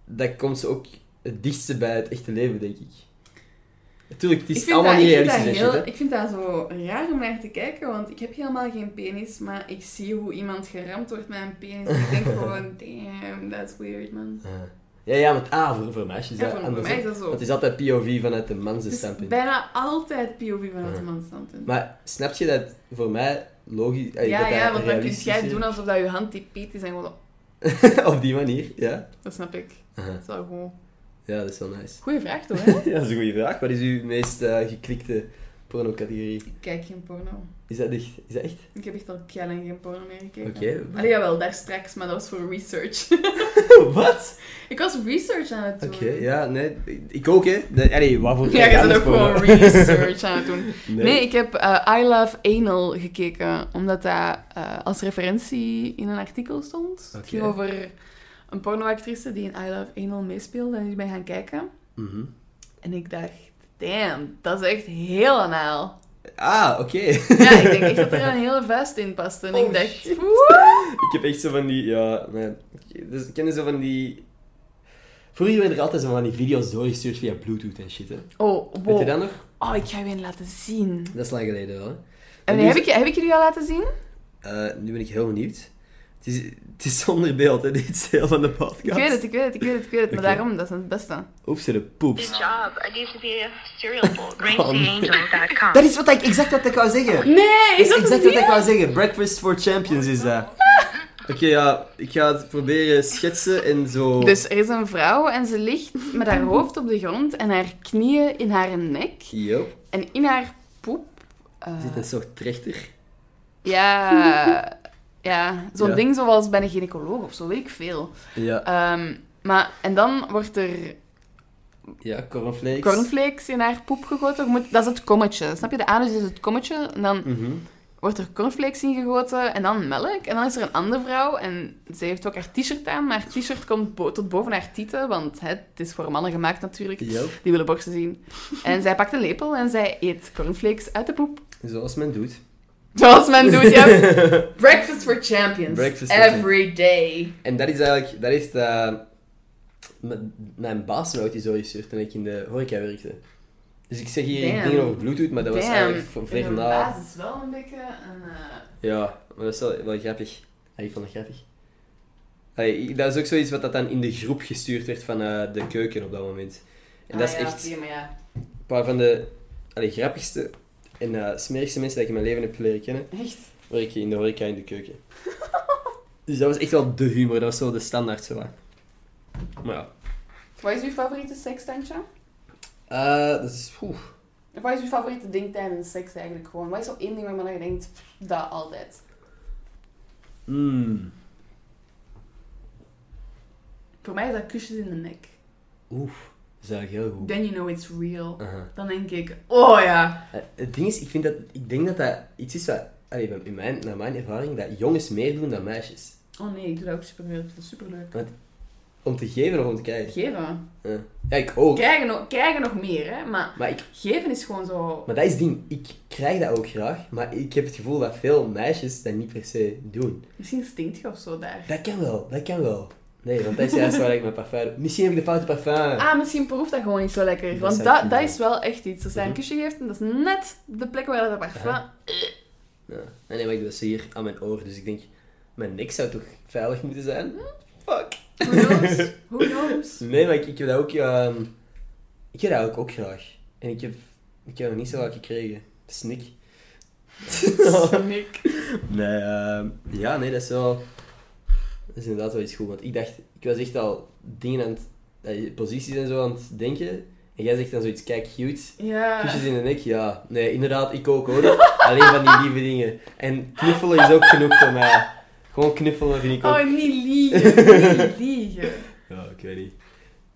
S2: Dat komt ze ook het dichtste bij het echte leven, denk ik. Natuurlijk, het
S1: Ik
S2: is
S1: vind
S2: allemaal
S1: dat-
S2: niet
S1: ik vind dat
S2: realistisch, en shit,
S1: heel-
S2: hè.
S1: Ik vind dat zo raar om naar te kijken, want ik heb helemaal geen penis, maar ik zie hoe iemand geramd wordt met een penis. Ik denk gewoon, damn, that's weird, man.
S2: Ah. Ja, ja, want ah, voor, voor meisjes is
S1: Ja,
S2: dat
S1: voor
S2: anders,
S1: mij
S2: hè.
S1: is dat zo.
S2: Want het is altijd POV vanuit de manse
S1: Het is
S2: standpunt.
S1: bijna altijd POV vanuit de
S2: Ja.
S1: man standpunt.
S2: Maar snap je dat voor mij logisch... eh,
S1: ja,
S2: dat dat
S1: ja, want dan kun
S2: realistisch
S1: jij
S2: is?
S1: doen alsof dat je hand die piet is en gewoon,
S2: Op die manier, ja.
S1: dat snap ik.
S2: Aha.
S1: Dat is wel gewoon...
S2: Ja, dat is wel nice.
S1: Goeie vraag toch, hè?
S2: Ja, dat is een goede vraag. Wat is uw meest eh, geklikte porno-categorie?
S1: Ik kijk geen porno.
S2: Is dat echt? Is dat echt?
S1: Ik heb echt al kei lang geen porno meer gekeken.
S2: Oké.
S1: Allee, jawel, daar straks, maar dat was voor research.
S2: Wat?
S1: ik was research aan het doen.
S2: Oké, ja, nee. Ik ook, hè. Nee, allee, waarvoor
S1: Ja, je
S2: kijk
S1: bent
S2: anders
S1: ook gewoon
S2: porno?
S1: research aan het doen.
S2: Nee.
S1: Nee, ik heb eh, I Love Anal gekeken, omdat dat eh, als referentie in een artikel stond. Het
S2: Oké.
S1: ging over een pornoactrice die in I Love Anal meespeelde en ik ben gaan kijken.
S2: Mhm.
S1: En ik dacht, damn, dat is echt heel anaal.
S2: Ah, oké.
S1: Ja, ik denk echt dat er een hele vuist in past. En
S2: Oh,
S1: ik dacht,
S2: shit.
S1: "Woe!"
S2: Ik heb echt zo van die, ja, nee. Dus, ik ken zo van die... Vroeger werden er altijd zo van die video's doorgestuurd via bluetooth en shit, hè.
S1: Oh,
S2: Weet je
S1: wow.
S2: dat nog?
S1: Oh, ik ga je een laten zien.
S2: Dat is lang geleden wel, hè.
S1: En
S2: nu,
S1: heb
S2: is-
S1: ik, heb ik jullie al laten zien?
S2: eh, nu ben ik heel benieuwd. Het is, het is zonder beeld, hè, dit deel van de podcast.
S1: Ik weet het, ik weet het, ik weet het, ik weet het. Maar
S2: Oké.
S1: daarom, dat is het beste.
S2: Oeps, de poeps.
S3: Good job. I need to be a serial bulk.
S2: Dat
S3: RainTheAngels.com.
S2: is wat ik, exact wat ik wou zeggen.
S1: Nee, is dat
S2: exact
S1: exact
S2: wat ik wou zeggen. Breakfast for Champions is dat. Oké, ja, ik ga het proberen schetsen en zo.
S1: Dus er is een vrouw en ze ligt met haar hoofd op de grond en haar knieën in haar nek.
S2: Yup.
S1: En in haar poep... eh,
S2: Er zit een soort trechter.
S1: ja... Ja, zo'n
S2: Ja.
S1: ding zoals bij een gynaecoloog of zo, weet ik veel.
S2: Ja,
S1: Ehm, maar, en dan wordt er
S2: ja, cornflakes.
S1: cornflakes in haar poep gegoten. Je moet- Dat is het kommetje, snap je? De anus is het kommetje. En dan
S2: Mhm.
S1: wordt er cornflakes ingegoten en dan melk. En dan is er een andere vrouw en ze heeft ook haar t-shirt aan, maar haar t-shirt komt bo- tot boven haar tieten, want hè, het is voor mannen gemaakt natuurlijk.
S2: Yup.
S1: Die willen borsten zien. En zij pakt een lepel en zij eet cornflakes uit de poep.
S2: Zoals men doet.
S1: Zoals men doet, ja. Breakfast for champions.
S2: Breakfast for
S1: Every day.
S2: En dat is eigenlijk, dat is eh, de, m- mijn baas me ooit die zo gestuurd toen ik in de horeca werkte. Dus ik zeg hier
S1: Damn.
S2: dingen over Bluetooth, maar dat was
S1: Damn.
S2: eigenlijk voor ver
S1: In de
S2: na...
S1: basis wel een beetje een... eh,
S2: Ja, maar dat is wel, wel grappig. Ah, ik vond het grappig. Allee, ik- dat is ook zoiets wat dat dan in de groep gestuurd werd van eh, de keuken op dat moment. En
S1: ah
S2: dat is
S1: ja,
S2: echt
S1: zie je, maar ja.
S2: een paar van de allee, grappigste en eh, smerigste mensen die ik in mijn leven heb leren kennen.
S1: Echt?
S2: Werk je in de horeca in de keuken. dus dat was echt wel de humor, dat was zo de standaard. Zo. wat. Maar ja,
S1: Wat is uw favoriete sekstandje?
S2: Eh, dat is... oeh.
S1: Of wat is uw favoriete ding tijdens seks eigenlijk gewoon? Wat is zo één ding waarvan je denkt, pff, dat altijd?
S2: Mm.
S1: Voor mij is dat kusjes in de nek.
S2: Oeh, dat is eigenlijk heel goed.
S1: Then you know it's real.
S2: Aha.
S1: Dan denk ik, oh ja.
S2: Eh, Het ding is, ik, vind dat, ik denk dat dat iets is wat, allee, in mijn, naar mijn ervaring, dat jongens meer doen dan meisjes.
S1: Oh nee, ik doe dat ook superleuk. Ik vind dat superleuk.
S2: Om te geven of om te krijgen.
S1: Geven.
S2: Ja, Ja, ik ook.
S1: Krijgen nog, krijgen nog meer, hè. Maar
S2: Maar, ik,
S1: geven is gewoon zo...
S2: maar dat is het ding, ik krijg dat ook graag, maar ik heb het gevoel dat veel meisjes dat niet per se doen.
S1: Misschien stinkt je of zo daar.
S2: Dat kan wel, dat kan wel. Nee, want dat is juist waar ik mijn parfum... Misschien heb ik de foute parfum.
S1: Ah, misschien proeft dat gewoon niet zo lekker.
S2: Dat
S1: want
S2: zou Mhm.
S1: dat,
S2: kunnen
S1: dat
S2: zijn.
S1: is wel echt iets. Als hij een kusje geeft, en dat is net de plek waar dat parfum...
S2: Aha. Ja. Ah, Nee, nee, maar ik doe dat hier aan mijn oor, dus ik denk, mijn nek zou toch veilig moeten zijn? Fuck.
S1: Who knows? Who knows?
S2: Nee, maar ik, ik heb dat ook... ehm, ik heb dat ook, ook graag. En ik heb, ik heb nog niet zo vaak gekregen. Snik.
S1: Snik.
S2: nee, ehm, ja, nee, dat is wel... Dat is inderdaad wel iets goed, want ik dacht... Ik was echt al dingen aan het... eh, Posities en zo aan het denken. En jij zegt dan zoiets, kijk, cute.
S1: Ja.
S2: Kusjes in de nek, ja. Nee, inderdaad, ik ook hoor. Alleen van die lieve dingen. En knuffelen is ook genoeg voor mij. Gewoon knuffelen vind ik ook.
S1: Oh, niet liegen. Niet liegen.
S2: Ja, ik weet niet.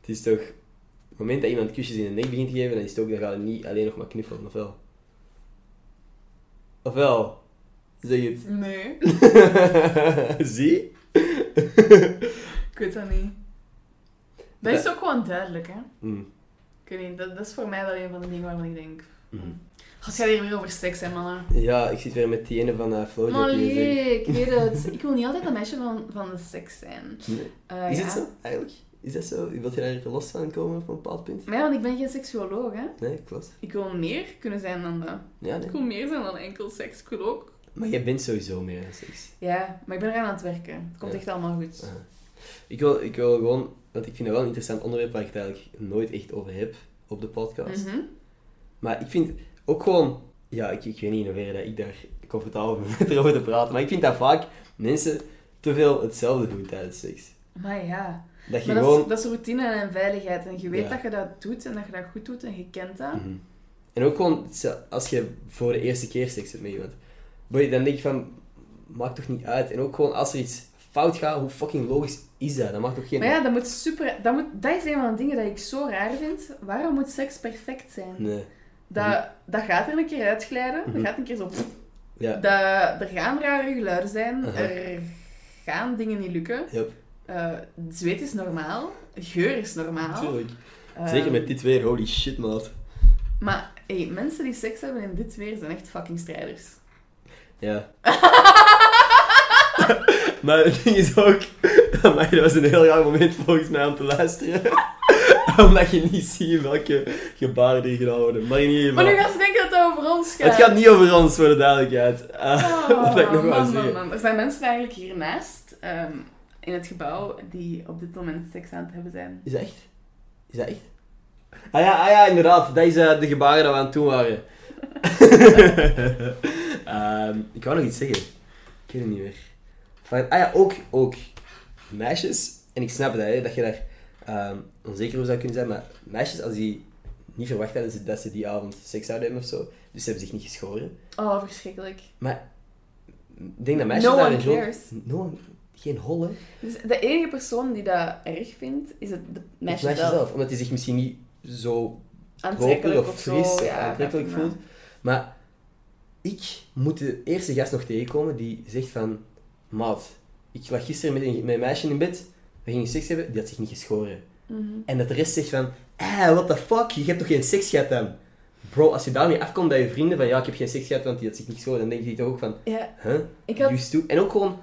S2: Het is toch... Op het moment dat iemand kusjes in de nek begint te geven, dan is het ook, dan ga je niet alleen nog maar knuffelen, ofwel? Ofwel? Zeg het.
S1: Nee,
S2: Zie?
S1: ik weet dat niet. Dat is ook gewoon duidelijk, hè?
S2: Hm.
S1: Ik weet niet, dat, dat is voor mij wel een van de dingen waarvan ik denk...
S2: Mhm.
S1: Als jij hier weer over seks, hè, mannen?
S2: Ja, ik zit weer met die ene van uh, Flowjob
S1: Maar
S2: hier. zeg.
S1: nee, ik weet het. Ik wil niet altijd een meisje van, van de seks zijn.
S2: Nee.
S1: Eh,
S2: Is
S1: ja.
S2: het zo, eigenlijk? Is dat zo? Wilt je daar los van komen op een bepaald punt?
S1: Maar ja, want ik ben geen seksuoloog, hè?
S2: Nee, klopt.
S1: Ik wil meer kunnen zijn dan dat.
S2: Ja, nee.
S1: Ik wil meer zijn dan enkel seks. Ik wil ook...
S2: Maar jij bent sowieso meer aan seks.
S1: Ja, maar ik ben eraan aan het werken. Het komt
S2: Ja.
S1: echt allemaal goed.
S2: Ah. Ik wil, ik wil gewoon, want ik vind het wel een interessant onderwerp waar ik het eigenlijk nooit echt over heb op de podcast.
S1: Mhm.
S2: Maar ik vind ook gewoon, ja, ik, ik weet niet in hoeverre dat ik daar comfortabel ben met erover te praten, maar ik vind dat vaak mensen te veel hetzelfde doen tijdens seks.
S1: Maar ja...
S2: Dat je
S1: Maar dat
S2: gewoon.
S1: is, dat is routine en veiligheid. En je weet
S2: Ja.
S1: dat je dat doet en dat je dat goed doet en je kent dat.
S2: Mhm. En ook gewoon, hetze- als je voor de eerste keer seks hebt met iemand, boy, dan denk je van, maakt toch niet uit. En ook gewoon als er iets fout gaat, hoe fucking logisch is dat? Dat maakt toch geen.
S1: Maar ja, dat moet super... Dat, moet, dat is een van de dingen dat ik zo raar vind. Waarom moet seks perfect zijn?
S2: Nee.
S1: Dat, dat gaat er een keer uitglijden. Dat
S2: Mhm.
S1: gaat een keer zo...
S2: Ja. Uh-huh.
S1: Dat, er gaan rare geluiden zijn.
S2: Aha.
S1: Er gaan dingen niet lukken.
S2: Yep.
S1: Eh, zweet is normaal. Geur is normaal.
S2: Natuurlijk.
S1: Ehm,
S2: Zeker met dit weer, holy shit, maat.
S1: Maar hey, mensen die seks hebben in dit weer zijn echt fucking strijders.
S2: Ja. maar het ding is ook... Maar dat was een heel raar moment volgens mij om te luisteren. Omdat je niet ziet welke gebaren er gedaan worden. Maar in ieder
S1: Maar
S2: geval...
S1: nu gaan ze denken dat het over ons gaat.
S2: Het gaat niet over ons, voor de duidelijkheid. Eh, dat wil ik nog wel
S1: Ah, Oh, man,
S2: zeggen.
S1: man, man. Er zijn mensen eigenlijk hiernaast ehm, in het gebouw die op dit moment seks aan het hebben zijn.
S2: Is dat echt? Is dat echt? Ah ja, ah ja inderdaad. Dat is eh, de gebaren dat we aan het doen waren. Ehm, ik wou nog iets zeggen. Ik weet het niet meer. Van- ah ja, ook, ook. Meisjes, en ik snap dat, hè, dat je daar ehm, onzeker over zou kunnen zijn, maar meisjes als die niet verwacht hadden dat ze- dat ze die avond seks zouden hebben of zo, dus ze hebben zich niet geschoren.
S1: Oh, verschrikkelijk.
S2: Maar ik denk dat meisjes
S1: No
S2: daar
S1: one
S2: een groot-
S1: cares.
S2: No one- geen hol, hè.
S1: Dus de enige persoon die dat erg vindt, is het de meisje,
S2: Het meisje
S1: zelf.
S2: zelf, omdat die zich misschien niet zo
S1: Aantrekkelijk
S2: aantrekkelijk
S1: of,
S2: of fris
S1: zo.
S2: of
S1: Ja,
S2: aantrekkelijk
S1: ja.
S2: voelt. Maar ik moet de eerste gast nog tegenkomen die zegt van... Maat, ik lag gisteren met een, met een meisje in bed, we gingen seks hebben, die had zich niet geschoren.
S1: Mhm.
S2: En dat de rest zegt van... Eh, what the fuck, je hebt toch geen seks gehad dan? Bro, als je daarmee afkomt bij je vrienden van ja, ik heb geen seks gehad, want die had zich niet geschoren, dan denk je toch ook van...
S1: Ja,
S2: Huh?
S1: ik had...
S2: Used to. En ook gewoon...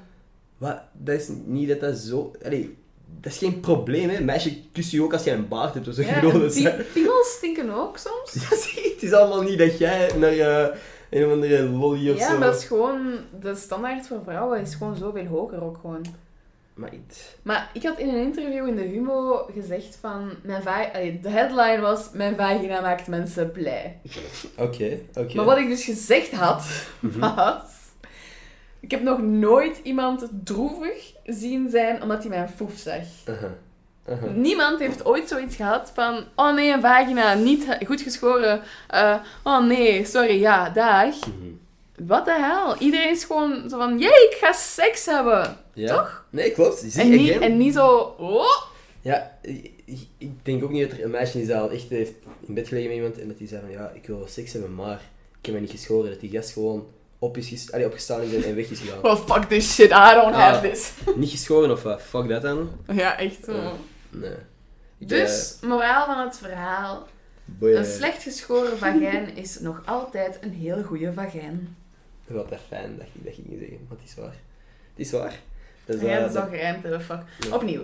S2: Wat, dat is niet dat dat zo... Allee, dat is geen probleem, hè. Meisje kust je ook als je een baard hebt of zo. Ik
S1: Ja,
S2: bedoel,
S1: en
S2: dat is-
S1: pi- Pingels stinken ook soms.
S2: Ja, zie, het is allemaal niet dat jij naar eh, een of andere lolly of
S1: Ja,
S2: zo...
S1: maar dat is gewoon... De standaard voor vrouwen is gewoon zoveel hoger ook gewoon.
S2: Maar het-
S1: Maar ik had in een interview in de Humo gezegd van... Mijn va- allee, de headline was... Mijn vagina maakt mensen blij.
S2: Oké, oké. Mhm.
S1: Maar wat ik dus gezegd had, was... Ik heb nog nooit iemand droevig zien zijn omdat hij mijn foef zag.
S2: Aha, aha.
S1: Niemand heeft ooit zoiets gehad van... Oh nee, een vagina, niet he- goed geschoren. Eh, oh nee, sorry, ja, dag.
S2: Mhm.
S1: Wat de hel? Iedereen is gewoon zo van... Jee, ik ga seks hebben.
S2: Ja. Nee, klopt. Zie,
S1: En niet,
S2: again.
S1: en niet zo... Oh,
S2: Ja, ik, ik- ik denk ook niet dat er een meisje is dat al echt heeft in bed gelegen met iemand en dat die zei van ja, ik wil wel seks hebben, maar ik heb me niet geschoren. Dat die gast gewoon op is ges- allee, opgestaan is en- en weg is gegaan.
S1: well, fuck this shit, I don't
S2: Ja.
S1: have this.
S2: Niet geschoren of wat? Fuck dat dan?
S1: Ja, echt zo.
S2: Ja. Nee. Ik,
S1: Dus, moraal van het verhaal.
S2: eh, boy,
S1: Een
S2: eh,
S1: slecht geschoren vagijn is nog altijd een heel goede vagijn.
S2: Wat dat fijn dat ik dat ging zeggen, want het is waar. Het is waar. Dat is,
S1: Ja,
S2: eh,
S1: dat is al
S2: dat-
S1: gerijmd, hè, fuck.
S2: Ja.
S1: Opnieuw.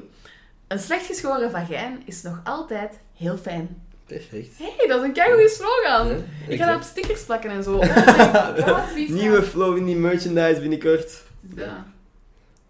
S1: Een slecht geschoren vagijn is nog altijd heel fijn.
S2: perfect.
S1: Hé, hey, dat is een keigoede slogan.
S2: Ja,
S1: Ik ga
S2: exact.
S1: dat op stickers plakken en zo. Oh my god, wie is dat?
S2: Nieuwe flow in die merchandise binnenkort.
S1: Ja.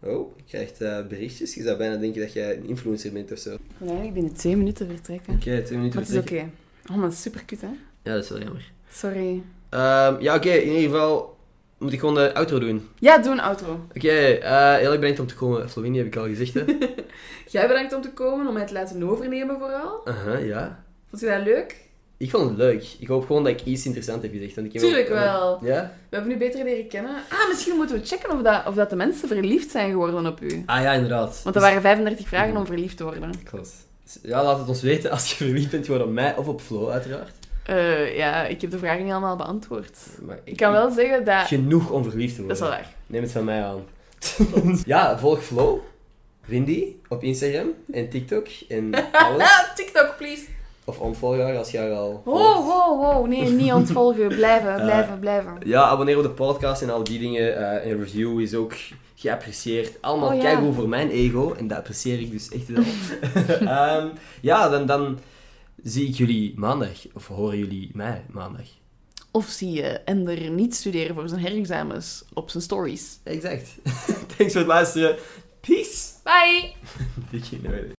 S2: Oh, je krijgt eh, berichtjes. Je zou bijna denken dat jij een influencer bent of zo. Oké,
S1: Ik wil eigenlijk binnen twee minuten vertrekken.
S2: twee minuten.
S1: Maar het is oké. Oh, maar super cute, hè?
S2: Ja, dat is wel jammer.
S1: Sorry.
S2: Ehm, ja, oké, in ieder geval moet ik gewoon de outro doen.
S1: Ja, doe een auto.
S2: Oké, eh, heel erg bedankt om te komen. Slovenië heb ik al gezegd, hè?
S1: Jij bedankt om te komen, om mij te laten overnemen vooral.
S2: Aha, ja.
S1: Vond je dat leuk?
S2: Ik vond het leuk. Ik hoop gewoon dat ik iets interessants heb gezegd. Want ik heb
S1: Tuurlijk
S2: ook-
S1: wel.
S2: Ja?
S1: We hebben nu beter leren kennen. Ah, misschien moeten we checken of, dat, of dat de mensen verliefd zijn geworden op u.
S2: Ah ja, inderdaad.
S1: Want er waren 35 vragen om verliefd te worden.
S2: Klopt. Ja, laat het ons weten als je verliefd bent geworden op mij of op Flo, uiteraard.
S1: Eh, ja, ik heb de vragen niet allemaal beantwoord.
S2: Maar
S1: Ik kan wel zeggen dat...
S2: Genoeg om verliefd te worden.
S1: Dat is wel waar.
S2: Neem het van mij aan. ja, volg Flo, Windy, op Instagram en TikTok en alles.
S1: Ah, TikTok, please.
S2: Of onvolg haar als je haar al...
S1: Wow, wow, wow. Nee, niet ontvolgen. Blijven,
S2: Eh,
S1: blijven, blijven.
S2: Ja, abonneer op de podcast en al die dingen. eh een review is ook geapprecieerd. Allemaal
S1: Oh, ja.
S2: keigoed voor mijn ego. En dat apprecieer ik dus echt wel. Ehm, ja, dan, dan zie ik jullie maandag. Of horen jullie mij maandag.
S1: Of zie je Ender niet studeren voor zijn herexamens op zijn stories.
S2: Exact. Thanks voor het luisteren. uh, Peace.
S1: Bye!
S2: Dikke in de wereld.